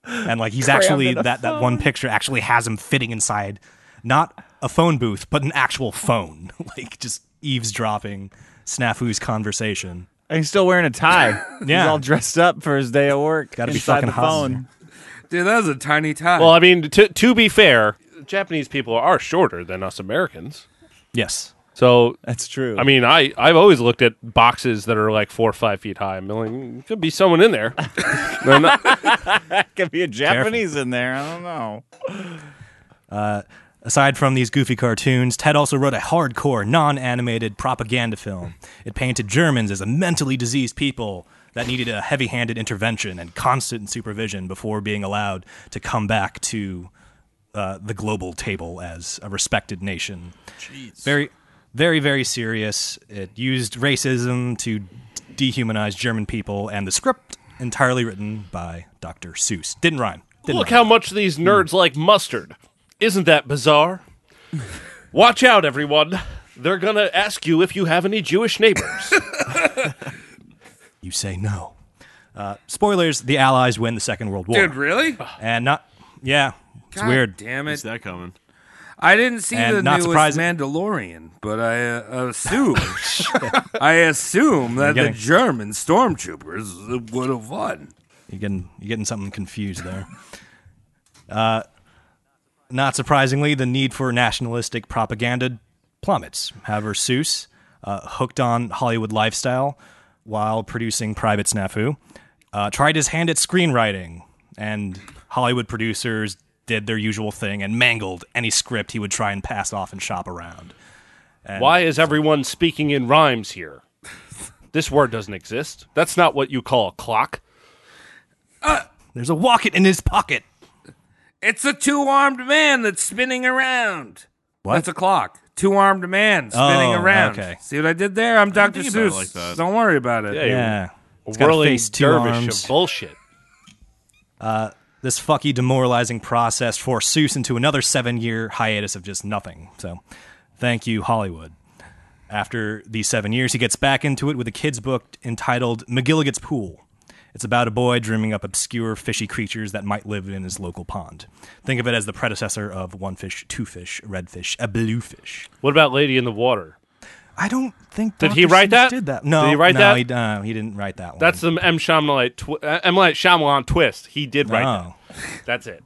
[SPEAKER 6] And like he's
[SPEAKER 13] Crammed
[SPEAKER 6] actually
[SPEAKER 13] in a
[SPEAKER 6] that, that one picture actually has him fitting inside not a phone booth, but an actual phone. like just eavesdropping Snafu's conversation.
[SPEAKER 10] And he's still wearing a tie.
[SPEAKER 6] Yeah.
[SPEAKER 10] He's all dressed up for his day at work.
[SPEAKER 6] Gotta be
[SPEAKER 10] inside
[SPEAKER 6] fucking
[SPEAKER 10] the
[SPEAKER 6] hot.
[SPEAKER 10] phone.
[SPEAKER 2] Dude, that was a tiny tie.
[SPEAKER 11] Well, I mean, to to be fair, Japanese people are shorter than us Americans.
[SPEAKER 6] Yes.
[SPEAKER 11] So
[SPEAKER 10] that's true.
[SPEAKER 11] I mean, I I've always looked at boxes that are like four or five feet high. I'm like, "Mm, could be someone in there. They're not-
[SPEAKER 10] Could be a Japanese in there. I don't know.
[SPEAKER 6] Uh, aside from these goofy cartoons, Ted also wrote a hardcore, non animated propaganda film. It painted Germans as a mentally diseased people that needed a heavy handed intervention and constant supervision before being allowed to come back to uh, the global table as a respected nation. Very, very, very serious. It used racism to dehumanize German people, and the script entirely written by Dr. Seuss. Didn't rhyme. Didn't Hmm.
[SPEAKER 11] Look
[SPEAKER 6] rhyme.
[SPEAKER 11] how much these nerds like mustard. Isn't that bizarre? Watch out, everyone. They're gonna ask you if you have any Jewish neighbors.
[SPEAKER 6] You say no. Uh, spoilers: The Allies win the Second World War.
[SPEAKER 2] Dude, really?
[SPEAKER 6] And not, yeah, it's
[SPEAKER 2] God
[SPEAKER 6] weird.
[SPEAKER 2] Damn it! Is
[SPEAKER 9] that coming?
[SPEAKER 2] I didn't see
[SPEAKER 6] And
[SPEAKER 2] the
[SPEAKER 6] not
[SPEAKER 2] newest
[SPEAKER 6] surprising- Oh,
[SPEAKER 2] Mandalorian, but I uh, assume I assume
[SPEAKER 6] You're
[SPEAKER 2] that the
[SPEAKER 6] getting-
[SPEAKER 2] German stormtroopers would have won.
[SPEAKER 6] You're getting you're getting something confused there. uh, not surprisingly, the need for nationalistic propaganda plummets. However, Seuss, uh, hooked on Hollywood lifestyle while producing Private Snafu, uh, tried his hand at screenwriting, and Hollywood producers did their usual thing and mangled any script he would try and pass off and shop around. And-
[SPEAKER 11] Why is everyone speaking in rhymes here? This word doesn't exist. That's not what you call a clock.
[SPEAKER 6] There's a wallet in his pocket.
[SPEAKER 2] It's a two-armed man that's spinning around.
[SPEAKER 6] What?
[SPEAKER 2] That's a clock. Two-armed man spinning
[SPEAKER 6] Oh,
[SPEAKER 2] around.
[SPEAKER 6] okay.
[SPEAKER 2] See what I did there? I'm Dr.
[SPEAKER 6] think about it
[SPEAKER 2] Seuss.
[SPEAKER 6] like that.
[SPEAKER 2] Don't worry about it.
[SPEAKER 6] Yeah, Yeah. It's got a
[SPEAKER 11] Whirling
[SPEAKER 6] face, two
[SPEAKER 11] dervish
[SPEAKER 6] arms.
[SPEAKER 11] of bullshit.
[SPEAKER 6] Uh, this fucky demoralizing process forced Seuss into another seven year hiatus of just nothing. So, thank you, Hollywood. After these seven years, he gets back into it with a kid's book entitled McGilligan's Pool. It's about a boy dreaming up obscure fishy creatures that might live in his local pond. Think of it as the predecessor of one fish, two fish, red fish, a blue fish.
[SPEAKER 11] What about Lady in the Water?
[SPEAKER 6] I don't think
[SPEAKER 11] Did he
[SPEAKER 6] Dr.
[SPEAKER 11] write
[SPEAKER 6] Seuss
[SPEAKER 11] that?
[SPEAKER 6] Did that? No,
[SPEAKER 11] Did he write
[SPEAKER 6] no,
[SPEAKER 11] that?
[SPEAKER 6] He, no, he didn't write that one.
[SPEAKER 11] That's the M. Shyamalan, twi- uh, M. Night Shyamalan twist. He did write
[SPEAKER 6] Oh.
[SPEAKER 11] that. That's it.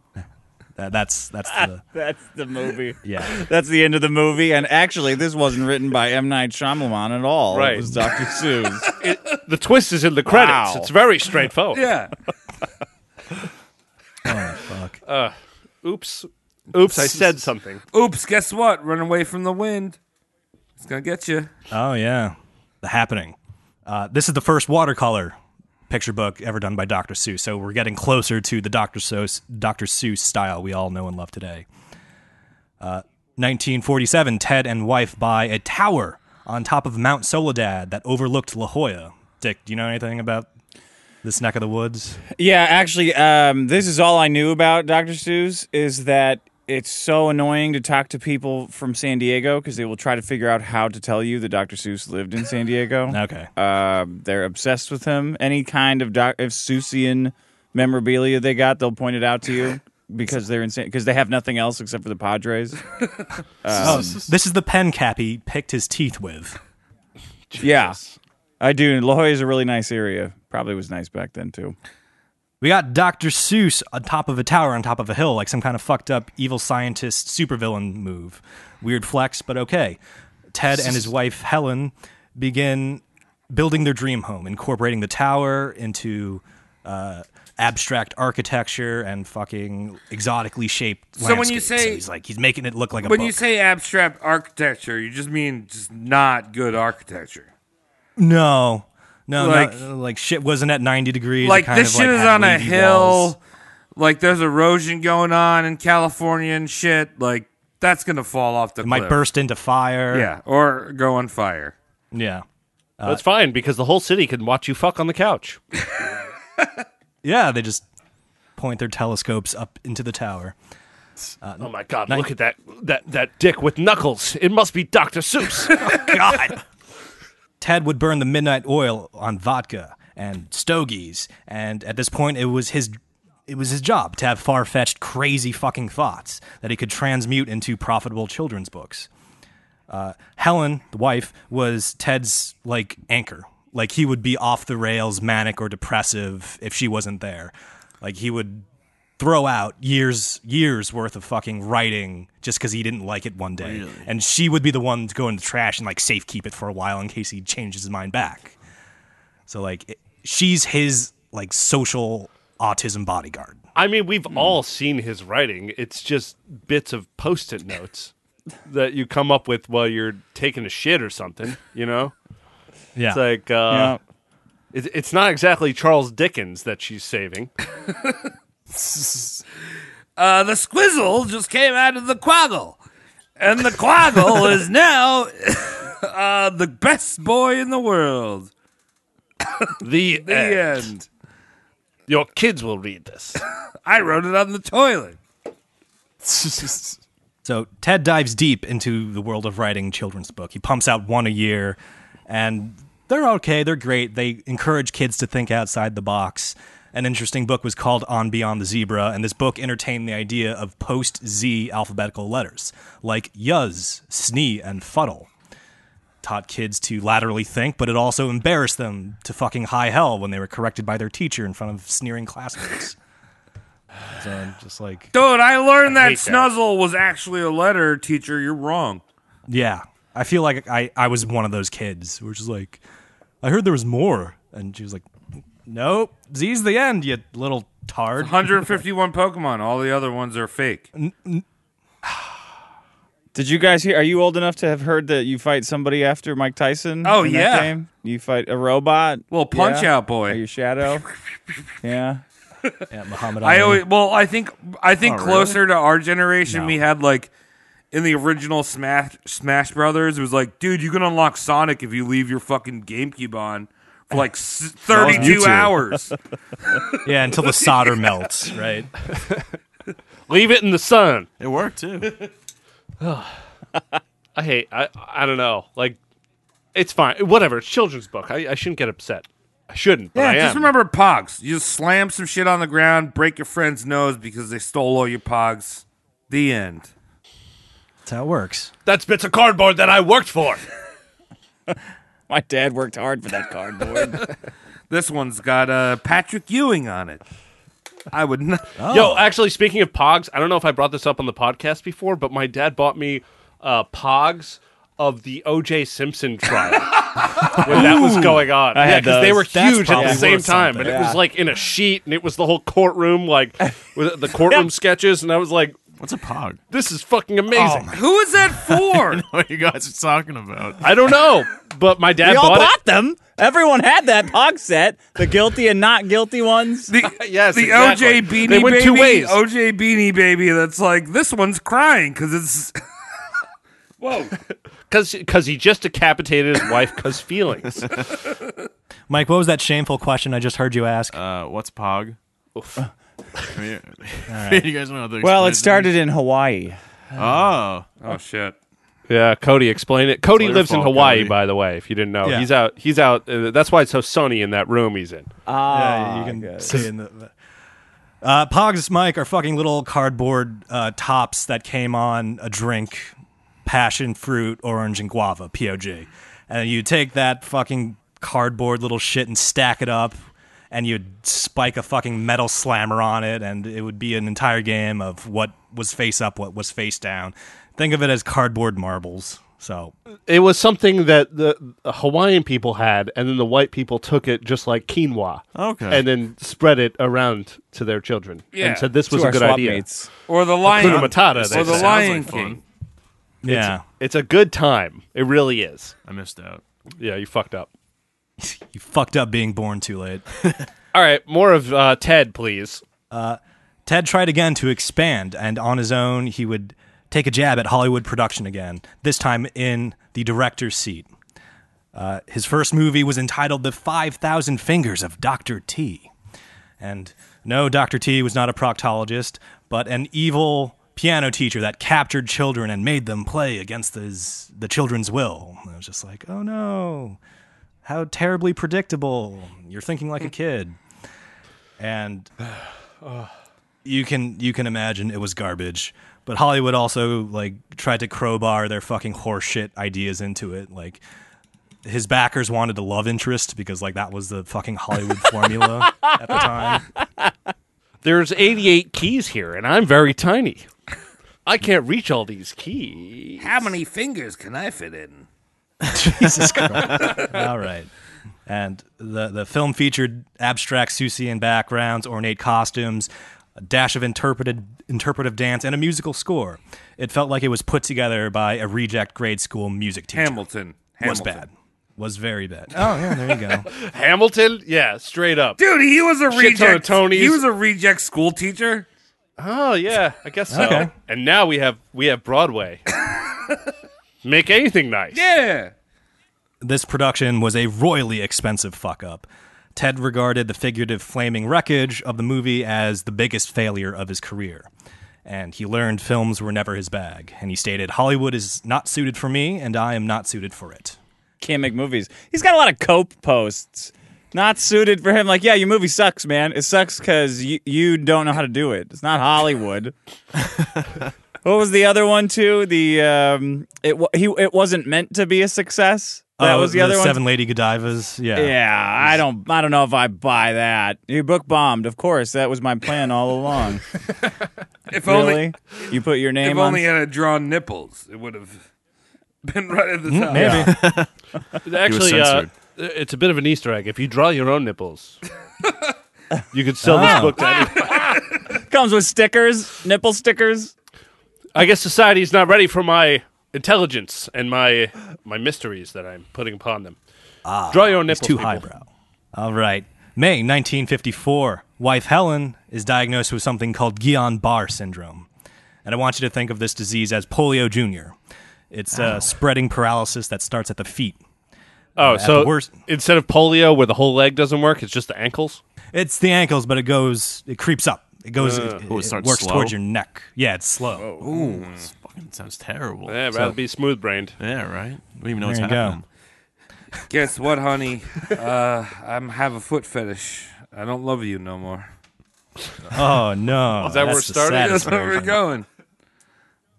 [SPEAKER 6] That- that's that's the
[SPEAKER 10] That's the movie.
[SPEAKER 6] Yeah.
[SPEAKER 10] That's the end of the movie. And actually, this wasn't written by M. Night Shyamalan at all.
[SPEAKER 11] Right.
[SPEAKER 10] It was Dr. Seuss.
[SPEAKER 11] the twist is in the credits. It's very straightforward.
[SPEAKER 2] Yeah.
[SPEAKER 6] fuck.
[SPEAKER 11] Uh, oops. Oops, I said something.
[SPEAKER 2] Oops, guess what? Run away from the wind. It's going to get you.
[SPEAKER 6] Oh yeah, the happening. Uh, this is the first watercolor picture book ever done by Dr. Seuss, so we're getting closer to the Dr. Seuss Dr. Seuss style we all know and love today. Uh, 1947, Ted and wife buy a tower on top of Mount Soledad that overlooked La Jolla. Dick, do you know anything about this neck of the woods?
[SPEAKER 10] Yeah, actually, um, this is all I knew about Dr. Seuss is that it's so annoying to talk to people from San Diego because they will try to figure out how to tell you that Dr. Seuss lived in San Diego.
[SPEAKER 6] okay.
[SPEAKER 10] Um, they're obsessed with him. Any kind of, doc- of Seussian memorabilia they got, they'll point it out to you because they're insane because they have nothing else except for the Padres.
[SPEAKER 6] Oh,
[SPEAKER 10] Um,
[SPEAKER 6] this is the pen cap he picked his teeth with.
[SPEAKER 10] yeah, I do. La Jolla is a really nice area. Probably was nice back then too.
[SPEAKER 6] We got Dr. Seuss on top of a tower on top of a hill, like some kind of fucked up evil scientist supervillain move. Weird flex, but okay. Ted and his wife Helen begin building their dream home, incorporating the tower into uh, abstract architecture and fucking exotically shaped.
[SPEAKER 2] So when you
[SPEAKER 6] landscapes.
[SPEAKER 2] say-
[SPEAKER 6] So he's like he's making it look like a
[SPEAKER 2] when
[SPEAKER 6] book.
[SPEAKER 2] you say abstract architecture, you just mean just not good architecture.
[SPEAKER 6] no, no,
[SPEAKER 2] Like-
[SPEAKER 6] like, like shit wasn't at ninety degrees. It
[SPEAKER 2] like
[SPEAKER 6] kind
[SPEAKER 2] this
[SPEAKER 6] of,
[SPEAKER 2] shit is
[SPEAKER 6] had
[SPEAKER 2] on a
[SPEAKER 6] wavy
[SPEAKER 2] hill.
[SPEAKER 6] walls.
[SPEAKER 2] Like there's erosion going on in California and shit. Like that's gonna fall off the.
[SPEAKER 6] It might
[SPEAKER 2] cliff.
[SPEAKER 6] burst into fire.
[SPEAKER 2] Yeah, or go on fire.
[SPEAKER 6] Yeah. Uh,
[SPEAKER 11] That's fine because the whole city can watch you fuck on the couch.
[SPEAKER 6] Yeah, they just point their telescopes up into the tower. Uh,
[SPEAKER 11] oh my God!
[SPEAKER 6] nine-
[SPEAKER 11] Look at that that that dick with knuckles. It must be Dr. Seuss. oh, God.
[SPEAKER 6] Ted would burn the midnight oil on vodka and stogies, and at this point, it was his it was his job to have far fetched, crazy fucking thoughts that he could transmute into profitable children's books. Uh, Helen, the wife, was Ted's like anchor. Like he would be off the rails, manic or depressive if she wasn't there. Like he would throw out years years worth of fucking writing just because he didn't like it one day and she would be the one to go in the trash and like safe keep it for a while in case he changes his mind back so like it, she's his like social autism bodyguard
[SPEAKER 11] I mean, we've all seen his writing. It's just bits of post-it notes that you come up with while you're taking a shit or something. You know?
[SPEAKER 6] Yeah.
[SPEAKER 11] It's like
[SPEAKER 10] Yeah.
[SPEAKER 11] uh, it- it's not exactly Charles Dickens that she's saving.
[SPEAKER 2] Uh, the squizzle just came out of the quaggle, and the quaggle is now uh, the best boy in the world.
[SPEAKER 11] the
[SPEAKER 2] the
[SPEAKER 6] Eh.
[SPEAKER 2] end.
[SPEAKER 11] Your kids will read this.
[SPEAKER 2] I wrote it on the toilet.
[SPEAKER 6] So Ted dives deep into the world of writing children's book. He pumps out one a year, and they're okay. They're great. They encourage kids to think outside the box. An interesting book was called On Beyond the Zebra, and this book entertained the idea of post Z alphabetical letters like yuz, snee, and fuddle. Taught kids to laterally think, but it also embarrassed them to fucking high hell when they were corrected by their teacher in front of sneering classmates. so I'm just like,
[SPEAKER 2] Dude, I learned
[SPEAKER 6] I
[SPEAKER 2] that
[SPEAKER 6] hate that.
[SPEAKER 2] snuzzle was actually a letter, teacher. You're wrong.
[SPEAKER 6] Yeah. I feel like I, I was one of those kids who were just like, I heard there was more. And she was like, nope, Z's the end, you little tard.
[SPEAKER 2] 151 Pokemon. All the other ones are fake.
[SPEAKER 10] Did you guys hear? Are you old enough to have heard that you fight somebody after Mike Tyson?
[SPEAKER 2] Oh,
[SPEAKER 10] in that
[SPEAKER 2] yeah.
[SPEAKER 10] game? you fight a robot.
[SPEAKER 2] Well, Punch
[SPEAKER 10] Yeah.
[SPEAKER 2] Out Boy.
[SPEAKER 10] Or your shadow. yeah.
[SPEAKER 6] Yeah, Muhammad
[SPEAKER 2] I always well, I think I think
[SPEAKER 10] Oh, really?
[SPEAKER 2] closer to our generation,
[SPEAKER 10] No.
[SPEAKER 2] we had like in the original Smash Smash Brothers, it was like, dude, you can unlock Sonic if you leave your fucking GameCube on for like s-
[SPEAKER 6] That was
[SPEAKER 2] thirty-two
[SPEAKER 6] YouTube.
[SPEAKER 2] hours.
[SPEAKER 6] yeah, until the solder melts, right?
[SPEAKER 11] Leave it in the sun.
[SPEAKER 9] It worked too.
[SPEAKER 11] I hate. I I don't know. Like, it's fine. Whatever. It's children's book. I, I shouldn't get upset. I shouldn't. But
[SPEAKER 2] yeah,
[SPEAKER 11] I am.
[SPEAKER 2] just remember Pogs. You just slam some shit on the ground, break your friend's nose because they stole all your Pogs. The end.
[SPEAKER 6] That's how it works.
[SPEAKER 11] That's bits of cardboard that I worked for.
[SPEAKER 10] My dad worked hard for that cardboard.
[SPEAKER 2] This one's got uh, Patrick Ewing on it. I would not.
[SPEAKER 10] Oh.
[SPEAKER 11] Yo, actually, speaking of Pogs, I don't know if I brought this up on the podcast before, but my dad bought me uh, Pogs of the O.J. Simpson trial when that was
[SPEAKER 10] Ooh.
[SPEAKER 11] going on.
[SPEAKER 10] I
[SPEAKER 11] yeah,
[SPEAKER 10] had
[SPEAKER 11] they
[SPEAKER 10] those.
[SPEAKER 11] were
[SPEAKER 10] That's
[SPEAKER 11] huge at the
[SPEAKER 10] probably
[SPEAKER 11] same
[SPEAKER 10] worth
[SPEAKER 11] time, and
[SPEAKER 10] something.
[SPEAKER 11] it was
[SPEAKER 10] Yeah.
[SPEAKER 11] like in a sheet, and it was the whole courtroom, like with the courtroom sketches, and I was like,
[SPEAKER 9] "What's a Pog?
[SPEAKER 11] This is
[SPEAKER 10] Oh
[SPEAKER 11] fucking amazing."
[SPEAKER 2] Who is that for?
[SPEAKER 9] what you guys are talking about?
[SPEAKER 11] I don't know, but my dad
[SPEAKER 10] we all
[SPEAKER 11] bought it.
[SPEAKER 10] bought them. Everyone had that box set. The guilty and not guilty ones.
[SPEAKER 11] yes.
[SPEAKER 2] the
[SPEAKER 10] exactly.
[SPEAKER 2] OJ Beanie
[SPEAKER 10] They went
[SPEAKER 2] Baby.
[SPEAKER 10] two ways.
[SPEAKER 2] OJ Beanie Baby. That's like this one's crying because it's
[SPEAKER 11] Whoa. Because he just decapitated his wife because feelings.
[SPEAKER 6] Mike, what was that shameful question I just heard you ask?
[SPEAKER 9] Uh, what's Pog?
[SPEAKER 11] Oof.
[SPEAKER 9] I mean,
[SPEAKER 6] right.
[SPEAKER 9] you guys know how to
[SPEAKER 10] Well, it
[SPEAKER 9] explain
[SPEAKER 10] started in Hawaii.
[SPEAKER 9] Oh.
[SPEAKER 2] Oh shit.
[SPEAKER 11] Yeah, Cody, explain it. Cody
[SPEAKER 9] It's your
[SPEAKER 11] lives in
[SPEAKER 9] fault,
[SPEAKER 11] Hawaii,
[SPEAKER 9] Cody.
[SPEAKER 11] by the way. If you didn't know,
[SPEAKER 6] Yeah.
[SPEAKER 11] he's out. He's out. Uh, that's why it's so sunny in that room he's in.
[SPEAKER 6] yeah, you can see in the. Uh, Pogs, Mike, are fucking little cardboard uh, tops that came on a drink, passion fruit, orange, and guava, POG. And you take that fucking cardboard little shit and stack it up, and you'd spike a fucking metal slammer on it, and it would be an entire game of what was face up, what was face down. Think of it as cardboard marbles. So
[SPEAKER 11] It was something that the the Hawaiian people had, and then the white people took it just like quinoa.
[SPEAKER 9] Okay.
[SPEAKER 11] and then spread it around to their children.
[SPEAKER 2] Yeah.
[SPEAKER 11] and said this
[SPEAKER 2] To
[SPEAKER 11] was a
[SPEAKER 2] our
[SPEAKER 11] good
[SPEAKER 2] swap
[SPEAKER 11] idea.
[SPEAKER 2] mates. Or the Lion-
[SPEAKER 11] Hakuna Matata,
[SPEAKER 2] Or
[SPEAKER 11] they
[SPEAKER 2] the Lion Sounds
[SPEAKER 11] said.
[SPEAKER 2] like fun. King.
[SPEAKER 11] It's-
[SPEAKER 6] Yeah.
[SPEAKER 11] it's a good time. It really is.
[SPEAKER 9] I missed out.
[SPEAKER 11] Yeah, you fucked up.
[SPEAKER 6] you fucked up being born too late.
[SPEAKER 11] All right, more of uh, Ted, please.
[SPEAKER 6] Uh, Ted tried again to expand, and on his own, he would take a jab at Hollywood production again, this time in the director's seat. Uh, his first movie was entitled The 5,000 Fingers of Dr. T. And no, Dr. T was not a proctologist, but an evil piano teacher that captured children and made them play against his, the children's will. And I was just like, oh no, how terribly predictable. You're thinking like a kid. And you can you can imagine it was garbage. But Hollywood also like tried to crowbar their fucking horseshit ideas into it. Like his backers wanted a love interest because like that was the fucking Hollywood formula at the time.
[SPEAKER 11] There's 88 keys here, and I'm very tiny. I can't reach all these keys.
[SPEAKER 2] How many fingers can I fit in?
[SPEAKER 6] Jesus Christ. All right. And the, the film featured abstract Susian backgrounds, ornate costumes, a dash of interpreted, interpretive dance, and a musical score. It felt like it was put together by a reject grade school music teacher.
[SPEAKER 2] Hamilton.
[SPEAKER 6] Was
[SPEAKER 2] Hamilton.
[SPEAKER 6] bad. Was very bad. Oh, yeah, there you go.
[SPEAKER 11] Hamilton? Yeah, straight up.
[SPEAKER 2] Dude, he was a
[SPEAKER 11] Shit ton of
[SPEAKER 2] reject.
[SPEAKER 11] Tonys.
[SPEAKER 2] He was a reject school teacher.
[SPEAKER 11] Oh yeah, I guess so.
[SPEAKER 2] Okay.
[SPEAKER 11] And now we have we have Broadway. Make anything nice.
[SPEAKER 2] Yeah.
[SPEAKER 6] This production was a royally expensive fuck up. Ted regarded the figurative flaming wreckage of the movie as the biggest failure of his career. And he learned films were never his bag. And he stated, Hollywood is not suited for me, and I am not suited for it.
[SPEAKER 10] Can't make movies. He's got a lot of cope posts. Not suited for him. Like, yeah, your movie sucks, man. It sucks because you, you don't know how to do it. It's not Hollywood. what was the other one too? The um, it wa- he it wasn't meant to be a success. That
[SPEAKER 6] Oh,
[SPEAKER 10] was the, other one.
[SPEAKER 6] Seven Lady Godivas. Yeah.
[SPEAKER 10] Yeah, I don't. I don't know if I buy that. You book bombed, of course. That was my plan all along.
[SPEAKER 2] If
[SPEAKER 10] really, you put your name
[SPEAKER 2] if
[SPEAKER 10] on.
[SPEAKER 2] only it had drawn nipples, it would have been right at the
[SPEAKER 10] Mm,
[SPEAKER 2] top.
[SPEAKER 11] Actually, uh, it's a bit of an Easter egg. If you draw your own nipples, you could sell this
[SPEAKER 10] Oh.
[SPEAKER 11] book to anyone.
[SPEAKER 10] Comes with stickers, nipple stickers.
[SPEAKER 11] I guess society's not ready for my intelligence and my my mysteries that I'm putting upon them. draw your own
[SPEAKER 6] Ah, It's
[SPEAKER 11] nipples.
[SPEAKER 6] too
[SPEAKER 11] people.
[SPEAKER 6] highbrow. All right. May 1954, wife Helen is diagnosed with something called Guillain Barre syndrome. And I want you to think of this disease as polio junior. It's uh, spreading paralysis that starts at the feet.
[SPEAKER 11] Oh,
[SPEAKER 6] at
[SPEAKER 11] so
[SPEAKER 6] the worst-
[SPEAKER 11] instead of polio, where the whole leg doesn't work, it's just the ankles.
[SPEAKER 6] It's the ankles, but it goes, it creeps up. It goes,
[SPEAKER 11] Uh.
[SPEAKER 6] it,
[SPEAKER 11] Oh, it
[SPEAKER 6] it
[SPEAKER 11] starts
[SPEAKER 6] works
[SPEAKER 11] slow?
[SPEAKER 6] towards your neck. Yeah, it's slow.
[SPEAKER 9] Ooh, this fucking sounds terrible.
[SPEAKER 11] Yeah, I'd rather be smooth brained.
[SPEAKER 9] Yeah, right. We don't even know what's
[SPEAKER 6] There you go.
[SPEAKER 9] happening.
[SPEAKER 2] Guess what, honey? Uh, I'm have a foot fetish. I don't love you no more.
[SPEAKER 6] Oh, no.
[SPEAKER 11] Is that where
[SPEAKER 6] That's the
[SPEAKER 11] it started?
[SPEAKER 6] saddest
[SPEAKER 2] That's where
[SPEAKER 6] version.
[SPEAKER 2] we're going.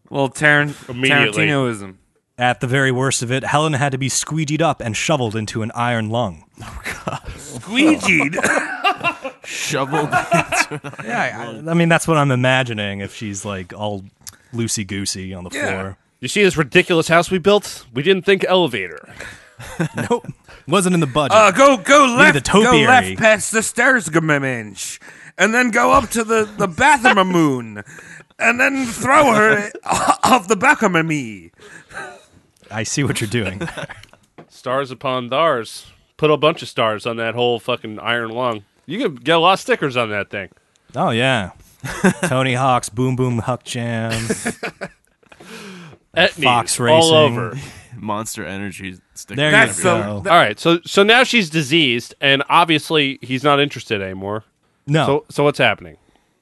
[SPEAKER 2] Well, Taran-
[SPEAKER 11] Immediately.
[SPEAKER 2] Tarantinoism.
[SPEAKER 6] At the very worst of it, Helen had to be squeegeed up and shoveled into an iron lung.
[SPEAKER 2] Squeegeed.
[SPEAKER 9] Shoveled.
[SPEAKER 6] Yeah,
[SPEAKER 2] Um,
[SPEAKER 6] I, I mean that's what I'm imagining if she's like all loosey goosey on the
[SPEAKER 2] Yeah.
[SPEAKER 6] floor.
[SPEAKER 11] You see this ridiculous house we built? We didn't think elevator.
[SPEAKER 6] Nope, wasn't in the budget.
[SPEAKER 2] Uh, go go left,
[SPEAKER 6] the
[SPEAKER 2] go
[SPEAKER 6] topiary.
[SPEAKER 2] left past the stairs, Gamiminch, and then go up to the the bathroom moon, and then throw her off the back of me.
[SPEAKER 6] I see what you're doing.
[SPEAKER 11] Stars upon stars. Put a bunch of stars on that whole fucking iron lung. You could get a lot of stickers on that thing.
[SPEAKER 6] oh yeah, Tony Hawk's Boom Boom Huck Jam.
[SPEAKER 11] Etnies
[SPEAKER 6] Fox
[SPEAKER 11] all
[SPEAKER 6] racing.
[SPEAKER 11] over.
[SPEAKER 9] Monster Energy sticker.
[SPEAKER 6] There
[SPEAKER 2] That's
[SPEAKER 6] you
[SPEAKER 2] so-
[SPEAKER 6] go.
[SPEAKER 11] all right, so so now she's diseased, and obviously he's not interested anymore.
[SPEAKER 6] No,
[SPEAKER 11] So so what's happening?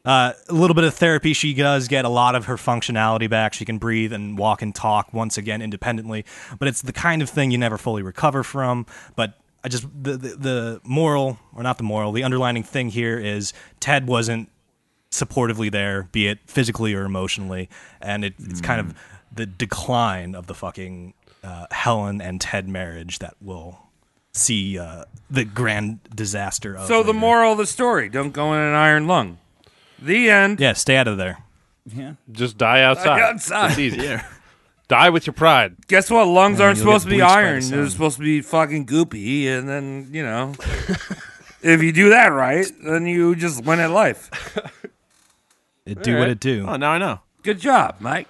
[SPEAKER 6] uh, a little bit of therapy. She does get a lot of her functionality back. She can breathe and walk and talk once again independently. But it's the kind of thing you never fully recover from. But I just the the, the moral or not the moral. The underlining thing here is Ted wasn't supportively there, be it physically or emotionally, and it, it's kind of the decline of the fucking uh, Helen and Ted marriage that will see uh, the grand disaster of.
[SPEAKER 2] So the
[SPEAKER 6] later.
[SPEAKER 2] moral of the story: don't go in an iron lung. The end.
[SPEAKER 6] yeah, stay out of there.
[SPEAKER 11] Just die outside.
[SPEAKER 2] outside.
[SPEAKER 11] It's easy. Die with your pride.
[SPEAKER 2] Guess what? Lungs aren't
[SPEAKER 6] you'll get
[SPEAKER 2] supposed to be
[SPEAKER 6] bleached by the
[SPEAKER 2] iron. They're
[SPEAKER 6] sun.
[SPEAKER 2] supposed to be fucking goopy, and then you know, if you do that right, then you just win at life.
[SPEAKER 6] It do what it do.
[SPEAKER 9] Oh, now I know.
[SPEAKER 2] Good job, Mike.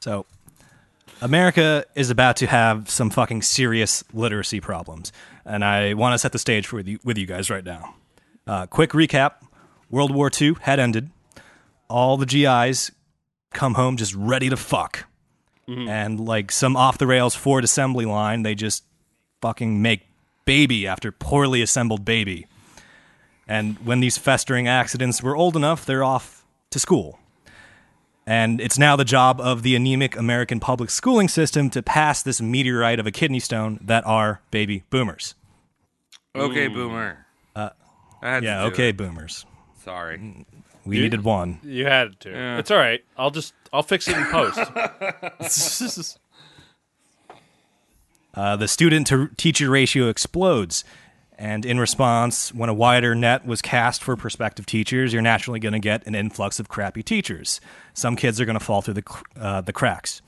[SPEAKER 6] So, America is about to have some fucking serious literacy problems, and I want to set the stage for you, with you guys right now. Uh, quick recap: World War II had ended. All the GIs come home just ready to fuck, and like some off the rails Ford assembly line, they just fucking make baby after poorly assembled baby. And when these festering accidents were old enough, they're off to school. And it's now the job of the anemic American public schooling system to pass this meteorite of a kidney stone that are baby boomers.
[SPEAKER 2] Okay, boomer.
[SPEAKER 6] Uh,
[SPEAKER 2] I had to
[SPEAKER 6] yeah,
[SPEAKER 2] do
[SPEAKER 6] okay,
[SPEAKER 2] it.
[SPEAKER 6] boomers.
[SPEAKER 2] Sorry.
[SPEAKER 6] We
[SPEAKER 11] You-
[SPEAKER 6] needed one.
[SPEAKER 11] You had to.
[SPEAKER 2] Yeah.
[SPEAKER 11] It's all right. I'll just I'll fix it in post.
[SPEAKER 6] Uh, the student to teacher ratio explodes. And in response, when a wider net was cast for prospective teachers, you're naturally going to get an influx of crappy teachers. Some kids are going to fall through the, cr- uh, the cracks.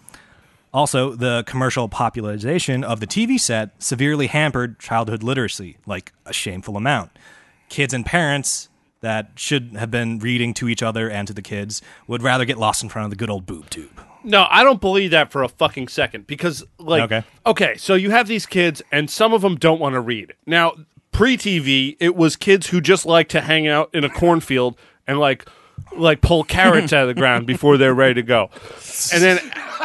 [SPEAKER 6] Also, the commercial popularization of the TV set severely hampered childhood literacy, like a shameful amount. Kids and parents that should have been reading to each other and to the kids would rather get lost in front of the good old boob tube.
[SPEAKER 11] No, I don't believe that for a fucking second because like
[SPEAKER 6] Okay.
[SPEAKER 11] okay, so you have these kids and some of them don't want to read. Now, pre-TV, it was kids who just like to hang out in a cornfield and like like pull carrots out of the ground before they're ready to go. And then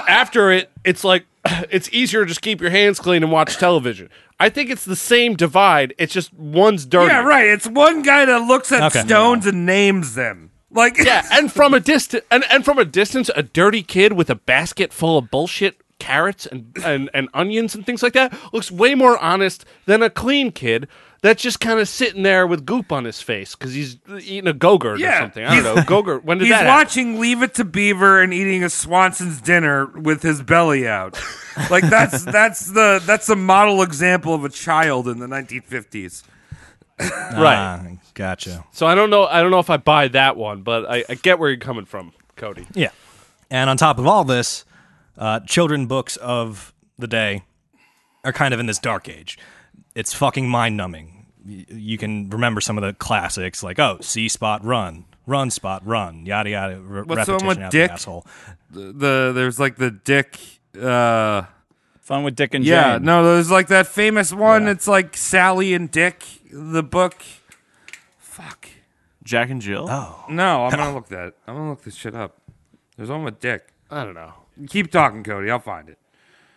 [SPEAKER 11] after it, it's like it's easier to just keep your hands clean and watch television. I think it's the same divide. It's just one's dirty.
[SPEAKER 2] Yeah, right. It's one guy that looks at
[SPEAKER 11] Okay.
[SPEAKER 2] stones and names them. Like
[SPEAKER 11] yeah, and from a distance, and, and from a distance, a dirty kid with a basket full of bullshit carrots and, and, and onions and things like that looks way more honest than a clean kid that's just kind of sitting there with goop on his face because he's eating a go-gurt or
[SPEAKER 2] Yeah.
[SPEAKER 11] something. I don't know. Go-gurt. When did
[SPEAKER 2] He's
[SPEAKER 11] that happen?
[SPEAKER 2] watching Leave It to Beaver and eating a Swanson's dinner with his belly out. Like that's that's the that's the model example of a child in the 1950s.
[SPEAKER 11] Right.
[SPEAKER 6] Ah, gotcha.
[SPEAKER 11] So I don't know. I don't know if I buy that one, but I, I get where you're coming from, Cody.
[SPEAKER 6] Yeah. And on top of all this, uh, children books of the day are kind of in this dark age. It's fucking mind numbing. You can remember some of the classics like, oh, C spot run, run spot run, yada yada. Re-
[SPEAKER 2] What's the
[SPEAKER 6] repetition
[SPEAKER 2] one with
[SPEAKER 6] out
[SPEAKER 2] Dick?
[SPEAKER 6] The asshole.
[SPEAKER 2] The, the- there's like the Dick. Uh,
[SPEAKER 10] Fun with Dick and
[SPEAKER 2] yeah,
[SPEAKER 10] Jane.
[SPEAKER 2] no, there's like that famous one. It's like Sally and Dick, the book.
[SPEAKER 9] Jack and Jill.
[SPEAKER 6] Oh,
[SPEAKER 2] No, I'm gonna look that. I'm gonna look this shit up. There's one with Dick.
[SPEAKER 11] I don't know.
[SPEAKER 2] Keep talking, Cody. I'll find it.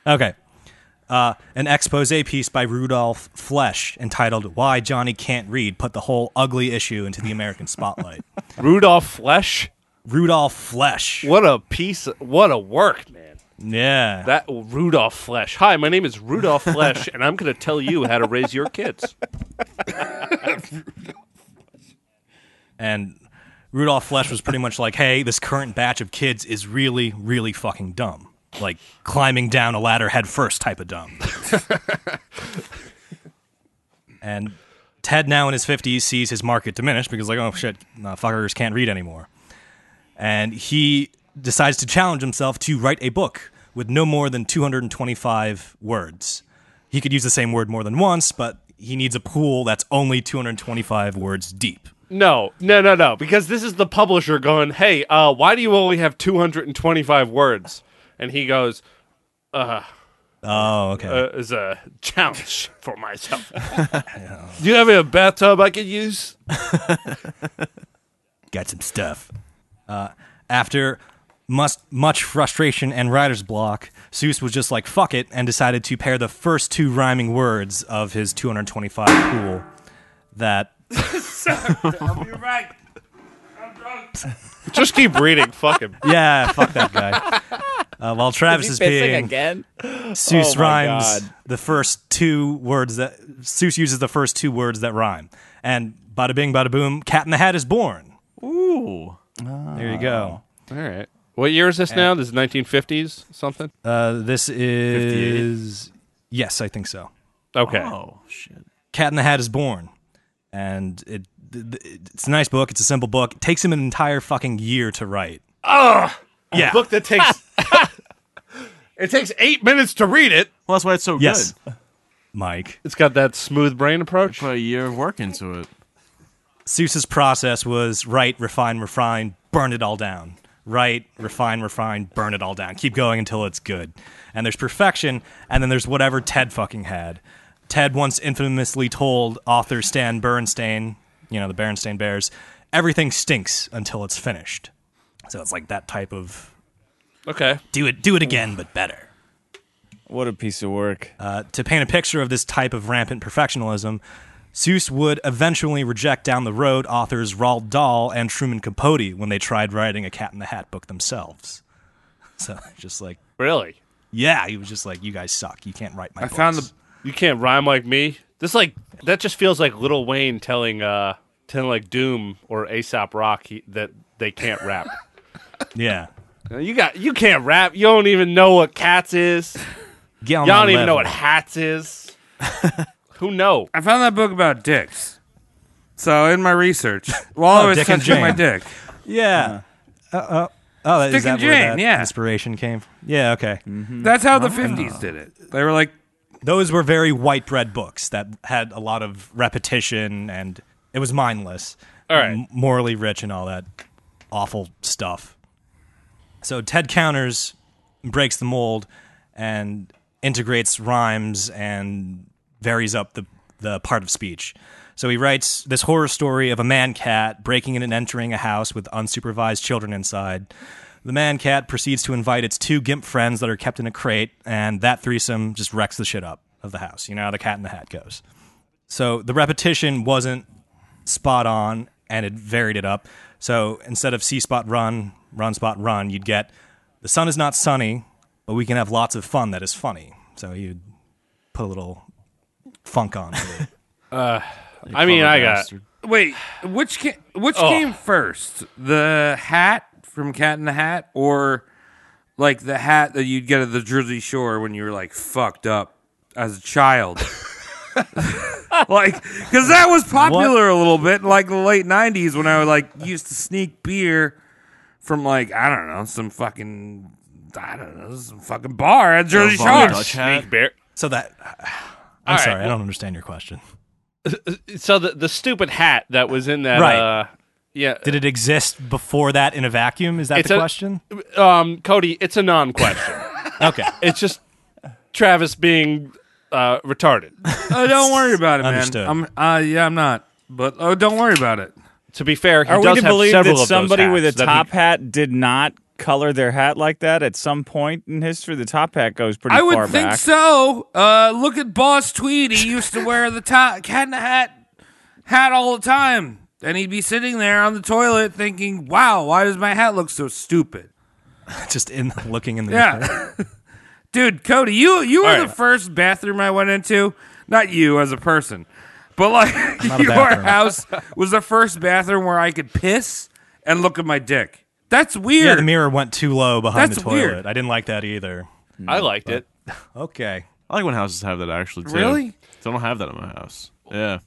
[SPEAKER 6] Okay. Uh, an expose piece by Rudolph Flesch entitled Why Johnny Can't Read put the whole ugly issue into the American spotlight.
[SPEAKER 11] Rudolph Flesh.
[SPEAKER 6] Rudolph Flesh.
[SPEAKER 11] What a piece. of- What a work, man.
[SPEAKER 6] Yeah.
[SPEAKER 11] That Rudolph Flesh. Hi, my name is Rudolph Flesh, and I'm going to tell you how to raise your kids.
[SPEAKER 6] And Rudolph Flesch was pretty much like, hey, this current batch of kids is really, really fucking dumb. Like climbing down a ladder head first type of dumb. and Ted, now in his 50s, sees his market diminish because, like, oh shit, nah, fuckers can't read anymore. And he decides to challenge himself to write a book with no more than 225 words. He could use the same word more than once, but he needs a pool that's only 225 words deep.
[SPEAKER 11] No, no, no, no. Because this is the publisher going, hey, uh, why do you only have 225 words? And he goes, uh,
[SPEAKER 6] Oh, okay.
[SPEAKER 11] uh is a challenge for myself. Do you have a bathtub I could use?
[SPEAKER 6] got some stuff. Uh, after must, much frustration and writer's block, Seuss was just like, fuck it, and decided to pair the first two rhyming words of his 225 pool that.
[SPEAKER 2] I'll be right. I'm drunk.
[SPEAKER 11] Just keep reading. Fuck him.
[SPEAKER 6] Yeah, fuck that guy. Uh, while Travis is,
[SPEAKER 10] he pissing
[SPEAKER 6] peeing,
[SPEAKER 10] again?
[SPEAKER 6] Seuss
[SPEAKER 10] Oh my
[SPEAKER 6] rhymes
[SPEAKER 10] God.
[SPEAKER 6] the first two words that Seuss uses the first two words that rhyme, and bada bing, bada boom, Cat in the Hat is born.
[SPEAKER 9] Ooh.
[SPEAKER 6] There you go.
[SPEAKER 11] All right. What year is this now? This is 1950s something?
[SPEAKER 6] Uh, this is yes, I think so.
[SPEAKER 11] Okay.
[SPEAKER 9] Oh shit.
[SPEAKER 6] Cat in the Hat is born, and it, th- th- it's a nice book. It's a simple book. It takes him an entire fucking year to write.
[SPEAKER 11] A book that takes... it takes eight minutes to read it.
[SPEAKER 9] Well, that's why it's so
[SPEAKER 6] Yes.
[SPEAKER 9] good.
[SPEAKER 6] Mike
[SPEAKER 11] It's got that smooth brain approach.
[SPEAKER 9] Put a year of work into it.
[SPEAKER 6] Seuss's process was write, refine, refine, burn it all down. Write, refine, refine, burn it all down. Keep going until it's good. And there's perfection, and then there's whatever Ted fucking had. Ted once infamously told author Stan Bernstein, you know, the Bernstein Bears, everything stinks until it's finished. So it's like that type of
[SPEAKER 11] Okay.
[SPEAKER 6] do it do it again but better
[SPEAKER 10] What a piece of work.
[SPEAKER 6] uh, to paint a picture of this type of rampant perfectionism Seuss would eventually reject down the road authors Roald Dahl and Truman Capote when they tried writing a Cat in the Hat book themselves. So just like
[SPEAKER 11] really,
[SPEAKER 6] yeah, he was just like, "You guys suck. You can't write my."
[SPEAKER 11] I
[SPEAKER 6] books.
[SPEAKER 11] found the you can't rhyme like me. This like that just feels like Little Wayne telling uh telling like Doom or Aesop Rock he, that they can't rap.
[SPEAKER 6] yeah.
[SPEAKER 11] you got you can't rap. You don't even know what cats is.
[SPEAKER 6] Get
[SPEAKER 11] Y'all
[SPEAKER 2] on
[SPEAKER 11] don't
[SPEAKER 2] my
[SPEAKER 11] even
[SPEAKER 2] level.
[SPEAKER 11] know what hats is. Who know?
[SPEAKER 2] I found that book about dicks. So in my research, while
[SPEAKER 6] Oh,
[SPEAKER 2] I was
[SPEAKER 6] Dick and
[SPEAKER 2] touching my
[SPEAKER 6] Jane.
[SPEAKER 2] dick,
[SPEAKER 6] Yeah. Uh,
[SPEAKER 11] Uh-huh.
[SPEAKER 6] uh, oh, is
[SPEAKER 2] Dick
[SPEAKER 6] that
[SPEAKER 2] and
[SPEAKER 6] where
[SPEAKER 2] Jane,
[SPEAKER 6] that
[SPEAKER 2] yeah.
[SPEAKER 6] inspiration came. from? Yeah, okay.
[SPEAKER 2] that's how the '50s did it. They were like,
[SPEAKER 6] those were very white bread books that had a lot of repetition and it was mindless.
[SPEAKER 11] All right.
[SPEAKER 6] m- morally rich and all that awful stuff. So Ted counters, breaks the mold, and integrates rhymes and varies up the, the part of speech. So he writes this horror story of a man cat breaking in and entering a house with unsupervised children inside. The man cat proceeds to invite its two gimp friends that are kept in a crate, and that threesome just wrecks the shit up of the house. You know how the cat in the hat goes. So the repetition wasn't spot on and it varied it up. So instead of C spot run, run spot run, you'd get the sun is not sunny, but we can have lots of fun that is funny. So you'd put a little funk on. to it.
[SPEAKER 11] Uh, I mean, I got
[SPEAKER 2] Wait, which ca- which
[SPEAKER 11] Oh.
[SPEAKER 2] came first, the hat from Cat in the Hat, or like the hat that you'd get at the Jersey Shore when you were like fucked up as a child? like, because that was popular a little bit, like the late '90s when I would like used to sneak beer from like I don't know some fucking I don't know some fucking bar at Jersey Shore.
[SPEAKER 6] So that I'm
[SPEAKER 11] All right,
[SPEAKER 6] sorry, I
[SPEAKER 11] well-
[SPEAKER 6] don't understand your question.
[SPEAKER 11] so the the stupid hat that was in that
[SPEAKER 6] Right.
[SPEAKER 11] uh yeah
[SPEAKER 6] Did it exist before that in a vacuum? Is that
[SPEAKER 11] It's
[SPEAKER 6] the
[SPEAKER 11] a-
[SPEAKER 6] question?
[SPEAKER 11] um Cody, it's a non-question.
[SPEAKER 6] okay.
[SPEAKER 11] It's just Travis being uh retarded.
[SPEAKER 2] Oh, don't worry about it, man.
[SPEAKER 11] Understood.
[SPEAKER 2] I'm uh, yeah, I'm not. But oh, don't worry about it.
[SPEAKER 11] To be fair,
[SPEAKER 10] Are we to believe that somebody with a top hat did not color their hat like that at some point in history? The top hat goes pretty
[SPEAKER 2] I would
[SPEAKER 10] far
[SPEAKER 2] think
[SPEAKER 10] back.
[SPEAKER 2] so. Uh, look at Boss Tweed. He used to wear the top cat in the hat hat all the time, and he'd be sitting there on the toilet thinking, "Wow, why does my hat look so stupid?"
[SPEAKER 6] Just in looking in the mirror.
[SPEAKER 2] Yeah, dude, Cody, you you were
[SPEAKER 6] All
[SPEAKER 2] the first bathroom I went into. Not you as a person, but like
[SPEAKER 6] Not a
[SPEAKER 2] your
[SPEAKER 6] bathroom.
[SPEAKER 2] house was the first bathroom where I could piss and look at my dick. That's weird.
[SPEAKER 6] Yeah, the mirror went too low behind
[SPEAKER 2] That's
[SPEAKER 6] the toilet.
[SPEAKER 2] weird.
[SPEAKER 6] I didn't like that either.
[SPEAKER 11] I liked it.
[SPEAKER 6] Okay.
[SPEAKER 9] I like when houses have that actually too.
[SPEAKER 11] Really?
[SPEAKER 9] So I don't have that in my house. Yeah.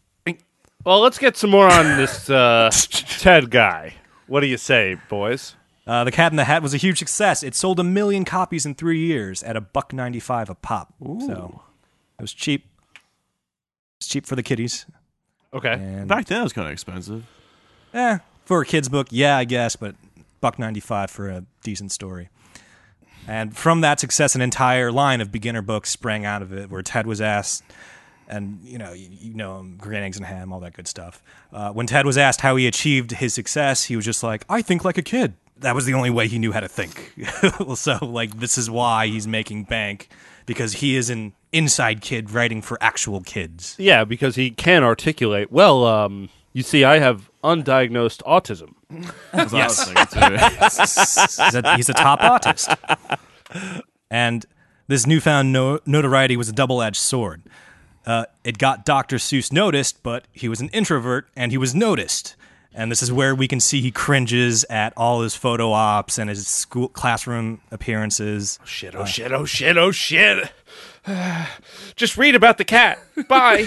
[SPEAKER 11] Well, let's get some more on this uh Ted guy. What do you say, boys?
[SPEAKER 6] Uh, the Cat in the Hat was a huge success. It sold a million copies in three years at a buck ninety-five a pop. So it was cheap. It's cheap for the kiddies.
[SPEAKER 11] Okay.
[SPEAKER 9] Back then it was kind of expensive.
[SPEAKER 6] Eh, for a kids book, yeah, I guess, but buck ninety-five for a decent story. And from that success, an entire line of beginner books sprang out of it, where Ted was asked, and you know, you, you know him, green eggs and ham, all that good stuff. Uh, when Ted was asked how he achieved his success, he was just like, "I think like a kid." That was the only way he knew how to think. so, like, this is why he's making bank because he is an inside kid writing for actual kids.
[SPEAKER 11] Yeah, because he can articulate. Well, um, you see, I have undiagnosed autism.
[SPEAKER 9] That's what I was thinking,
[SPEAKER 6] he's,
[SPEAKER 9] too.
[SPEAKER 6] a, he's a top autist. And this newfound no- notoriety was a double edged sword. Uh, it got Dr. Seuss noticed, but he was an introvert and he was noticed. And this is where we can see he cringes at all his photo ops and his school classroom appearances.
[SPEAKER 11] Shit, oh shit, oh shit, oh shit. Just read about the cat. Bye.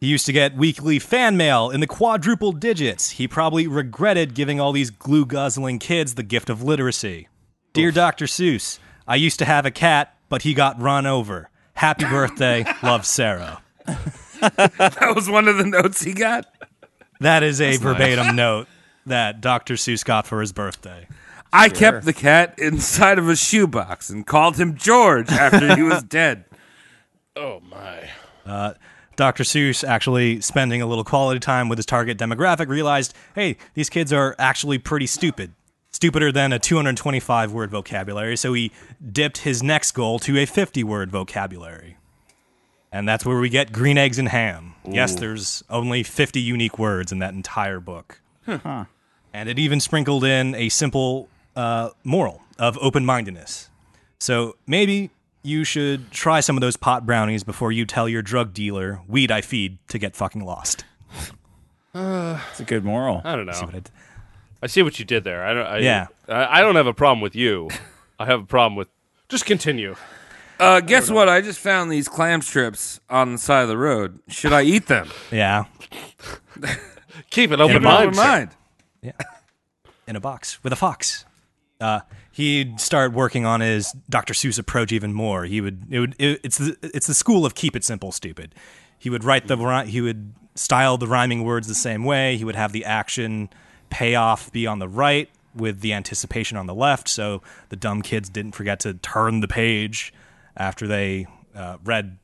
[SPEAKER 6] He used to get weekly fan mail in the quadruple digits. He probably regretted giving all these glue guzzling kids the gift of literacy. Dear Dr. Seuss, I used to have a cat, but he got run over. Happy birthday, love Sarah.
[SPEAKER 2] that was one of the notes he got.
[SPEAKER 6] That is a
[SPEAKER 2] That's nice.
[SPEAKER 6] verbatim note that Dr. Seuss got for his birthday.
[SPEAKER 2] I kept the cat inside of a shoebox and called him George after he was dead.
[SPEAKER 11] Oh my.
[SPEAKER 6] Uh, Dr. Seuss actually spending a little quality time with his target demographic realized, hey, these kids are actually pretty stupid. Stupider than a 225 word vocabulary, so he dipped his next goal to a 50 word vocabulary. And that's where we get green eggs and ham. Yes,
[SPEAKER 10] Ooh.
[SPEAKER 6] there's only 50 unique words in that entire book.
[SPEAKER 10] Huh.
[SPEAKER 6] And it even sprinkled in a simple uh, moral of open mindedness. So maybe you should try some of those pot brownies before you tell your drug dealer, weed I feed, to get fucking lost.
[SPEAKER 11] Uh,
[SPEAKER 10] It's a good moral.
[SPEAKER 11] I don't know.
[SPEAKER 6] See what I
[SPEAKER 11] I see what you did there. I don't. I,
[SPEAKER 6] Yeah.
[SPEAKER 11] I, I don't have a problem with you. I have a problem with. Just continue.
[SPEAKER 2] Uh, guess what? I just found these clam strips on the side of the road. Should I eat them?
[SPEAKER 6] Yeah.
[SPEAKER 11] Keep it
[SPEAKER 6] open
[SPEAKER 2] Keep
[SPEAKER 6] mind,
[SPEAKER 2] It open
[SPEAKER 6] sir.
[SPEAKER 2] mind.
[SPEAKER 6] in a box with a fox. Uh, he'd start working on his Dr. Seuss approach even more. He would it would it, it's the it's the school of keep it simple, stupid. He would write the rhy- he would style the rhyming words the same way. He would have the action payoff be on the right with the anticipation on the left, so the dumb kids didn't forget to turn the page after they uh, read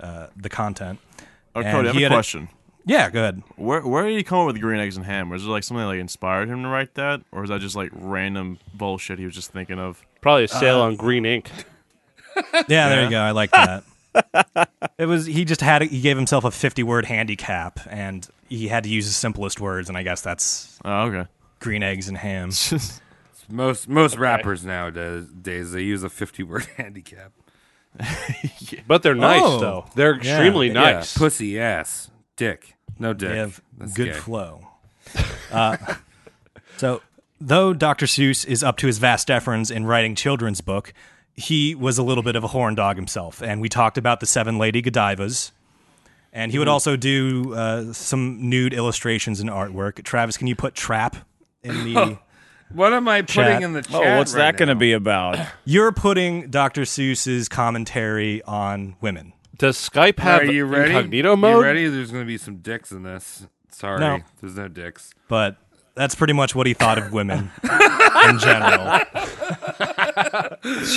[SPEAKER 6] uh, the content.
[SPEAKER 9] Oh,
[SPEAKER 6] And
[SPEAKER 9] Cody, I
[SPEAKER 6] he
[SPEAKER 9] have
[SPEAKER 6] had
[SPEAKER 9] a question.
[SPEAKER 6] yeah, go ahead.
[SPEAKER 9] Where where did he come up with green eggs and ham? Was it like something like inspired him to write that, or is that just like random bullshit he was just thinking of?
[SPEAKER 11] Probably a sale on green ink.
[SPEAKER 6] Yeah, there you go. I like that. it was he just had he gave himself a 50 word handicap and he had to use the simplest words and I guess that's
[SPEAKER 9] oh, okay.
[SPEAKER 6] Green eggs and ham.
[SPEAKER 2] Most most rappers nowadays days, they use a fifty word handicap.
[SPEAKER 11] But they're nice, though. They're extremely nice.
[SPEAKER 2] Pussy ass, dick, no dick.
[SPEAKER 6] They have
[SPEAKER 2] That's
[SPEAKER 6] good
[SPEAKER 2] gay.
[SPEAKER 6] flow. Uh, so, though Dr. Seuss is up to his vast deference in writing children's book, he was a little bit of a horn dog himself. And we talked about the Seven Lady Godivas. And he would
[SPEAKER 2] Mm-hmm.
[SPEAKER 13] Mhm.
[SPEAKER 6] also do uh, some nude illustrations and artwork. Travis, can you put trap in
[SPEAKER 2] Oh,
[SPEAKER 6] the.
[SPEAKER 2] What am I putting
[SPEAKER 6] Chat.
[SPEAKER 2] in the chat?
[SPEAKER 6] Oh, what's
[SPEAKER 2] right
[SPEAKER 6] that gonna
[SPEAKER 2] now?
[SPEAKER 6] be?
[SPEAKER 10] Be about.
[SPEAKER 6] You're putting Dr. Seuss's commentary on women.
[SPEAKER 11] Does Skype
[SPEAKER 2] Are you ready? You ready? There's going to be some dicks in this. Sorry,
[SPEAKER 6] No.
[SPEAKER 2] there's no dicks.
[SPEAKER 6] But that's pretty much what he thought of women in general.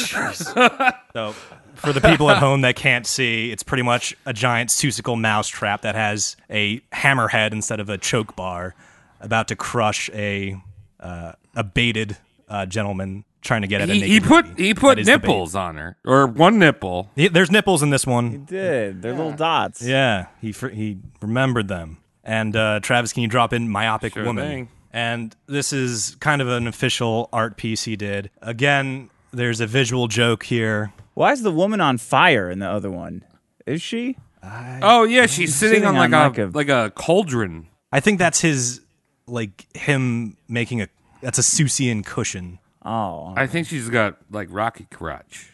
[SPEAKER 6] So, for the people at home that can't see, it's pretty much a giant Seussical mousetrap that has a hammerhead instead of a choke bar, about to crush a uh, a baited uh, gentleman trying to get at a
[SPEAKER 2] He,
[SPEAKER 6] naked
[SPEAKER 2] he put
[SPEAKER 6] lady.
[SPEAKER 2] he put
[SPEAKER 6] That is the bait.
[SPEAKER 2] nipples on her, or one nipple.
[SPEAKER 6] He- there's nipples in this one. He
[SPEAKER 10] did. They're little dots.
[SPEAKER 6] Yeah, he fr- he remembered them. And uh, Travis, can you drop in myopic
[SPEAKER 2] Sure
[SPEAKER 6] woman?
[SPEAKER 2] thing.
[SPEAKER 6] And this is kind of an official art piece he did. Again, there's a visual joke here.
[SPEAKER 10] Why is the woman on fire in the other one? Is she?
[SPEAKER 2] Oh yeah, she's sitting, on like, a, like a cauldron.
[SPEAKER 6] I think that's his like him making a that's a Susian cushion.
[SPEAKER 10] Oh,
[SPEAKER 2] I think she's got like Rocky crotch.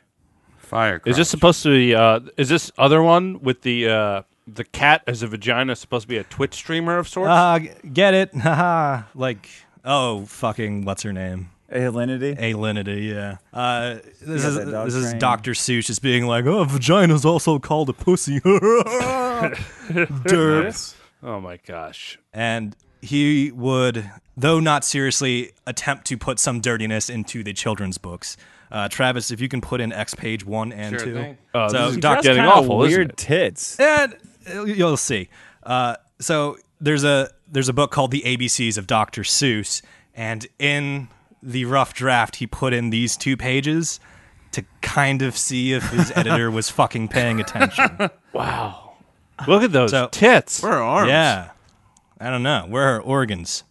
[SPEAKER 2] Fire.
[SPEAKER 11] Is this supposed to be? Uh, is this other one with the uh, the cat as a vagina supposed to be a Twitch streamer of sorts?
[SPEAKER 6] Uh, g- get it? Haha. like oh fucking what's her name?
[SPEAKER 10] Alinity.
[SPEAKER 6] Alinity, yeah. Uh, this
[SPEAKER 10] Yeah,
[SPEAKER 6] is
[SPEAKER 10] that dog
[SPEAKER 6] this is
[SPEAKER 10] train.
[SPEAKER 6] Doctor Seuss just being like, oh, vagina's also called a pussy. Derp.
[SPEAKER 11] Nice. Oh my gosh.
[SPEAKER 6] and he would, though not seriously, attempt to put some dirtiness into the children's books. Uh, Travis, if you can put in X page one and
[SPEAKER 11] Sure
[SPEAKER 6] two,
[SPEAKER 11] thing. Uh, this is
[SPEAKER 6] Doc-
[SPEAKER 11] getting awful, isn't
[SPEAKER 10] Weird tits.
[SPEAKER 6] And uh, you'll see. Uh, so there's a there's a book called The ABCs of Dr. Seuss, and in the rough draft, he put in these two pages to kind of see if his editor was fucking paying attention.
[SPEAKER 11] Wow. Look at those
[SPEAKER 9] tits. Where are arms?
[SPEAKER 6] Yeah. I don't know. Where are her organs?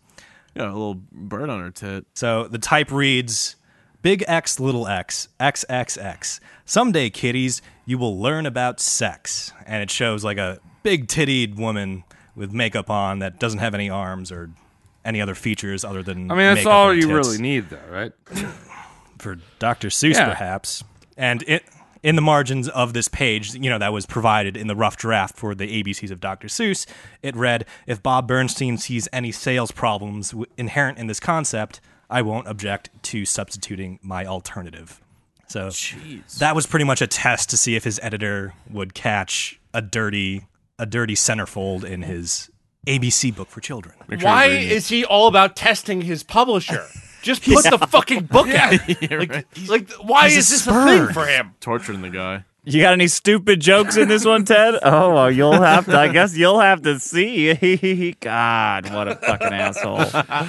[SPEAKER 9] Yeah, a little bird on her tit.
[SPEAKER 6] So the type reads Big X, little x, XXX. Someday, kiddies, you will learn about sex. And it shows like a big tittied woman with makeup on that doesn't have any arms or any other features other than.
[SPEAKER 2] I mean, that's
[SPEAKER 6] makeup
[SPEAKER 2] all
[SPEAKER 6] and
[SPEAKER 2] you
[SPEAKER 6] tits.
[SPEAKER 2] really need, though, right?
[SPEAKER 6] For Dr. Seuss,
[SPEAKER 2] Yeah.
[SPEAKER 6] perhaps. And it. In the margins of this page, you know, that was provided in the rough draft for the ABCs of Dr. Seuss, it read If Bob Bernstein sees any sales problems w- inherent in this concept, I won't object to substituting my alternative. So that was pretty much a test to see if his editor would catch a dirty, a dirty centerfold in his ABC book for children.
[SPEAKER 11] Why is he all about testing his publisher? Just
[SPEAKER 6] He's-
[SPEAKER 11] put the fucking book
[SPEAKER 6] Yeah.
[SPEAKER 11] out.
[SPEAKER 6] Yeah,
[SPEAKER 11] like,
[SPEAKER 6] right.
[SPEAKER 11] like, why
[SPEAKER 6] He's a
[SPEAKER 11] is this a thing
[SPEAKER 6] spurn.
[SPEAKER 11] for him?
[SPEAKER 9] Torturing the guy.
[SPEAKER 10] You got any stupid jokes in this one, Ted? Oh, well, you'll have to. I guess you'll have to see. God, what a fucking asshole.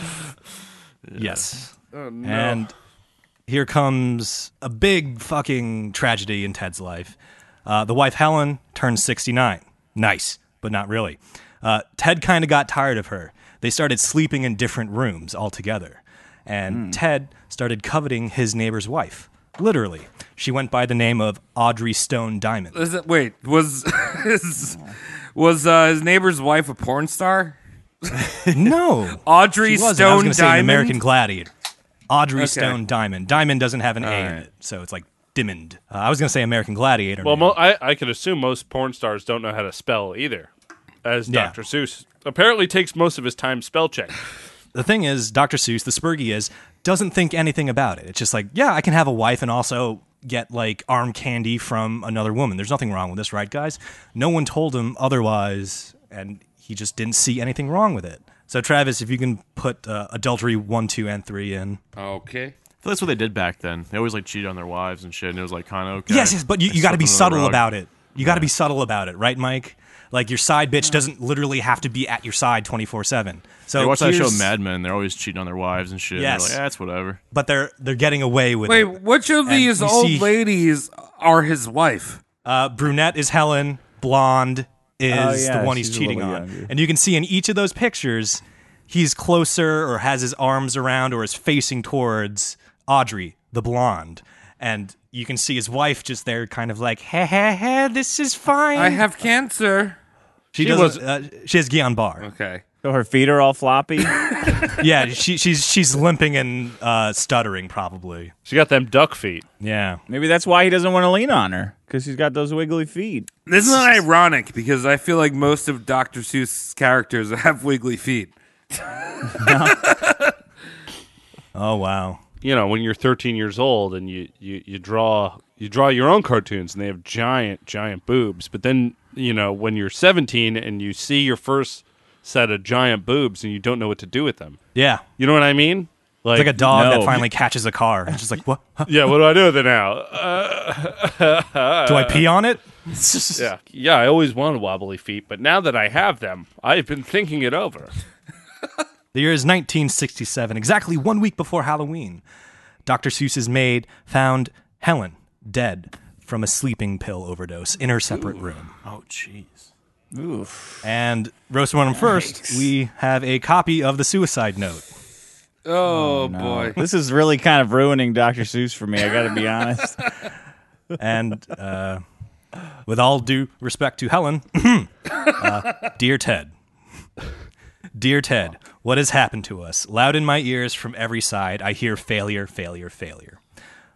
[SPEAKER 6] Yes.
[SPEAKER 2] Oh, no.
[SPEAKER 6] And here comes a big fucking tragedy in Ted's life. Uh, the wife, Helen, turned 69. Nice, but not really. Uh, Ted kind of got tired of her. They started sleeping in different rooms altogether. And
[SPEAKER 2] Hmm.
[SPEAKER 6] Ted started coveting his neighbor's wife. Literally. She went by the name of Audrey Stone Diamond.
[SPEAKER 2] Is it, wait, was his, was uh, his neighbor's wife a porn star?
[SPEAKER 6] no,
[SPEAKER 2] Audrey
[SPEAKER 6] She wasn't. I was
[SPEAKER 2] Stone
[SPEAKER 6] gonna say an
[SPEAKER 2] Diamond.
[SPEAKER 6] American Gladiator. Audrey
[SPEAKER 2] Okay.
[SPEAKER 6] Stone Diamond. Diamond doesn't have an A in it, so it's like Dimmond. Uh, I was going to say American Gladiator.
[SPEAKER 11] Well, mo- I, I could assume most porn stars don't know how to spell either, as
[SPEAKER 6] Yeah.
[SPEAKER 11] Dr. Seuss apparently takes most of his time spell check.
[SPEAKER 6] the thing is, Dr. Seuss, the Spurgy is, doesn't think anything about it. It's just like, yeah, I can have a wife and also get like arm candy from another woman. There's nothing wrong with this, right, guys? No one told him otherwise, and he just didn't see anything wrong with it. So, Travis, if you can put uh, adultery one, two, and three in.
[SPEAKER 2] Okay.
[SPEAKER 9] So that's what they did back then. They always like cheated on their wives and shit, and it was like kind of okay.
[SPEAKER 6] Yes, yes, but you,
[SPEAKER 9] I
[SPEAKER 6] you
[SPEAKER 9] swept
[SPEAKER 6] got to be
[SPEAKER 9] under the
[SPEAKER 6] subtle
[SPEAKER 9] rug.
[SPEAKER 6] about it. You got to be subtle about it, right, Mike? Like your side bitch doesn't literally have to be at your side twenty four seven. So
[SPEAKER 9] you watch that show
[SPEAKER 6] here's-
[SPEAKER 9] Mad Men, they're always cheating on their wives and shit.
[SPEAKER 6] Yes.
[SPEAKER 9] Yes. They're like, "Ah, it's whatever.
[SPEAKER 6] but they're they're getting away with
[SPEAKER 2] Wait,
[SPEAKER 6] it.
[SPEAKER 2] which of
[SPEAKER 6] And
[SPEAKER 2] these
[SPEAKER 6] we
[SPEAKER 2] old
[SPEAKER 6] see-
[SPEAKER 2] ladies are his wife?
[SPEAKER 6] Uh, brunette is Helen. Blonde is
[SPEAKER 2] Oh, yeah,
[SPEAKER 6] the one he's
[SPEAKER 2] she's a
[SPEAKER 6] cheating
[SPEAKER 2] little
[SPEAKER 6] on,
[SPEAKER 2] younger.
[SPEAKER 6] and you can see in each of those pictures, he's closer or has his arms around or is facing towards Audrey, the blonde, and you can see his wife just there, kind of like, "Heh heh heh, this is fine."
[SPEAKER 2] I have cancer.
[SPEAKER 6] She,
[SPEAKER 2] She
[SPEAKER 6] does.
[SPEAKER 2] was-
[SPEAKER 6] Was, uh, she has Guillain Barre.
[SPEAKER 2] Okay.
[SPEAKER 10] So her feet are all floppy.
[SPEAKER 6] yeah, she, she's she's limping and uh, stuttering probably.
[SPEAKER 11] She got them duck feet.
[SPEAKER 6] Yeah.
[SPEAKER 10] Maybe that's why he doesn't want to lean on her because she's got those wiggly feet.
[SPEAKER 2] This is ironic because I feel like most of Dr. Seuss's characters have wiggly feet.
[SPEAKER 6] Oh wow.
[SPEAKER 11] You know, when you're 13 years old and you, you, you draw you draw your own cartoons and they have giant giant boobs, but then you know when you're 17 and you see your first set of giant boobs and you don't know what to do with them.
[SPEAKER 6] Yeah.
[SPEAKER 11] You know what I mean?
[SPEAKER 6] it's like a dog
[SPEAKER 11] No.
[SPEAKER 6] that finally catches a car. It's just like what? Huh?
[SPEAKER 11] yeah, what do I do with it now? Uh,
[SPEAKER 6] Do I pee on it?
[SPEAKER 11] yeah, Uh, yeah. I always wanted wobbly feet, but now that I have them, I've been thinking it over.
[SPEAKER 6] The year is 1967, exactly one week before Halloween. Dr. Seuss's maid found Helen dead from a sleeping pill overdose in her separate room.
[SPEAKER 9] Oh, jeez.
[SPEAKER 6] Oof. And roast one first, we have a copy of the suicide note.
[SPEAKER 2] Oh,
[SPEAKER 10] No.
[SPEAKER 2] boy.
[SPEAKER 10] this is really kind of ruining Dr. Seuss for me. I got to be honest.
[SPEAKER 6] and uh, with all due respect to Helen, uh, dear Ted, dear Ted, what has happened to us? Loud in my ears from every side, I hear failure, failure, failure.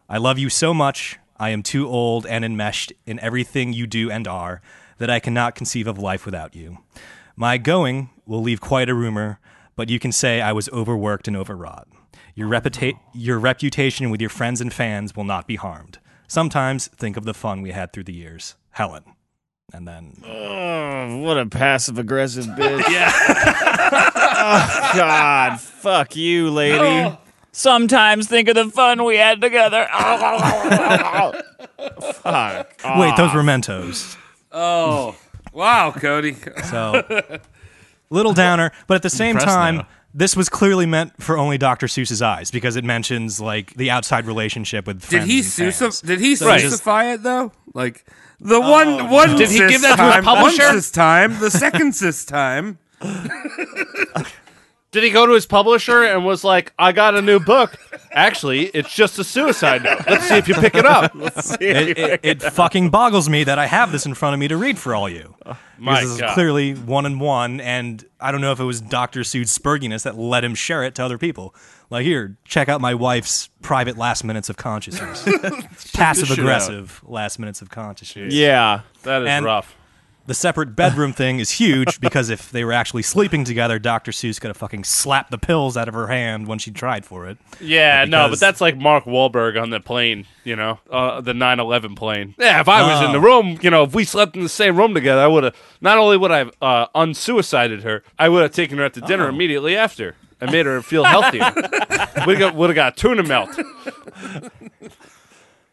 [SPEAKER 6] I love you so much. I am too old and enmeshed in everything you do and are that I cannot conceive of life without you. My going will leave quite a rumor, but you can say I was overworked and overwrought. Your, reputa- your reputation with your friends and fans will not be harmed. Sometimes think of the fun we had through the years. Helen. And then
[SPEAKER 10] Oh, what a passive aggressive bitch. yeah. oh, God. Fuck you,
[SPEAKER 6] Oh.
[SPEAKER 10] lady. Sometimes think of the fun we had together. Fuck.
[SPEAKER 6] Wait, those were Mentos.
[SPEAKER 2] Oh, wow, Cody.
[SPEAKER 6] So- Little downer, but at the same
[SPEAKER 2] depressed
[SPEAKER 6] time,
[SPEAKER 2] now.
[SPEAKER 6] this was clearly meant for only Dr. Seuss's eyes because it mentions like the outside relationship with
[SPEAKER 2] did
[SPEAKER 6] friends
[SPEAKER 2] he
[SPEAKER 6] and fans.
[SPEAKER 2] Seuss? Did he
[SPEAKER 6] So it's just-
[SPEAKER 2] Seussify it though? Like the one one
[SPEAKER 6] Did he
[SPEAKER 2] cis
[SPEAKER 6] give that to his
[SPEAKER 2] time,
[SPEAKER 6] publisher?
[SPEAKER 2] Once this time, the second cis time.
[SPEAKER 11] Did he go to his publisher and was like, "I got a new book. Actually, it's just a suicide note. Let's see if you pick it up." Let's see if you
[SPEAKER 6] it, it,
[SPEAKER 11] pick
[SPEAKER 6] it fucking boggles me that I have this in front of me to read for all you.
[SPEAKER 11] my
[SPEAKER 6] Because this is
[SPEAKER 11] God.
[SPEAKER 6] clearly one and one, and I don't know if it was Dr. Seuss' spurginess that let him share it to other people. Like, here, check out my wife's private last minutes of consciousness. Passive
[SPEAKER 10] shit out.
[SPEAKER 6] aggressive last minutes of consciousness.
[SPEAKER 10] Yeah.
[SPEAKER 11] That
[SPEAKER 10] is
[SPEAKER 11] rough.
[SPEAKER 6] The separate bedroom thing is huge because if they were actually sleeping together, Dr. Seuss could have fucking slapped the pills out of her hand when she tried for it.
[SPEAKER 11] Yeah,
[SPEAKER 6] But
[SPEAKER 11] no, but
[SPEAKER 6] because-
[SPEAKER 11] that's like Mark Wahlberg on the plane, you know, uh, the 9/11 plane. Yeah, if I was in
[SPEAKER 6] Oh.
[SPEAKER 11] the room, you know, if we slept in the same room together, I would have not only would I have uh, unsuicided her, I would have taken her out to
[SPEAKER 6] Oh.
[SPEAKER 11] dinner immediately after and made her feel healthier. would have got, got tuna melt.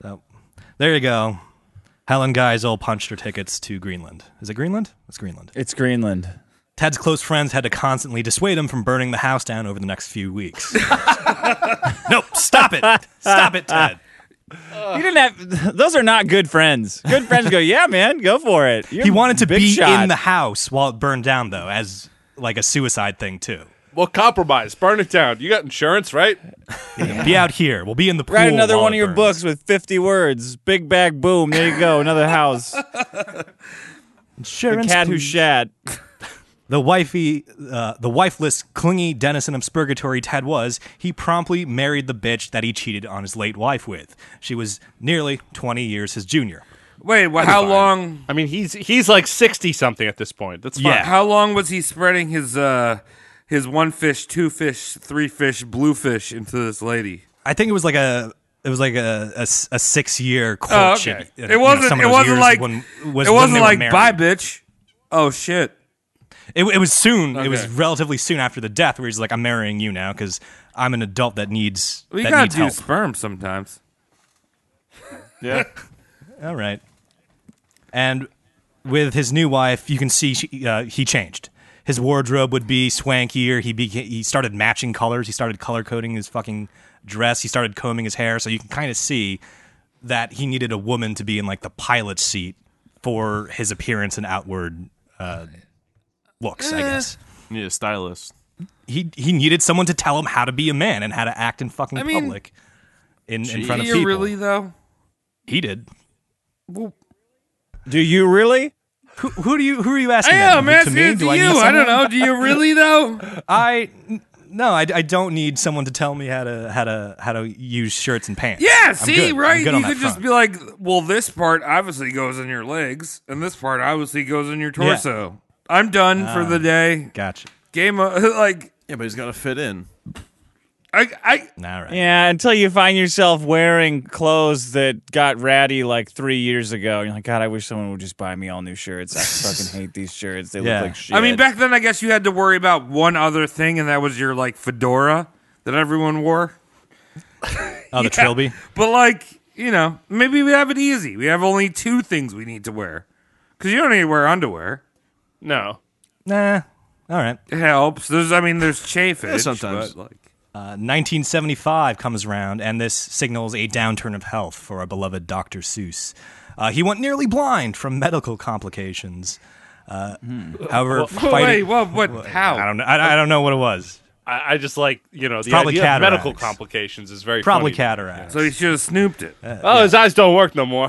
[SPEAKER 6] So, there you go. Helen Geisel punched her tickets to Greenland. Is it Greenland? It's Greenland.
[SPEAKER 10] It's Greenland.
[SPEAKER 6] Ted's close friends had to constantly dissuade him from burning the house down over the next few weeks. nope, stop it. Stop it, Ted.
[SPEAKER 10] you didn't have. Those are not good friends. Good friends go, yeah, man, go for it. You're
[SPEAKER 6] he wanted to
[SPEAKER 10] big
[SPEAKER 6] be
[SPEAKER 10] shot.
[SPEAKER 6] in the house while it burned down, though, as like a suicide thing too.
[SPEAKER 11] Well, compromise. Burn it down. You got insurance, right?
[SPEAKER 6] Be out here. We'll be in the pool.
[SPEAKER 10] Write another
[SPEAKER 6] while
[SPEAKER 10] one
[SPEAKER 6] it
[SPEAKER 10] of your
[SPEAKER 6] burns.
[SPEAKER 10] books with 50 words. Big bag, boom. There you go. Another house.
[SPEAKER 6] Insurance
[SPEAKER 10] the cat who
[SPEAKER 6] please.
[SPEAKER 10] shat.
[SPEAKER 6] The wifey, uh, the wifeless, clingy denizen of spurgatory Ted was, he promptly married the bitch that he cheated on his late wife with. She was nearly 20 years his junior.
[SPEAKER 2] Wait, well, how long?
[SPEAKER 11] I mean, he's he's like sixty something at this point. That's fine.
[SPEAKER 2] How long was he spreading his uh his one fish, two fish, three fish, blue fish into this lady?
[SPEAKER 6] I think it was like a. It was like a, a, a six year
[SPEAKER 2] Oh,
[SPEAKER 6] courtship.
[SPEAKER 2] okay.
[SPEAKER 6] You
[SPEAKER 2] It
[SPEAKER 6] know,
[SPEAKER 2] wasn't.
[SPEAKER 6] some of
[SPEAKER 2] it
[SPEAKER 6] those
[SPEAKER 2] wasn't
[SPEAKER 6] years
[SPEAKER 2] like.
[SPEAKER 6] when- was
[SPEAKER 2] it
[SPEAKER 6] when
[SPEAKER 2] wasn't
[SPEAKER 6] they were
[SPEAKER 2] like.
[SPEAKER 6] married.
[SPEAKER 2] Bye, bitch. Oh shit.
[SPEAKER 6] It, it was soon. It was
[SPEAKER 2] Okay.
[SPEAKER 6] relatively soon after the death, where he's like, "I'm marrying you now because I'm an adult that needs
[SPEAKER 2] We
[SPEAKER 6] that
[SPEAKER 2] gotta
[SPEAKER 6] needs
[SPEAKER 2] do
[SPEAKER 6] help."
[SPEAKER 2] sperm sometimes.
[SPEAKER 11] Yeah.
[SPEAKER 6] All right. And with his new wife, you can see she, uh, he changed. His wardrobe would be swankier. He beca- he started matching colors. He started color coding his fucking dress. He started combing his hair. So you can kind of see that he needed a woman to be in like the pilot seat for his appearance and outward uh, looks. I
[SPEAKER 9] Eh.
[SPEAKER 6] guess
[SPEAKER 9] You need a stylist.
[SPEAKER 6] he he needed someone to tell him how to be a man and how to act in fucking
[SPEAKER 2] I mean,
[SPEAKER 6] public, in in
[SPEAKER 2] Gee.
[SPEAKER 6] front of
[SPEAKER 2] Do you
[SPEAKER 6] people.
[SPEAKER 2] really though?
[SPEAKER 6] He did.
[SPEAKER 2] Well,
[SPEAKER 10] Do you really?
[SPEAKER 6] Who, who do you who are you asking?
[SPEAKER 2] I
[SPEAKER 6] that?
[SPEAKER 2] am
[SPEAKER 6] To
[SPEAKER 2] asking
[SPEAKER 6] me?
[SPEAKER 2] it to
[SPEAKER 6] Do I need
[SPEAKER 2] you. I
[SPEAKER 6] someone?
[SPEAKER 2] don't know. Do you really though?
[SPEAKER 6] I n- no, I, I don't need someone to tell me how to how to how to use shirts and pants.
[SPEAKER 2] Yeah,
[SPEAKER 6] I'm
[SPEAKER 2] see,
[SPEAKER 6] good. I'm
[SPEAKER 2] right?
[SPEAKER 6] good
[SPEAKER 2] You
[SPEAKER 6] on that
[SPEAKER 2] could just
[SPEAKER 6] front.
[SPEAKER 2] be like, well, this part obviously goes in your legs, and this part obviously goes in your
[SPEAKER 6] Yeah.
[SPEAKER 2] torso. I'm done for
[SPEAKER 6] Ah,
[SPEAKER 2] the day.
[SPEAKER 6] Gotcha.
[SPEAKER 2] Game of, like,
[SPEAKER 9] Yeah, but he's got to fit in.
[SPEAKER 2] I, I,
[SPEAKER 6] All right.
[SPEAKER 10] Yeah, until you find yourself wearing clothes that got ratty like three years ago. You're like, God, I wish someone would just buy me all new shirts. I fucking hate these shirts. They
[SPEAKER 6] Yeah.
[SPEAKER 10] look like shit.
[SPEAKER 2] I mean, back then, I guess you had to worry about one other thing, and that was your like fedora that everyone wore.
[SPEAKER 6] Oh, the
[SPEAKER 2] Yeah.
[SPEAKER 6] trilby.
[SPEAKER 2] But like, you know, maybe we have it easy. We have only two things we need to wear because you don't need to wear underwear.
[SPEAKER 11] No,
[SPEAKER 6] Nah. All right.
[SPEAKER 2] It helps. There's, I mean, there's chafage.
[SPEAKER 9] Yeah, sometimes.
[SPEAKER 2] but, like,
[SPEAKER 6] Uh, 1975 comes around, and this signals a downturn of health for our beloved Dr. Seuss. Uh, he went nearly blind from medical complications. Uh, However,
[SPEAKER 2] Whoa, Hmm. wait,
[SPEAKER 6] fighting,
[SPEAKER 2] what, what, how?
[SPEAKER 6] I don't know. I, I don't know what it was.
[SPEAKER 11] I, I just like you know the
[SPEAKER 6] probably
[SPEAKER 11] idea of medical
[SPEAKER 6] cataracts.
[SPEAKER 11] complications is very
[SPEAKER 6] Probably
[SPEAKER 11] funny.
[SPEAKER 6] cataracts.
[SPEAKER 2] So he should have snooped it.
[SPEAKER 11] Oh, his eyes don't work no more.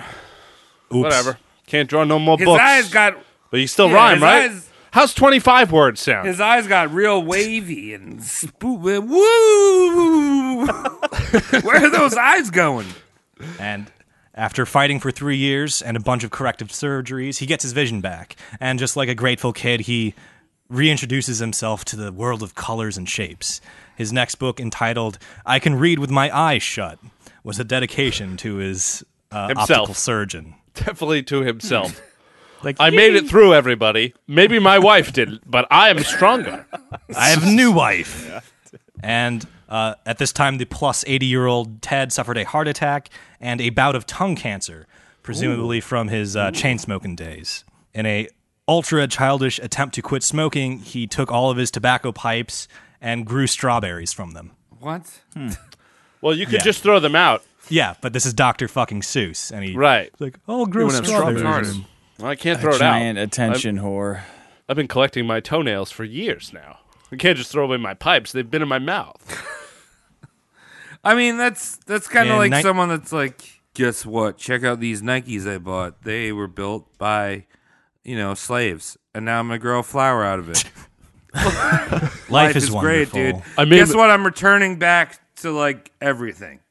[SPEAKER 6] Oops.
[SPEAKER 11] Whatever. Can't draw no more
[SPEAKER 2] His
[SPEAKER 11] books.
[SPEAKER 2] eyes got
[SPEAKER 11] but you still
[SPEAKER 2] Yeah,
[SPEAKER 11] rhyme,
[SPEAKER 2] his
[SPEAKER 11] right?
[SPEAKER 2] eyes-
[SPEAKER 11] How's twenty-five words sound?
[SPEAKER 2] his eyes got real wavy and spook. Woo! Where are those eyes going?
[SPEAKER 6] And after fighting for three years and a bunch of corrective surgeries, he gets his vision back. And just like a grateful kid, he reintroduces himself to the world of colors and shapes. His next book, entitled I Can Read With My Eyes Shut, was a dedication to his uh,
[SPEAKER 11] Himself.
[SPEAKER 6] optical surgeon.
[SPEAKER 11] Definitely to himself.
[SPEAKER 6] Like,
[SPEAKER 11] I made it through everybody. Maybe my wife didn't, but I am stronger.
[SPEAKER 6] I have a new wife. And uh, at this time, the plus 80 year old Ted suffered a heart attack and a bout of tongue cancer, presumably from his uh, chain smoking days. In a ultra childish attempt to quit smoking, he took all of his tobacco pipes and grew strawberries from them.
[SPEAKER 2] What?
[SPEAKER 11] Well, you could
[SPEAKER 6] Yeah.
[SPEAKER 11] just throw them out.
[SPEAKER 6] Yeah, but this is Dr. fucking Seuss. And he,
[SPEAKER 11] Right.
[SPEAKER 6] like, oh, grow
[SPEAKER 9] wouldn't have
[SPEAKER 6] strawberries.
[SPEAKER 9] strawberries.
[SPEAKER 11] Well, I can't throw
[SPEAKER 10] a
[SPEAKER 11] it out.
[SPEAKER 10] giant attention whore.
[SPEAKER 11] I've been collecting my toenails for years now. I can't just throw away my pipes. They've been in my mouth.
[SPEAKER 2] I mean, that's that's kind
[SPEAKER 6] And
[SPEAKER 2] of like
[SPEAKER 6] Ni-
[SPEAKER 2] someone that's like, guess what? Check out these Nikes I bought. They were built by, you know, slaves, and now I'm gonna grow a flower out of it.
[SPEAKER 6] Life, is,
[SPEAKER 2] great,
[SPEAKER 6] wonderful.
[SPEAKER 2] dude.
[SPEAKER 11] I mean-
[SPEAKER 2] guess what? I'm returning back to like everything.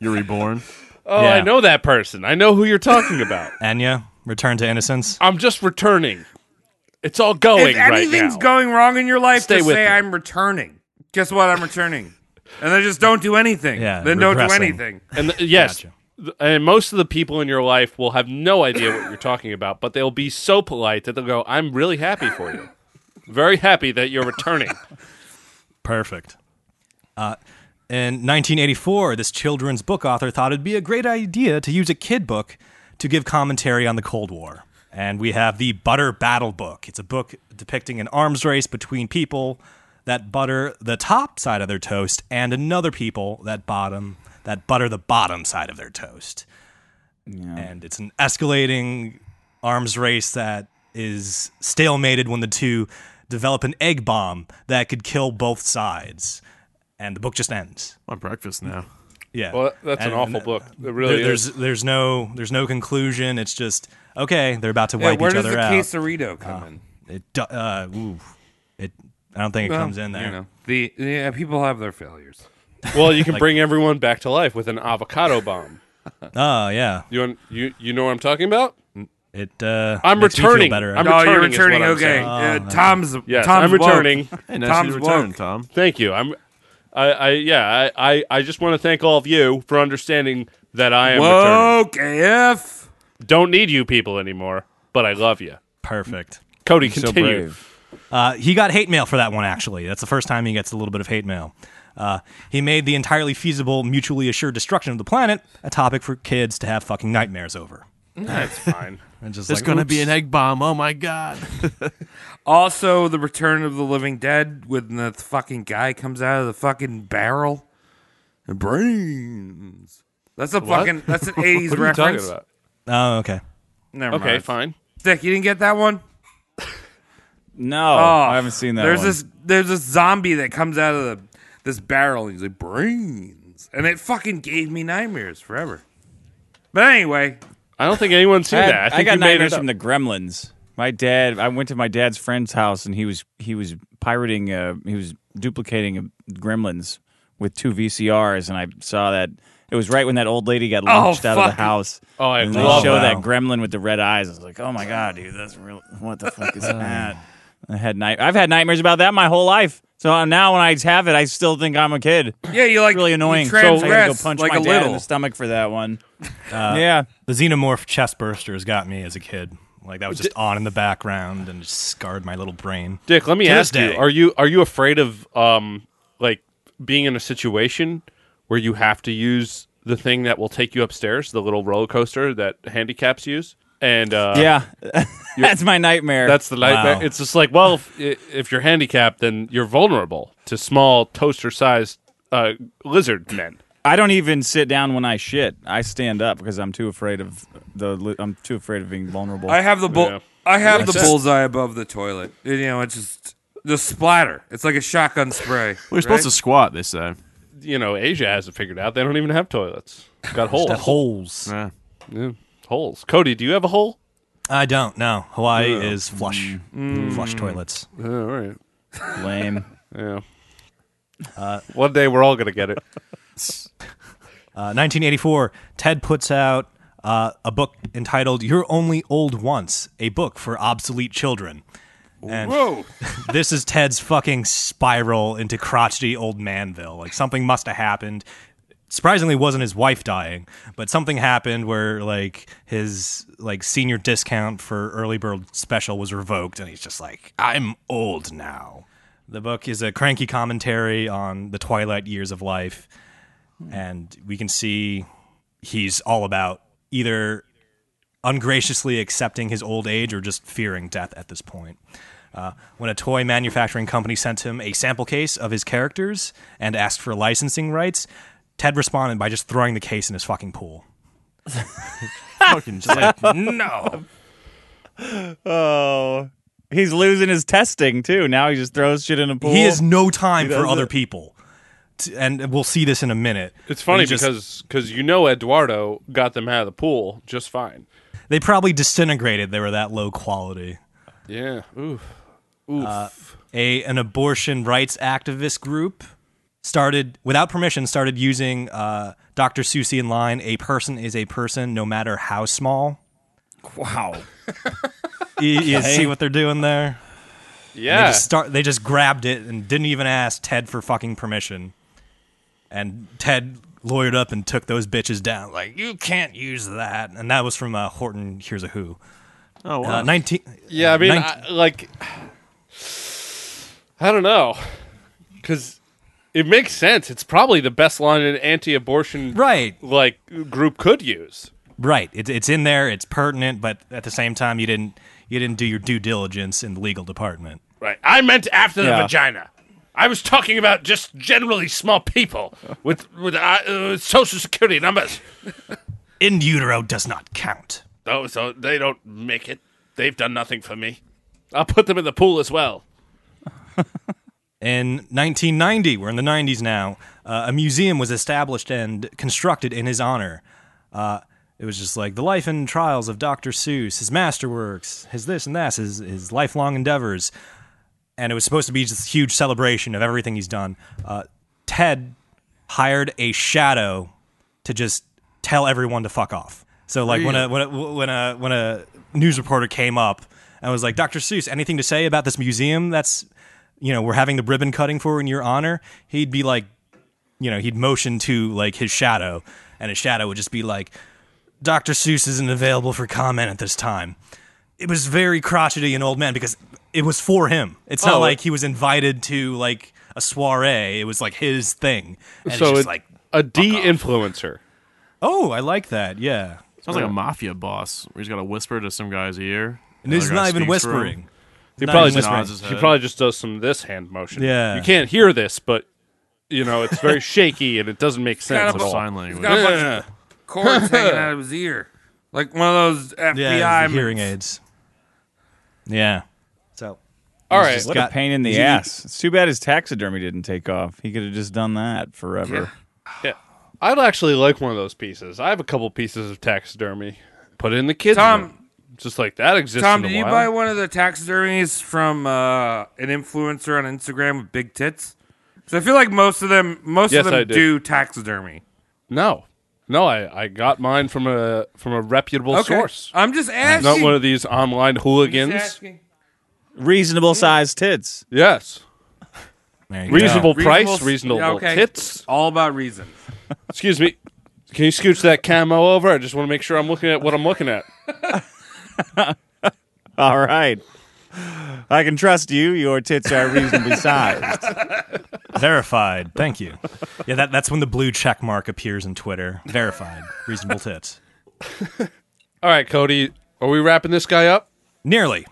[SPEAKER 9] You're reborn.
[SPEAKER 11] Oh, I
[SPEAKER 6] Yeah.
[SPEAKER 11] know that person. I know who you're talking about.
[SPEAKER 6] Enya, return to innocence.
[SPEAKER 11] I'm just returning. It's all
[SPEAKER 2] if
[SPEAKER 11] going right
[SPEAKER 2] anything's
[SPEAKER 11] now.
[SPEAKER 2] going wrong in your life,
[SPEAKER 11] Stay
[SPEAKER 2] just
[SPEAKER 11] with
[SPEAKER 2] say
[SPEAKER 11] me.
[SPEAKER 2] I'm returning. Guess what? I'm returning. And then just don't do anything.
[SPEAKER 6] Yeah,
[SPEAKER 2] Then don't do
[SPEAKER 6] regressing.
[SPEAKER 2] anything.
[SPEAKER 11] and th- yes,
[SPEAKER 6] Gotcha.
[SPEAKER 11] th- and most of the people in your life will have no idea what you're talking about, but they'll be so polite that they'll go, "I'm really happy for you. Very happy that you're returning."
[SPEAKER 6] Perfect. Uh, in 1984, this children's book author thought it'd be a great idea to use a kid book to give commentary on the Cold War. And we have the Butter Battle Book. It's a book depicting an arms race between people that butter the top side of their toast, and another people that bottom that butter the bottom side of their toast. And it's an escalating arms race that is stalemated when the two develop an egg bomb that could kill both sides. And the book just ends.
[SPEAKER 9] On breakfast now.
[SPEAKER 6] Yeah.
[SPEAKER 11] Well, that's an awful book. It really
[SPEAKER 6] there-
[SPEAKER 11] is.
[SPEAKER 6] There's there's no there's no conclusion. It's just okay. They're about to wipe
[SPEAKER 2] where
[SPEAKER 6] each
[SPEAKER 2] does
[SPEAKER 6] other
[SPEAKER 2] the
[SPEAKER 6] out.
[SPEAKER 2] quesarito come in?
[SPEAKER 6] It do- uh, ooh, it. I don't think it
[SPEAKER 2] Well,
[SPEAKER 6] comes in there.
[SPEAKER 2] You know, the yeah, people have their failures.
[SPEAKER 11] Well, you can
[SPEAKER 2] Like-
[SPEAKER 11] bring everyone back to life with an avocado bomb.
[SPEAKER 6] Oh yeah.
[SPEAKER 11] You un- you you know what I'm talking about?
[SPEAKER 6] It. Uh,
[SPEAKER 11] I'm
[SPEAKER 6] makes me feel
[SPEAKER 11] returning.
[SPEAKER 6] better.
[SPEAKER 11] I'm
[SPEAKER 6] Oh,
[SPEAKER 11] returning.
[SPEAKER 6] you're
[SPEAKER 11] is
[SPEAKER 6] returning,
[SPEAKER 11] what I'm
[SPEAKER 6] okay.
[SPEAKER 11] saying.
[SPEAKER 6] Uh, Oh, Tom's-
[SPEAKER 11] yes,
[SPEAKER 6] Tom's
[SPEAKER 11] I'm
[SPEAKER 6] woke.
[SPEAKER 11] returning.
[SPEAKER 6] Hey, nice of you to Tom's return, woke.
[SPEAKER 9] Tom.
[SPEAKER 11] Thank you. I'm. I, I yeah. I, I, I just want to thank all of you for understanding that I am
[SPEAKER 2] Woke
[SPEAKER 11] returning. AF. Don't need you people anymore, but I love you.
[SPEAKER 6] Perfect.
[SPEAKER 11] Cody, continue.
[SPEAKER 6] Uh, he got hate mail for that one, actually. That's the first time he gets a little bit of hate mail. Uh, he made the entirely feasible, mutually assured destruction of the planet a topic for kids to have fucking nightmares over.
[SPEAKER 2] That's fine.
[SPEAKER 6] And just
[SPEAKER 9] There's
[SPEAKER 6] like,
[SPEAKER 9] going to
[SPEAKER 6] oops.
[SPEAKER 9] be an egg bomb. Oh my god.
[SPEAKER 2] Also, the Return of the Living Dead when the fucking guy comes out of the fucking barrel and brains. That's a
[SPEAKER 11] What?
[SPEAKER 2] fucking. That's an
[SPEAKER 11] What
[SPEAKER 2] eighties
[SPEAKER 11] are you
[SPEAKER 2] reference.
[SPEAKER 11] talking about?
[SPEAKER 6] Oh, okay.
[SPEAKER 2] Never
[SPEAKER 11] Okay,
[SPEAKER 2] mind.
[SPEAKER 11] fine.
[SPEAKER 2] Dick, you didn't get that one. Ah,
[SPEAKER 10] No, Oh, I haven't seen that
[SPEAKER 2] Oh, There's
[SPEAKER 10] one.
[SPEAKER 2] this. There's this zombie that comes out of the this barrel and he's like brains, and it fucking gave me nightmares forever. But anyway,
[SPEAKER 11] I don't think anyone's
[SPEAKER 2] seen that. I think
[SPEAKER 10] got
[SPEAKER 2] you made it
[SPEAKER 10] nightmares
[SPEAKER 2] up.
[SPEAKER 10] from the Gremlins. My dad. I went to my dad's friend's house, and he was he was pirating. Uh, he was duplicating uh, Gremlins with two VCRs, and I saw that. It was right when that old lady got
[SPEAKER 11] Oh,
[SPEAKER 10] launched out of the
[SPEAKER 11] fuck.
[SPEAKER 10] house.
[SPEAKER 11] Oh, I
[SPEAKER 10] and they
[SPEAKER 11] love
[SPEAKER 10] show
[SPEAKER 11] that.
[SPEAKER 10] that gremlin with the red eyes. I was like, oh my god, dude, that's real. What the fuck
[SPEAKER 2] Oh.
[SPEAKER 10] is that? I had night. I've had nightmares about that my whole life. So now when I have it, I still think I'm a kid.
[SPEAKER 2] yeah, you like
[SPEAKER 10] really annoying.
[SPEAKER 2] You
[SPEAKER 10] so I gotta go
[SPEAKER 2] transgress
[SPEAKER 10] punch
[SPEAKER 2] like
[SPEAKER 10] my
[SPEAKER 2] a
[SPEAKER 10] dad
[SPEAKER 2] little.
[SPEAKER 10] in the stomach for that one.
[SPEAKER 6] Uh,
[SPEAKER 10] yeah.
[SPEAKER 6] The xenomorph chest bursters got me as a kid. Like that was just on in the background and just scarred my little brain.
[SPEAKER 11] Dick, let me
[SPEAKER 6] To this
[SPEAKER 11] ask you:
[SPEAKER 6] day.
[SPEAKER 11] Are you are you afraid of um like being in a situation where you have to use the thing that will take you upstairs, the little roller coaster that handicaps use? And uh,
[SPEAKER 10] Yeah.
[SPEAKER 11] you're-
[SPEAKER 10] That's my nightmare.
[SPEAKER 11] That's the nightmare.
[SPEAKER 10] Wow.
[SPEAKER 11] It's just like, well, if, if you're handicapped, then you're vulnerable to small toaster-sized uh, lizard men.
[SPEAKER 10] I don't even sit down when I shit. I stand up because I'm too afraid of the. li- I'm too afraid of being vulnerable.
[SPEAKER 2] I have the bull. I have the bullseye above the toilet. You know, it's just the splatter. It's like a shotgun spray.
[SPEAKER 9] We're supposed to squat, they say.
[SPEAKER 11] You know, Asia has it figured out. They don't even have toilets. It's got holes.
[SPEAKER 6] got holes.
[SPEAKER 9] Yeah.
[SPEAKER 11] Holes. Cody, do you have a hole?
[SPEAKER 6] I don't know. Hawaii
[SPEAKER 11] Yeah.
[SPEAKER 6] is flush,
[SPEAKER 11] Mm.
[SPEAKER 6] flush toilets.
[SPEAKER 11] Yeah, all right.
[SPEAKER 10] Lame.
[SPEAKER 11] yeah. One day we're all gonna get it.
[SPEAKER 6] Uh, 1984, Ted puts out uh, a book entitled "You're Only Old Once," a book for obsolete children. And
[SPEAKER 2] Whoa.
[SPEAKER 6] this is Ted's fucking spiral into crotchety old manville. Like something must have happened. Surprisingly, it wasn't his wife dying, but something happened where like his like senior discount for early bird special was revoked, and he's just like, I'm old now. The book is a cranky commentary on the twilight years of life, and we can see he's all about either ungraciously accepting his old age or just fearing death at this point. Uh, when a toy manufacturing company sent him a sample case of his characters and asked for licensing rights, Ted responded by just throwing the case in his fucking pool.
[SPEAKER 9] Fucking
[SPEAKER 6] just like, no.
[SPEAKER 10] Oh, he's losing his testing too. Now he just throws shit in a pool.
[SPEAKER 6] He has no time
[SPEAKER 10] He
[SPEAKER 6] for
[SPEAKER 10] does
[SPEAKER 6] other
[SPEAKER 10] it.
[SPEAKER 6] people. T- And we'll see this in a minute.
[SPEAKER 11] It's funny
[SPEAKER 6] He just-
[SPEAKER 11] because because you know Eduardo got them out of the pool just fine.
[SPEAKER 6] they probably disintegrated. They were that low quality.
[SPEAKER 11] Yeah. Oof. Oof.
[SPEAKER 6] Uh, a an abortion rights activist group started without permission started using uh, Dr. Susie in line. A person is a person, no matter how small.
[SPEAKER 10] Wow.
[SPEAKER 6] you, you
[SPEAKER 10] Okay.
[SPEAKER 6] see what they're doing there?
[SPEAKER 11] Yeah.
[SPEAKER 6] They just, start, they just grabbed it and didn't even ask Ted for fucking permission. And Ted lawyered up and took those bitches down. Like, you can't use that. And that was from uh, Horton Here's a Who.
[SPEAKER 9] Oh,
[SPEAKER 6] Uh, 19,
[SPEAKER 11] yeah, I mean,
[SPEAKER 6] 19
[SPEAKER 11] I, like, I don't know, because it makes sense. It's probably the best line an anti-abortion
[SPEAKER 6] right
[SPEAKER 11] like group could use.
[SPEAKER 6] Right. It's it's in there. It's pertinent, but at the same time, you didn't you didn't do your due diligence in the legal department.
[SPEAKER 11] Right. I meant after
[SPEAKER 6] Yeah.
[SPEAKER 11] the vagina.
[SPEAKER 13] I was talking about just generally small people with with uh, uh, social security numbers.
[SPEAKER 6] In utero does not count.
[SPEAKER 13] Oh, so they don't make it. They've done nothing for me. I'll put them in the pool as well.
[SPEAKER 6] In 1990, we're in the 90s now, uh, a museum was established and constructed in his honor. Uh, it was just like the life and trials of Dr. Seuss, his masterworks, his this and that, his, his lifelong endeavors. And it was supposed to be this huge celebration of everything he's done. Uh, Ted hired a shadow to just tell everyone to fuck off. So like when a when a, when a when a news reporter came up and was like, "Dr. Seuss, anything to say about this museum that's you know we're having the ribbon cutting for in your honor?" He'd be like, you know, he'd motion to like his shadow, and his shadow would just be like, "Dr. Seuss isn't available for comment at this time." It was very crotchety and old man because it was for him. It's not
[SPEAKER 11] Oh.
[SPEAKER 6] like he was invited to like a soiree. It was like his thing. And
[SPEAKER 11] so
[SPEAKER 6] it's just
[SPEAKER 11] a,
[SPEAKER 6] like,
[SPEAKER 11] a de-influencer.
[SPEAKER 6] oh, I like that. Yeah.
[SPEAKER 9] Sounds like a mafia boss where he's got to whisper to some guy's ear.
[SPEAKER 6] And he's
[SPEAKER 9] Another guy
[SPEAKER 6] not even
[SPEAKER 9] speaks for him.
[SPEAKER 6] whispering.
[SPEAKER 11] He
[SPEAKER 9] Not
[SPEAKER 11] probably
[SPEAKER 9] even
[SPEAKER 11] just
[SPEAKER 9] nods his
[SPEAKER 11] he
[SPEAKER 9] head.
[SPEAKER 11] probably just does some this hand motion.
[SPEAKER 6] Yeah.
[SPEAKER 11] you can't hear this, but you know it's very shaky and it doesn't make
[SPEAKER 2] He's got
[SPEAKER 11] sense
[SPEAKER 2] a
[SPEAKER 11] at
[SPEAKER 2] bu-
[SPEAKER 11] all.
[SPEAKER 2] He's got a bunch of cords hanging out of his ear, like one of those FBI
[SPEAKER 6] Yeah, the
[SPEAKER 2] hearing
[SPEAKER 6] hearing aids. Yeah. So.
[SPEAKER 10] All
[SPEAKER 6] He's
[SPEAKER 10] right,
[SPEAKER 6] just
[SPEAKER 10] what
[SPEAKER 6] got-
[SPEAKER 10] a pain in the
[SPEAKER 6] he's-
[SPEAKER 10] ass. It's too bad his taxidermy didn't take off. He could have just done that forever.
[SPEAKER 11] Yeah. I'd actually like one of those pieces. I have a couple pieces of taxidermy. Put it in the kids'
[SPEAKER 2] Tom-
[SPEAKER 11] room. Just like that exists.
[SPEAKER 2] Tom,
[SPEAKER 11] in a
[SPEAKER 2] did you
[SPEAKER 11] while.
[SPEAKER 2] buy one of the taxidermies from uh, an influencer on Instagram with big tits? So I feel like most of them, most
[SPEAKER 11] Yes,
[SPEAKER 2] of
[SPEAKER 11] I
[SPEAKER 2] them
[SPEAKER 11] did.
[SPEAKER 2] do taxidermy.
[SPEAKER 11] No, no, I, I got mine from a from a reputable
[SPEAKER 2] Okay.
[SPEAKER 11] source.
[SPEAKER 2] I'm just asking.
[SPEAKER 11] Not one of these online hooligans.
[SPEAKER 2] asking.
[SPEAKER 10] Reasonable sized tits.
[SPEAKER 11] Yes.
[SPEAKER 6] There
[SPEAKER 11] Reasonable price,
[SPEAKER 2] Reasonable-
[SPEAKER 11] reasonable
[SPEAKER 2] yeah, okay.
[SPEAKER 11] tits.
[SPEAKER 2] All about reason.
[SPEAKER 11] Excuse me. Can you scooch that camo over? I just want to make sure I'm looking at what I'm looking at.
[SPEAKER 10] All right. I can trust you. Your tits are reasonably sized.
[SPEAKER 6] Verified. Thank you. Yeah, that, that's when the blue check mark appears in Twitter. Verified. Reasonable tits.
[SPEAKER 11] All right, Cody. Are we wrapping this guy up?
[SPEAKER 6] Nearly.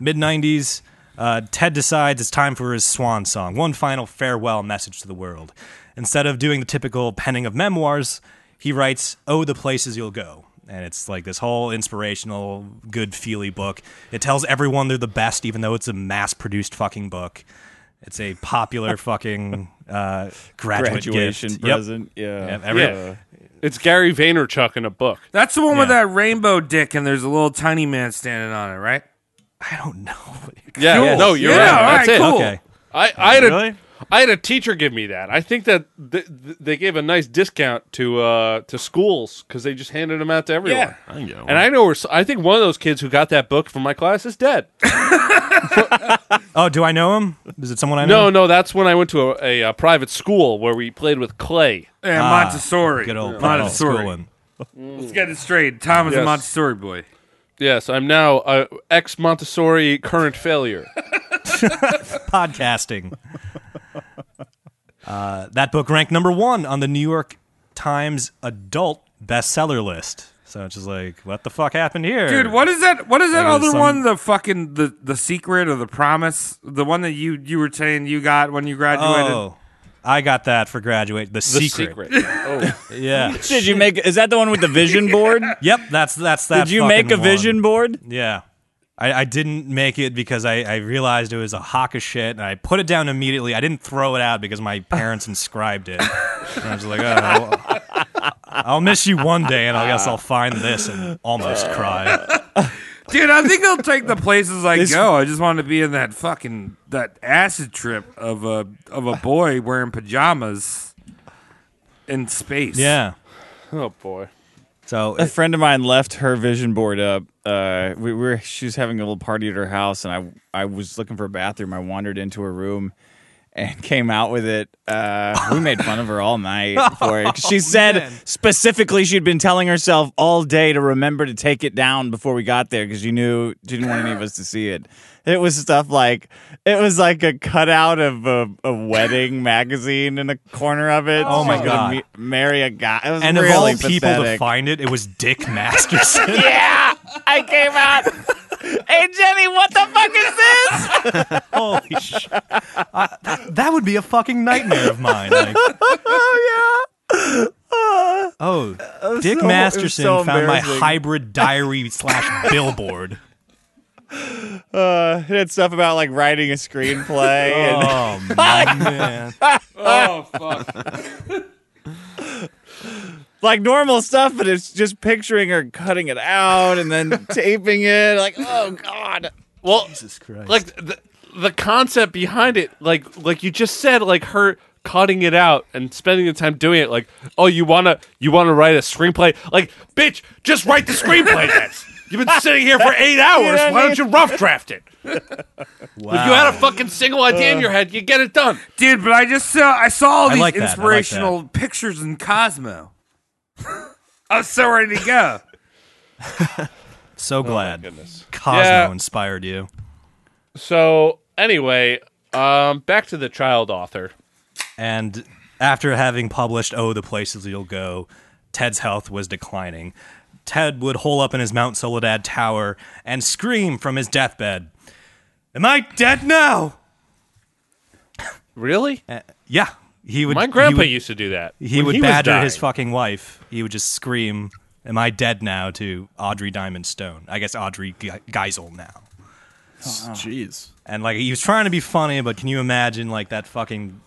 [SPEAKER 6] Mid 90s. Uh, Ted decides it's time for his swan song, one final farewell message to the world. Instead of doing the typical penning of memoirs, he writes, Oh, the places you'll go. And it's like this whole inspirational, good feely book. It tells everyone they're the best, even though it's a mass produced fucking book. It's a popular fucking uh, graduate
[SPEAKER 10] Graduation
[SPEAKER 6] gift. Yep.
[SPEAKER 10] present. Yeah.
[SPEAKER 6] Yep, every-
[SPEAKER 11] Yeah. It's Gary Vaynerchuk in a book.
[SPEAKER 2] That's the one with that rainbow dick, and there's a little tiny man standing on it, right?
[SPEAKER 11] Yeah,
[SPEAKER 2] Cool.
[SPEAKER 11] no, you're
[SPEAKER 2] Yeah, all
[SPEAKER 11] right.
[SPEAKER 2] right,
[SPEAKER 11] That's it.
[SPEAKER 2] cool. Okay.
[SPEAKER 11] I, I had
[SPEAKER 2] Really?
[SPEAKER 11] a I had a teacher give me that. I think that th- th- they gave a nice discount to uh, to schools because they just handed them out to everyone.
[SPEAKER 2] Yeah.
[SPEAKER 9] I can get one.
[SPEAKER 11] And I know we're, s- I think one of those kids who got that book from my class is dead.
[SPEAKER 6] Oh, do I know him? Is it someone I know?
[SPEAKER 11] No, no, that's when I went to a, a, uh private school where we played with clay.
[SPEAKER 2] And
[SPEAKER 6] Ah,
[SPEAKER 2] Montessori.
[SPEAKER 6] good old
[SPEAKER 2] Montessori.
[SPEAKER 6] schooling.
[SPEAKER 2] Let's get it straight. Tom is
[SPEAKER 11] Yes.
[SPEAKER 2] a Montessori boy.
[SPEAKER 11] Yes, I'm now uh, ex Montessori current failure.
[SPEAKER 6] podcasting. Uh, that book ranked number one on the New York Times adult bestseller list. So it's just like, what the fuck happened here,
[SPEAKER 2] Dude, what is that? What is that
[SPEAKER 6] Like,
[SPEAKER 2] other
[SPEAKER 6] some-
[SPEAKER 2] one? The fucking the the secret or the promise? The one that you you were saying you got when you graduated?
[SPEAKER 6] Oh, I got that for graduate. The,
[SPEAKER 11] Secret. Oh.
[SPEAKER 6] Yeah.
[SPEAKER 10] Did you make? Is that the one with the vision board?
[SPEAKER 6] Yep, that's that's that.
[SPEAKER 10] Did you make
[SPEAKER 6] fucking
[SPEAKER 10] a vision
[SPEAKER 6] one.
[SPEAKER 10] board?
[SPEAKER 6] Yeah. I, I didn't make it because I, I realized it was a hawk of shit, and I put it down immediately. I didn't throw it out because my parents inscribed it. And I was like, oh, well, I'll miss you one day, and I guess I'll find this and almost cry.
[SPEAKER 2] Dude, I think I'll take the places I go. I just want to be in that fucking that acid trip of a of a boy wearing pajamas in space.
[SPEAKER 6] Yeah.
[SPEAKER 11] oh boy.
[SPEAKER 6] So
[SPEAKER 10] a friend of mine left her vision board up. Uh, we were she was having a little party at her house, and I I was looking for a bathroom. I wandered into her room and came out with it. Uh, we made fun of her all night for it. 'Cause She
[SPEAKER 6] Oh,
[SPEAKER 10] said
[SPEAKER 6] man.
[SPEAKER 10] specifically she'd been telling herself all day to remember to take it down before we got there because she knew she didn't want any of us to see it. It was stuff like it was like a cutout of a, a wedding magazine in the corner of it.
[SPEAKER 6] Oh, my
[SPEAKER 10] She was
[SPEAKER 6] God.
[SPEAKER 10] gonna me- marry a guy. It was
[SPEAKER 6] And
[SPEAKER 10] really
[SPEAKER 6] of all people to
[SPEAKER 10] pathetic.
[SPEAKER 6] find it, it was Dick Masterson.
[SPEAKER 10] Yeah, I came out. Hey Jenny, what the fuck is this?
[SPEAKER 6] Holy sh! I, that, that would be a fucking nightmare of mine. Like,
[SPEAKER 14] oh
[SPEAKER 6] oh,
[SPEAKER 14] was
[SPEAKER 6] Dick
[SPEAKER 14] Uh, so- it was
[SPEAKER 6] Masterson
[SPEAKER 14] so
[SPEAKER 6] found my
[SPEAKER 14] embarrassing.
[SPEAKER 6] hybrid diary slash billboard.
[SPEAKER 10] Uh, it had stuff about like writing a screenplay. and-
[SPEAKER 6] Oh, man.
[SPEAKER 14] Oh, fuck.
[SPEAKER 10] like normal stuff, but it's just picturing her cutting it out and then taping it. Like, oh god.
[SPEAKER 11] Well, like the, the concept behind it, like like you just said, like her cutting it out and spending the time doing it. Like, oh, you wanna you wanna write a screenplay? Like, bitch, just write the screenplay. then. You've been sitting here for eight
[SPEAKER 14] You
[SPEAKER 11] hours.
[SPEAKER 14] don't
[SPEAKER 11] Why
[SPEAKER 14] need-
[SPEAKER 11] don't you rough draft it? If you had a fucking single idea in
[SPEAKER 2] Uh.
[SPEAKER 11] your head, you get it done,
[SPEAKER 2] dude. But I just saw I saw all
[SPEAKER 11] I
[SPEAKER 2] these
[SPEAKER 11] like that, I like that.
[SPEAKER 2] inspirational pictures in Cosmo. I was so ready to go.
[SPEAKER 14] Oh,
[SPEAKER 6] So glad Cosmo
[SPEAKER 11] Yeah.
[SPEAKER 6] inspired you.
[SPEAKER 11] So anyway, um, back to the child author.
[SPEAKER 6] And after having published "Oh, the Places You'll Go," Ted's health was declining. Ted would hole up in his Mount Soledad tower and scream from his deathbed, "Am I dead now?"
[SPEAKER 11] Really?
[SPEAKER 6] yeah, he would.
[SPEAKER 11] My
[SPEAKER 6] he
[SPEAKER 11] grandpa
[SPEAKER 6] would-
[SPEAKER 11] used to do that
[SPEAKER 6] He
[SPEAKER 11] when
[SPEAKER 6] would
[SPEAKER 11] he was
[SPEAKER 6] badger his
[SPEAKER 11] dying.
[SPEAKER 6] fucking wife. He would just scream, "Am I dead now?" to Audrey Diamond Stone. I guess Audrey Ge- Geisel now.
[SPEAKER 9] Jeez.
[SPEAKER 6] And like he was trying to be funny, but can you imagine like that fucking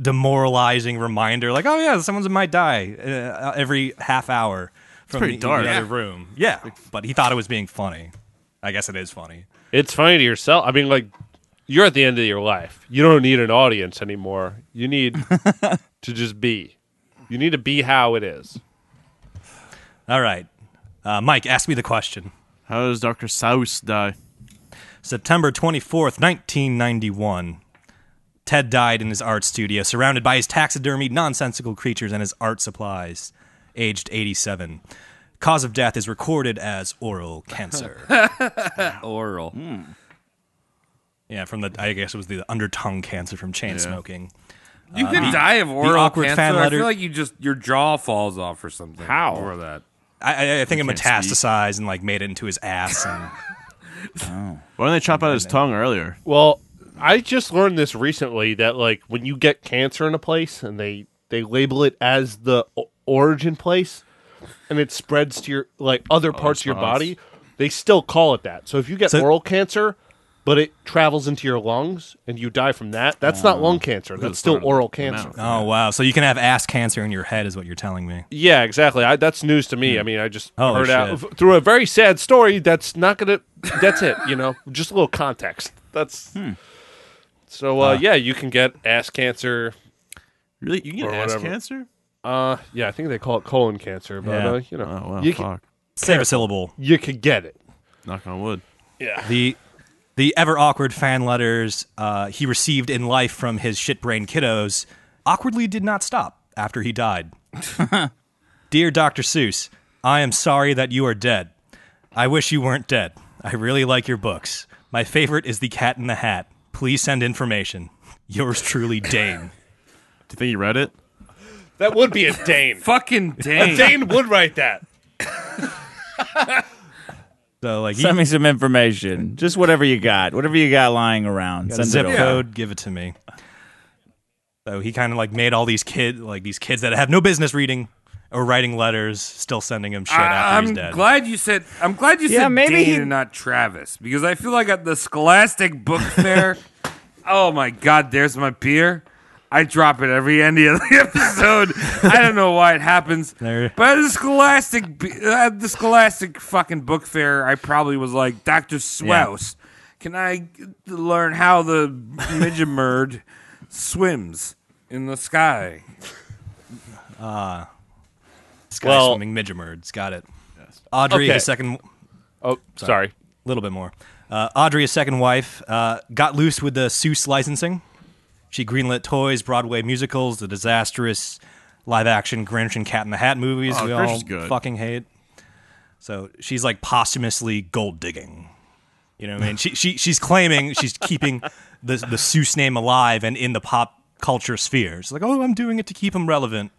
[SPEAKER 6] demoralizing reminder? Like, oh yeah, someone might die uh, every half hour from
[SPEAKER 9] pretty
[SPEAKER 6] the,
[SPEAKER 9] dark.
[SPEAKER 6] the
[SPEAKER 9] Yeah.
[SPEAKER 6] other room. Yeah, but he thought it was being funny. I guess it is funny.
[SPEAKER 11] It's funny to yourself. I mean, like you're at the end of your life. You don't need an audience anymore. You need to just be. You need to be how it is.
[SPEAKER 6] All right, uh, Mike, ask me the question.
[SPEAKER 9] How does Doctor Seuss die?
[SPEAKER 6] September twenty fourth, nineteen ninety one. Ted died in his art studio, surrounded by his taxidermied, nonsensical creatures and his art supplies, aged 87. Cause of death is recorded as oral cancer.
[SPEAKER 2] Oral.
[SPEAKER 6] Yeah, from the I guess it was the undertongue cancer from chain smoking.
[SPEAKER 2] You
[SPEAKER 6] Uh,
[SPEAKER 2] can
[SPEAKER 6] the-
[SPEAKER 2] die of
[SPEAKER 6] the
[SPEAKER 2] oral
[SPEAKER 6] awkward
[SPEAKER 2] cancer.
[SPEAKER 6] Fan letter,
[SPEAKER 2] I feel like you just your jaw falls off or something. How? Or that.
[SPEAKER 6] I, I- I think it
[SPEAKER 2] You can't
[SPEAKER 6] metastasized and like made it into his ass. And,
[SPEAKER 9] Why didn't they chop out his tongue earlier?
[SPEAKER 11] Well, I just learned this recently that like when you get cancer in a place and they they label it as the o- origin place and it spreads to your like other parts of your
[SPEAKER 15] spots.
[SPEAKER 11] body, they still call it that. So if you get
[SPEAKER 15] So-
[SPEAKER 11] oral cancer but it travels into your lungs and you die from that, that's not lung cancer. That's still oral cancer.
[SPEAKER 6] oh wow! So you can have ass cancer in your head, is what you're telling me.
[SPEAKER 11] Yeah, exactly. I, that's news to me. I mean, I just
[SPEAKER 6] Oh,
[SPEAKER 11] heard out
[SPEAKER 6] shit.
[SPEAKER 11] f- through a very sad story. That's not gonna. That's it. You know, just a little context. That's so. Uh,
[SPEAKER 9] Ah.
[SPEAKER 11] yeah, you can get ass cancer.
[SPEAKER 9] Really, you can get
[SPEAKER 11] or
[SPEAKER 9] ass
[SPEAKER 11] whatever.
[SPEAKER 9] cancer?
[SPEAKER 11] Uh, yeah, I think they call it colon cancer, but
[SPEAKER 6] Yeah.
[SPEAKER 11] uh, you know,
[SPEAKER 9] Oh, wow,
[SPEAKER 11] you
[SPEAKER 9] fuck.
[SPEAKER 6] Save
[SPEAKER 11] careful.
[SPEAKER 6] a syllable.
[SPEAKER 11] You could get it.
[SPEAKER 9] Knock on wood.
[SPEAKER 11] Yeah.
[SPEAKER 6] The the ever awkward fan letters uh, he received in life from his shit brain kiddos awkwardly did not stop after he died. Dear Dr. Seuss, I am sorry that you are dead. I wish you weren't dead. I really like your books. My favorite is The Cat in the Hat. Please send information. Yours truly, Dane.
[SPEAKER 9] Do you think he read it?
[SPEAKER 11] That would be a Dane.
[SPEAKER 2] Fucking Dane.
[SPEAKER 11] A Dane would write that.
[SPEAKER 6] So like,
[SPEAKER 10] send me some information. Just whatever you got, whatever you got lying around.
[SPEAKER 6] Got a
[SPEAKER 10] Send
[SPEAKER 6] zip
[SPEAKER 10] it over.
[SPEAKER 6] code, give it to me. So he kind of like made all these kid like these kids that have no business reading or writing letters, still sending him shit after
[SPEAKER 2] I, am
[SPEAKER 6] he's dead.
[SPEAKER 2] glad you said. I'm glad you
[SPEAKER 6] Yeah,
[SPEAKER 2] said
[SPEAKER 6] maybe
[SPEAKER 2] Dane
[SPEAKER 6] he-
[SPEAKER 2] and not Travis because I feel like at the Scholastic Book Fair. oh my God! There's my beer. I drop it every end of the episode. I don't know why it happens, but at the Scholastic, b- at the Scholastic fucking book fair, I probably was like Doctor Seuss. Can I g- learn how the midgemerd swims in the sky?
[SPEAKER 6] Ah. Sky
[SPEAKER 2] Well-
[SPEAKER 6] swimming midgemerds. Got it. Audrey,
[SPEAKER 2] Okay.
[SPEAKER 6] his second.
[SPEAKER 11] Oh,
[SPEAKER 2] sorry.
[SPEAKER 6] A little bit more. Uh, Audrey, his second wife, uh, got loose with the Seuss licensing. She greenlit toys, Broadway musicals, the disastrous live action Grinch and Cat in the Hat movies
[SPEAKER 9] Oh,
[SPEAKER 6] we
[SPEAKER 9] Grinch
[SPEAKER 6] all
[SPEAKER 9] is good.
[SPEAKER 6] fucking hate. So she's like posthumously gold digging. You know what I mean? she, she, she's claiming she's keeping the, the Seuss name alive and in the pop culture sphere. She's like, oh, I'm doing it to keep him relevant.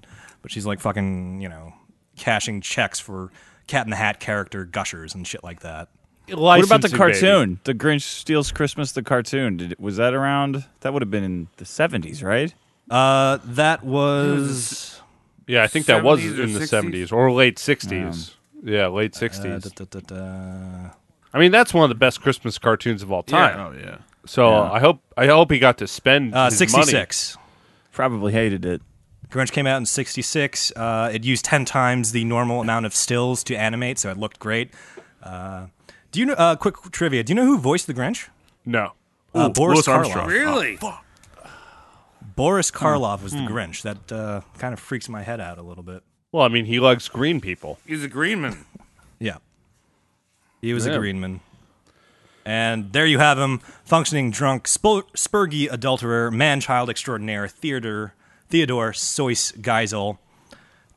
[SPEAKER 6] But she's like fucking, you know, cashing checks for Cat in the Hat character gushers and shit like that.
[SPEAKER 10] What about the
[SPEAKER 11] licensing,
[SPEAKER 10] cartoon? The Grinch Steals Christmas. The cartoon. Did, was that around? That would have been in the seventies, right?
[SPEAKER 6] Uh, that was.
[SPEAKER 11] Yeah, I think that was
[SPEAKER 10] 70s
[SPEAKER 6] or
[SPEAKER 11] in the
[SPEAKER 6] 60s?
[SPEAKER 11] seventies or late sixties. yeah, late sixties.
[SPEAKER 6] uh,
[SPEAKER 11] I mean, that's one of the best Christmas cartoons of all
[SPEAKER 10] Yeah.
[SPEAKER 11] time.
[SPEAKER 10] Oh, yeah.
[SPEAKER 11] So
[SPEAKER 10] Yeah.
[SPEAKER 11] I hope I hope he got to spend
[SPEAKER 6] Uh,
[SPEAKER 11] his money.
[SPEAKER 6] 66.
[SPEAKER 10] Probably hated it.
[SPEAKER 6] Grinch came out in 66. Uh, it used 10 times the normal amount of stills to animate, so it looked great. Uh, do you know, uh, quick trivia, do you know who voiced the Grinch?
[SPEAKER 11] No.
[SPEAKER 6] Uh,
[SPEAKER 11] Ooh,
[SPEAKER 6] Boris
[SPEAKER 11] Louis
[SPEAKER 6] Karloff.
[SPEAKER 11] Armstrong. Ah,
[SPEAKER 2] Really?
[SPEAKER 6] Boris Karloff was the
[SPEAKER 11] Hmm.
[SPEAKER 6] Grinch. That uh, kind of freaks my head out a little bit.
[SPEAKER 11] Well, I mean, he likes green people.
[SPEAKER 2] He's a greenman.
[SPEAKER 6] Yeah. He was
[SPEAKER 2] Yeah.
[SPEAKER 6] a Greenman. And there you have him, functioning drunk, spur- spurgy adulterer, man child extraordinaire, Theodore, Theodore Soyce Geisel.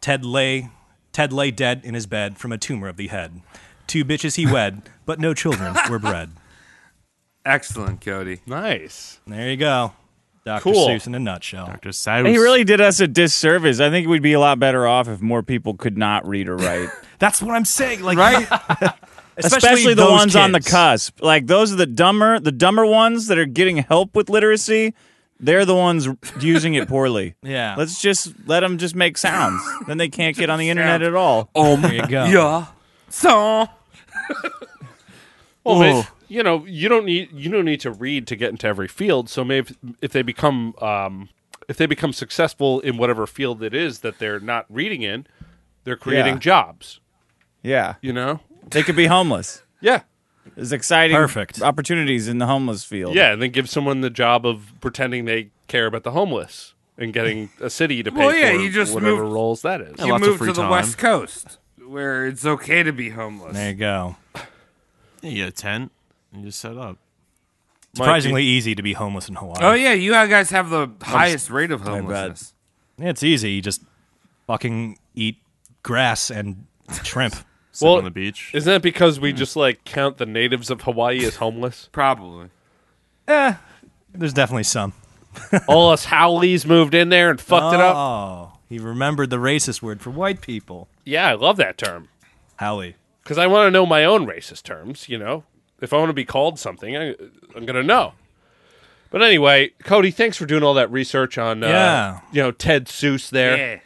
[SPEAKER 6] Ted lay, Ted lay dead in his bed from a tumor of the head. Two bitches he wed, but no children were bred.
[SPEAKER 2] Excellent, Cody.
[SPEAKER 11] Nice.
[SPEAKER 6] There you go. Dr.
[SPEAKER 10] Cool.
[SPEAKER 6] Seuss in a nutshell. Dr.
[SPEAKER 10] He really did us a disservice. I think we'd be a lot better off if more people could not read or write.
[SPEAKER 6] That's what I'm saying. Like,
[SPEAKER 10] Especially, the
[SPEAKER 6] those
[SPEAKER 10] ones on the
[SPEAKER 6] kids.
[SPEAKER 10] cusp. Like those are the dumber, the dumber ones that are getting help with literacy. They're the ones using it poorly.
[SPEAKER 6] Yeah.
[SPEAKER 10] Let's just let them just make sounds. then they can't get on the internet at all.
[SPEAKER 2] Oh
[SPEAKER 10] there you go.
[SPEAKER 2] Yeah. So.
[SPEAKER 11] Well,
[SPEAKER 10] Whoa.
[SPEAKER 11] but, you know, you don't need you don't need to read to get into every field. So maybe if, if they become um, if they become successful in whatever field it is that they're not reading in, they're creating
[SPEAKER 10] Yeah.
[SPEAKER 11] jobs.
[SPEAKER 10] Yeah.
[SPEAKER 11] You know?
[SPEAKER 10] They could be homeless.
[SPEAKER 11] Yeah.
[SPEAKER 10] There's exciting
[SPEAKER 11] Perfect.
[SPEAKER 10] opportunities in the homeless field.
[SPEAKER 11] Yeah, and then give someone the job of pretending they care about the homeless and getting a city to pay
[SPEAKER 2] Well, yeah,
[SPEAKER 11] for
[SPEAKER 2] you just
[SPEAKER 11] whatever
[SPEAKER 2] moved-
[SPEAKER 11] roles that is.
[SPEAKER 2] you moved to the West Coast, where it's okay to be homeless.
[SPEAKER 6] There you go.
[SPEAKER 9] You get a tent and you just set up.
[SPEAKER 6] Surprisingly easy to be homeless in Hawaii.
[SPEAKER 2] Oh yeah, you guys have the highest rate of homelessness.
[SPEAKER 6] Yeah, it's easy. You just fucking eat grass and shrimp.
[SPEAKER 11] Isn't that because
[SPEAKER 6] Mm.
[SPEAKER 11] we just like count the natives of Hawaii as homeless?
[SPEAKER 2] Probably.
[SPEAKER 6] Eh, there's definitely some.
[SPEAKER 11] All us Howleys moved in there and fucked it up.
[SPEAKER 6] Oh, he remembered the racist word for white people.
[SPEAKER 11] Yeah, I love that term.
[SPEAKER 6] Howley.
[SPEAKER 11] Because I want to know my own racist terms, you know? If I want to be called something, I, I'm going to know. But anyway, Cody, thanks for doing all that research on, uh,
[SPEAKER 6] Yeah.
[SPEAKER 11] you know, Ted Seuss there. Yeah.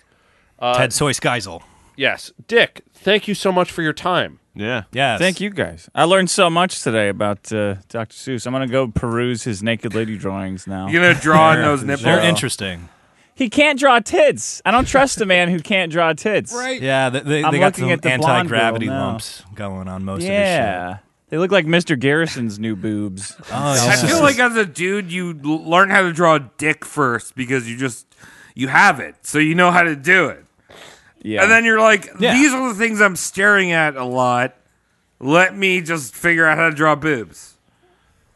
[SPEAKER 11] Uh,
[SPEAKER 6] Ted Soyce Geisel.
[SPEAKER 11] Yes. Dick, thank you so much for your time.
[SPEAKER 10] Yeah.
[SPEAKER 6] Yes.
[SPEAKER 10] Thank you guys. I learned so much today about uh, Dr. Seuss. I'm going to go peruse his naked lady drawings now.
[SPEAKER 2] You're gonna draw in They're- those nipples? they're
[SPEAKER 11] Uh,
[SPEAKER 6] interesting.
[SPEAKER 10] He can't draw tits. I don't trust a man who can't draw tits. Right.
[SPEAKER 6] Yeah, they, they, they got some anti gravity lumps going on most
[SPEAKER 10] yeah.
[SPEAKER 6] of
[SPEAKER 10] They look like Mr. Garrison's new boobs.
[SPEAKER 6] Uh,
[SPEAKER 11] Oh,
[SPEAKER 2] I feel like as a dude, you l- learn how to draw a dick first because you just you have it, so you know how to do it.
[SPEAKER 10] Yeah.
[SPEAKER 2] And then you're like, these are the things I'm staring at a lot. Let me just figure out how to draw boobs.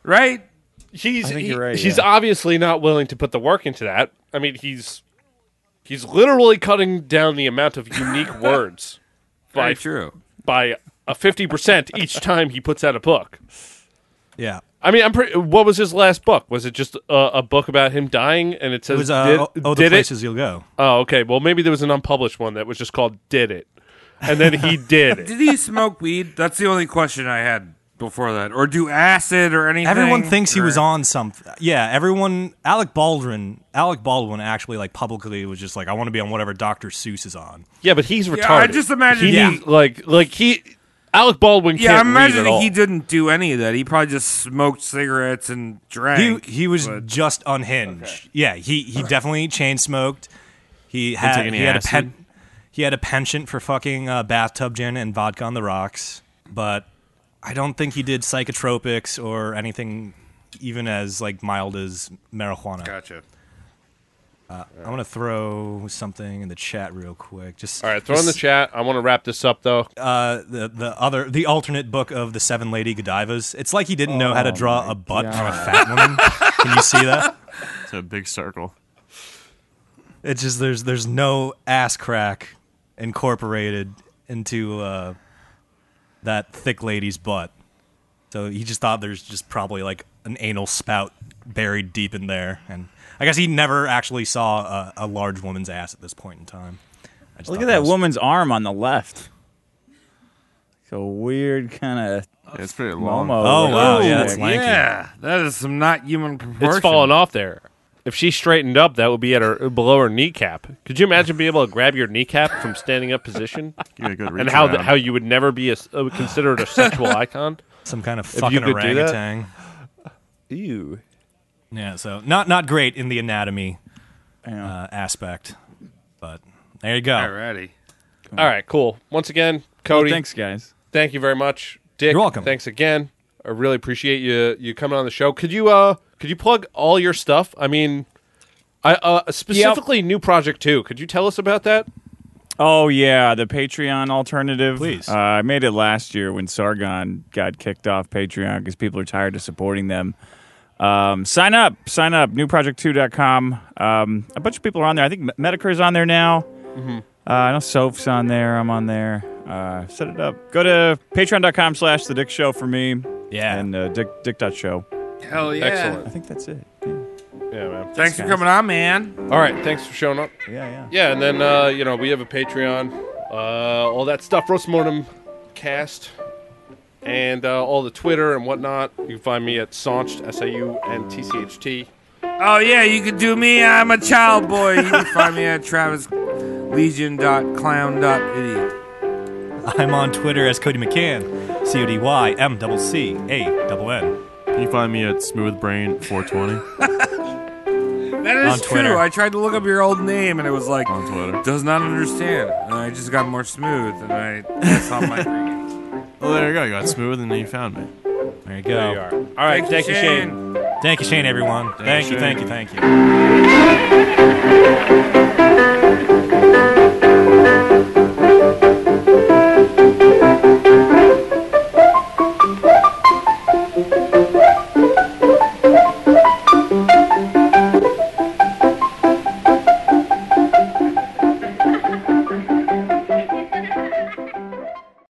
[SPEAKER 2] Right?
[SPEAKER 11] He's
[SPEAKER 2] I think
[SPEAKER 11] he-
[SPEAKER 2] you're right,
[SPEAKER 11] he's
[SPEAKER 2] yeah.
[SPEAKER 11] obviously not willing to put the work into that. I mean, he's he's literally cutting down the amount of unique words.
[SPEAKER 2] Very true.
[SPEAKER 11] By a fifty percent each time he puts out a book.
[SPEAKER 6] the show. Yeah.
[SPEAKER 11] I mean, I'm pretty. What was his last book? Was it just a, a book about him dying? And it says,
[SPEAKER 6] was, uh,
[SPEAKER 11] did,
[SPEAKER 6] Oh- Oh, the
[SPEAKER 11] did
[SPEAKER 6] Places
[SPEAKER 11] it?
[SPEAKER 6] You'll Go.
[SPEAKER 11] Oh, okay. Well, maybe there was an unpublished one that was just called "Did It," and then he did it.
[SPEAKER 2] Did he smoke weed? That's the only question I had before that. Or do acid or anything?
[SPEAKER 6] Everyone thinks he
[SPEAKER 2] or-
[SPEAKER 6] was on something. Yeah, everyone. Alec Baldwin. Alec Baldwin actually like publicly was just like, I want to be on whatever Dr. Seuss is on.
[SPEAKER 11] Yeah, but he's retarded.
[SPEAKER 2] Yeah, I just imagine
[SPEAKER 11] he
[SPEAKER 2] he-
[SPEAKER 11] need- like like he Alec Baldwin.
[SPEAKER 2] Yeah,
[SPEAKER 11] can't
[SPEAKER 2] I'm
[SPEAKER 11] read at
[SPEAKER 2] imagining
[SPEAKER 11] all.
[SPEAKER 2] he didn't do any of that. He probably just smoked cigarettes and
[SPEAKER 6] He
[SPEAKER 2] drank.
[SPEAKER 6] he was just unhinged. Yeah, he he definitely chain smoked. He
[SPEAKER 2] Didn't
[SPEAKER 6] had
[SPEAKER 2] take any
[SPEAKER 6] he had a
[SPEAKER 2] acid?
[SPEAKER 6] pen, he had a penchant for fucking uh, bathtub gin and vodka on the rocks, but I don't think he did psychotropics or anything even as like mild as marijuana.
[SPEAKER 2] Gotcha.
[SPEAKER 6] Uh, I want to throw something in the chat real quick. Just
[SPEAKER 11] all right, throw in the chat. I want to wrap this up though.
[SPEAKER 6] Uh, the the other the alternate book of the Seven Lady Godivas. It's like he didn't know how to
[SPEAKER 11] Oh
[SPEAKER 6] draw
[SPEAKER 11] my
[SPEAKER 6] a butt on a
[SPEAKER 11] God.
[SPEAKER 6] fat woman. Can you see that?
[SPEAKER 9] It's a big circle.
[SPEAKER 6] It's just there's there's no ass crack incorporated into uh, that thick lady's butt. So he just thought there's just probably like an anal spout buried deep in there, and I guess he never actually saw a, a large woman's ass at this point in time. I just
[SPEAKER 10] Look
[SPEAKER 6] thought
[SPEAKER 10] at that
[SPEAKER 6] was-
[SPEAKER 10] woman's arm on the left. It's a weird kind of
[SPEAKER 9] Yeah, it's pretty long.
[SPEAKER 6] Oh,
[SPEAKER 10] Oh,
[SPEAKER 2] Yeah, that is some not human proportion.
[SPEAKER 11] It's falling off there. If she straightened up, that would be at her below her kneecap. Could you imagine being able to grab your kneecap from standing up position?
[SPEAKER 9] Give it a good
[SPEAKER 11] and
[SPEAKER 9] reach
[SPEAKER 11] how
[SPEAKER 9] around.
[SPEAKER 11] how you would never be a s uh, considered a sexual icon?
[SPEAKER 6] Some kind of
[SPEAKER 11] If you
[SPEAKER 6] fucking
[SPEAKER 11] could do that?
[SPEAKER 6] orangutan.
[SPEAKER 11] Ew.
[SPEAKER 6] Yeah, so not not great in the anatomy uh, aspect, but there you go.
[SPEAKER 2] Alrighty.
[SPEAKER 11] All right, cool. Once again, Cody.
[SPEAKER 6] Well, thanks, guys.
[SPEAKER 11] Thank you very much, Dick.
[SPEAKER 6] You're welcome.
[SPEAKER 11] Thanks again. I really appreciate you you coming on the show. Could you uh could you plug all your stuff? I mean, I uh specifically new project too. Could you tell us about that?
[SPEAKER 10] Oh yeah, the Patreon alternative.
[SPEAKER 11] Please.
[SPEAKER 10] uh, I made it last year when Sargon got kicked off Patreon because people are tired of supporting them. Um, sign up, sign up. Newproject2.com. Um, a bunch of people are on there. I think Medicare's on there now.
[SPEAKER 16] Mhm.
[SPEAKER 10] Uh, I know Soap's on there. I'm on there. Uh, set it up. Go to patreon.com slash the Dick Show for me.
[SPEAKER 6] Yeah,
[SPEAKER 10] and uh, Dick Dick dot Show.
[SPEAKER 2] Hell yeah.
[SPEAKER 10] Excellent. I think that's it.
[SPEAKER 11] Yeah, man.
[SPEAKER 2] Thanks for coming on, man.
[SPEAKER 11] All right, thanks for showing up.
[SPEAKER 10] Yeah, yeah.
[SPEAKER 11] Yeah, and then uh, you know we have a Patreon, uh, all that stuff, roast mortem cast, and uh, all the Twitter and whatnot. You can find me at Saunched, S A U N T C H T.
[SPEAKER 2] Oh yeah, you can do me. I'm a child boy. You can find me at travislegion.clown.idiot.
[SPEAKER 6] I'm on Twitter as Cody McCann, C O D Y M double C A double N.
[SPEAKER 9] Can you find me at smoothbrain420?
[SPEAKER 2] That is
[SPEAKER 9] On Twitter.
[SPEAKER 2] true. I tried to look up your old name and it was like on Twitter. does not understand. And I just got more smooth and I that's on my
[SPEAKER 9] well, Oh, there you go. You got smooth, and then you found me.
[SPEAKER 6] There you
[SPEAKER 2] go. There you are. All right, Thank you, thank you, Shane.
[SPEAKER 6] Thank you, Shane, everyone.
[SPEAKER 9] Thank you,
[SPEAKER 6] Thank you,
[SPEAKER 9] Shane.
[SPEAKER 6] thank you, thank you.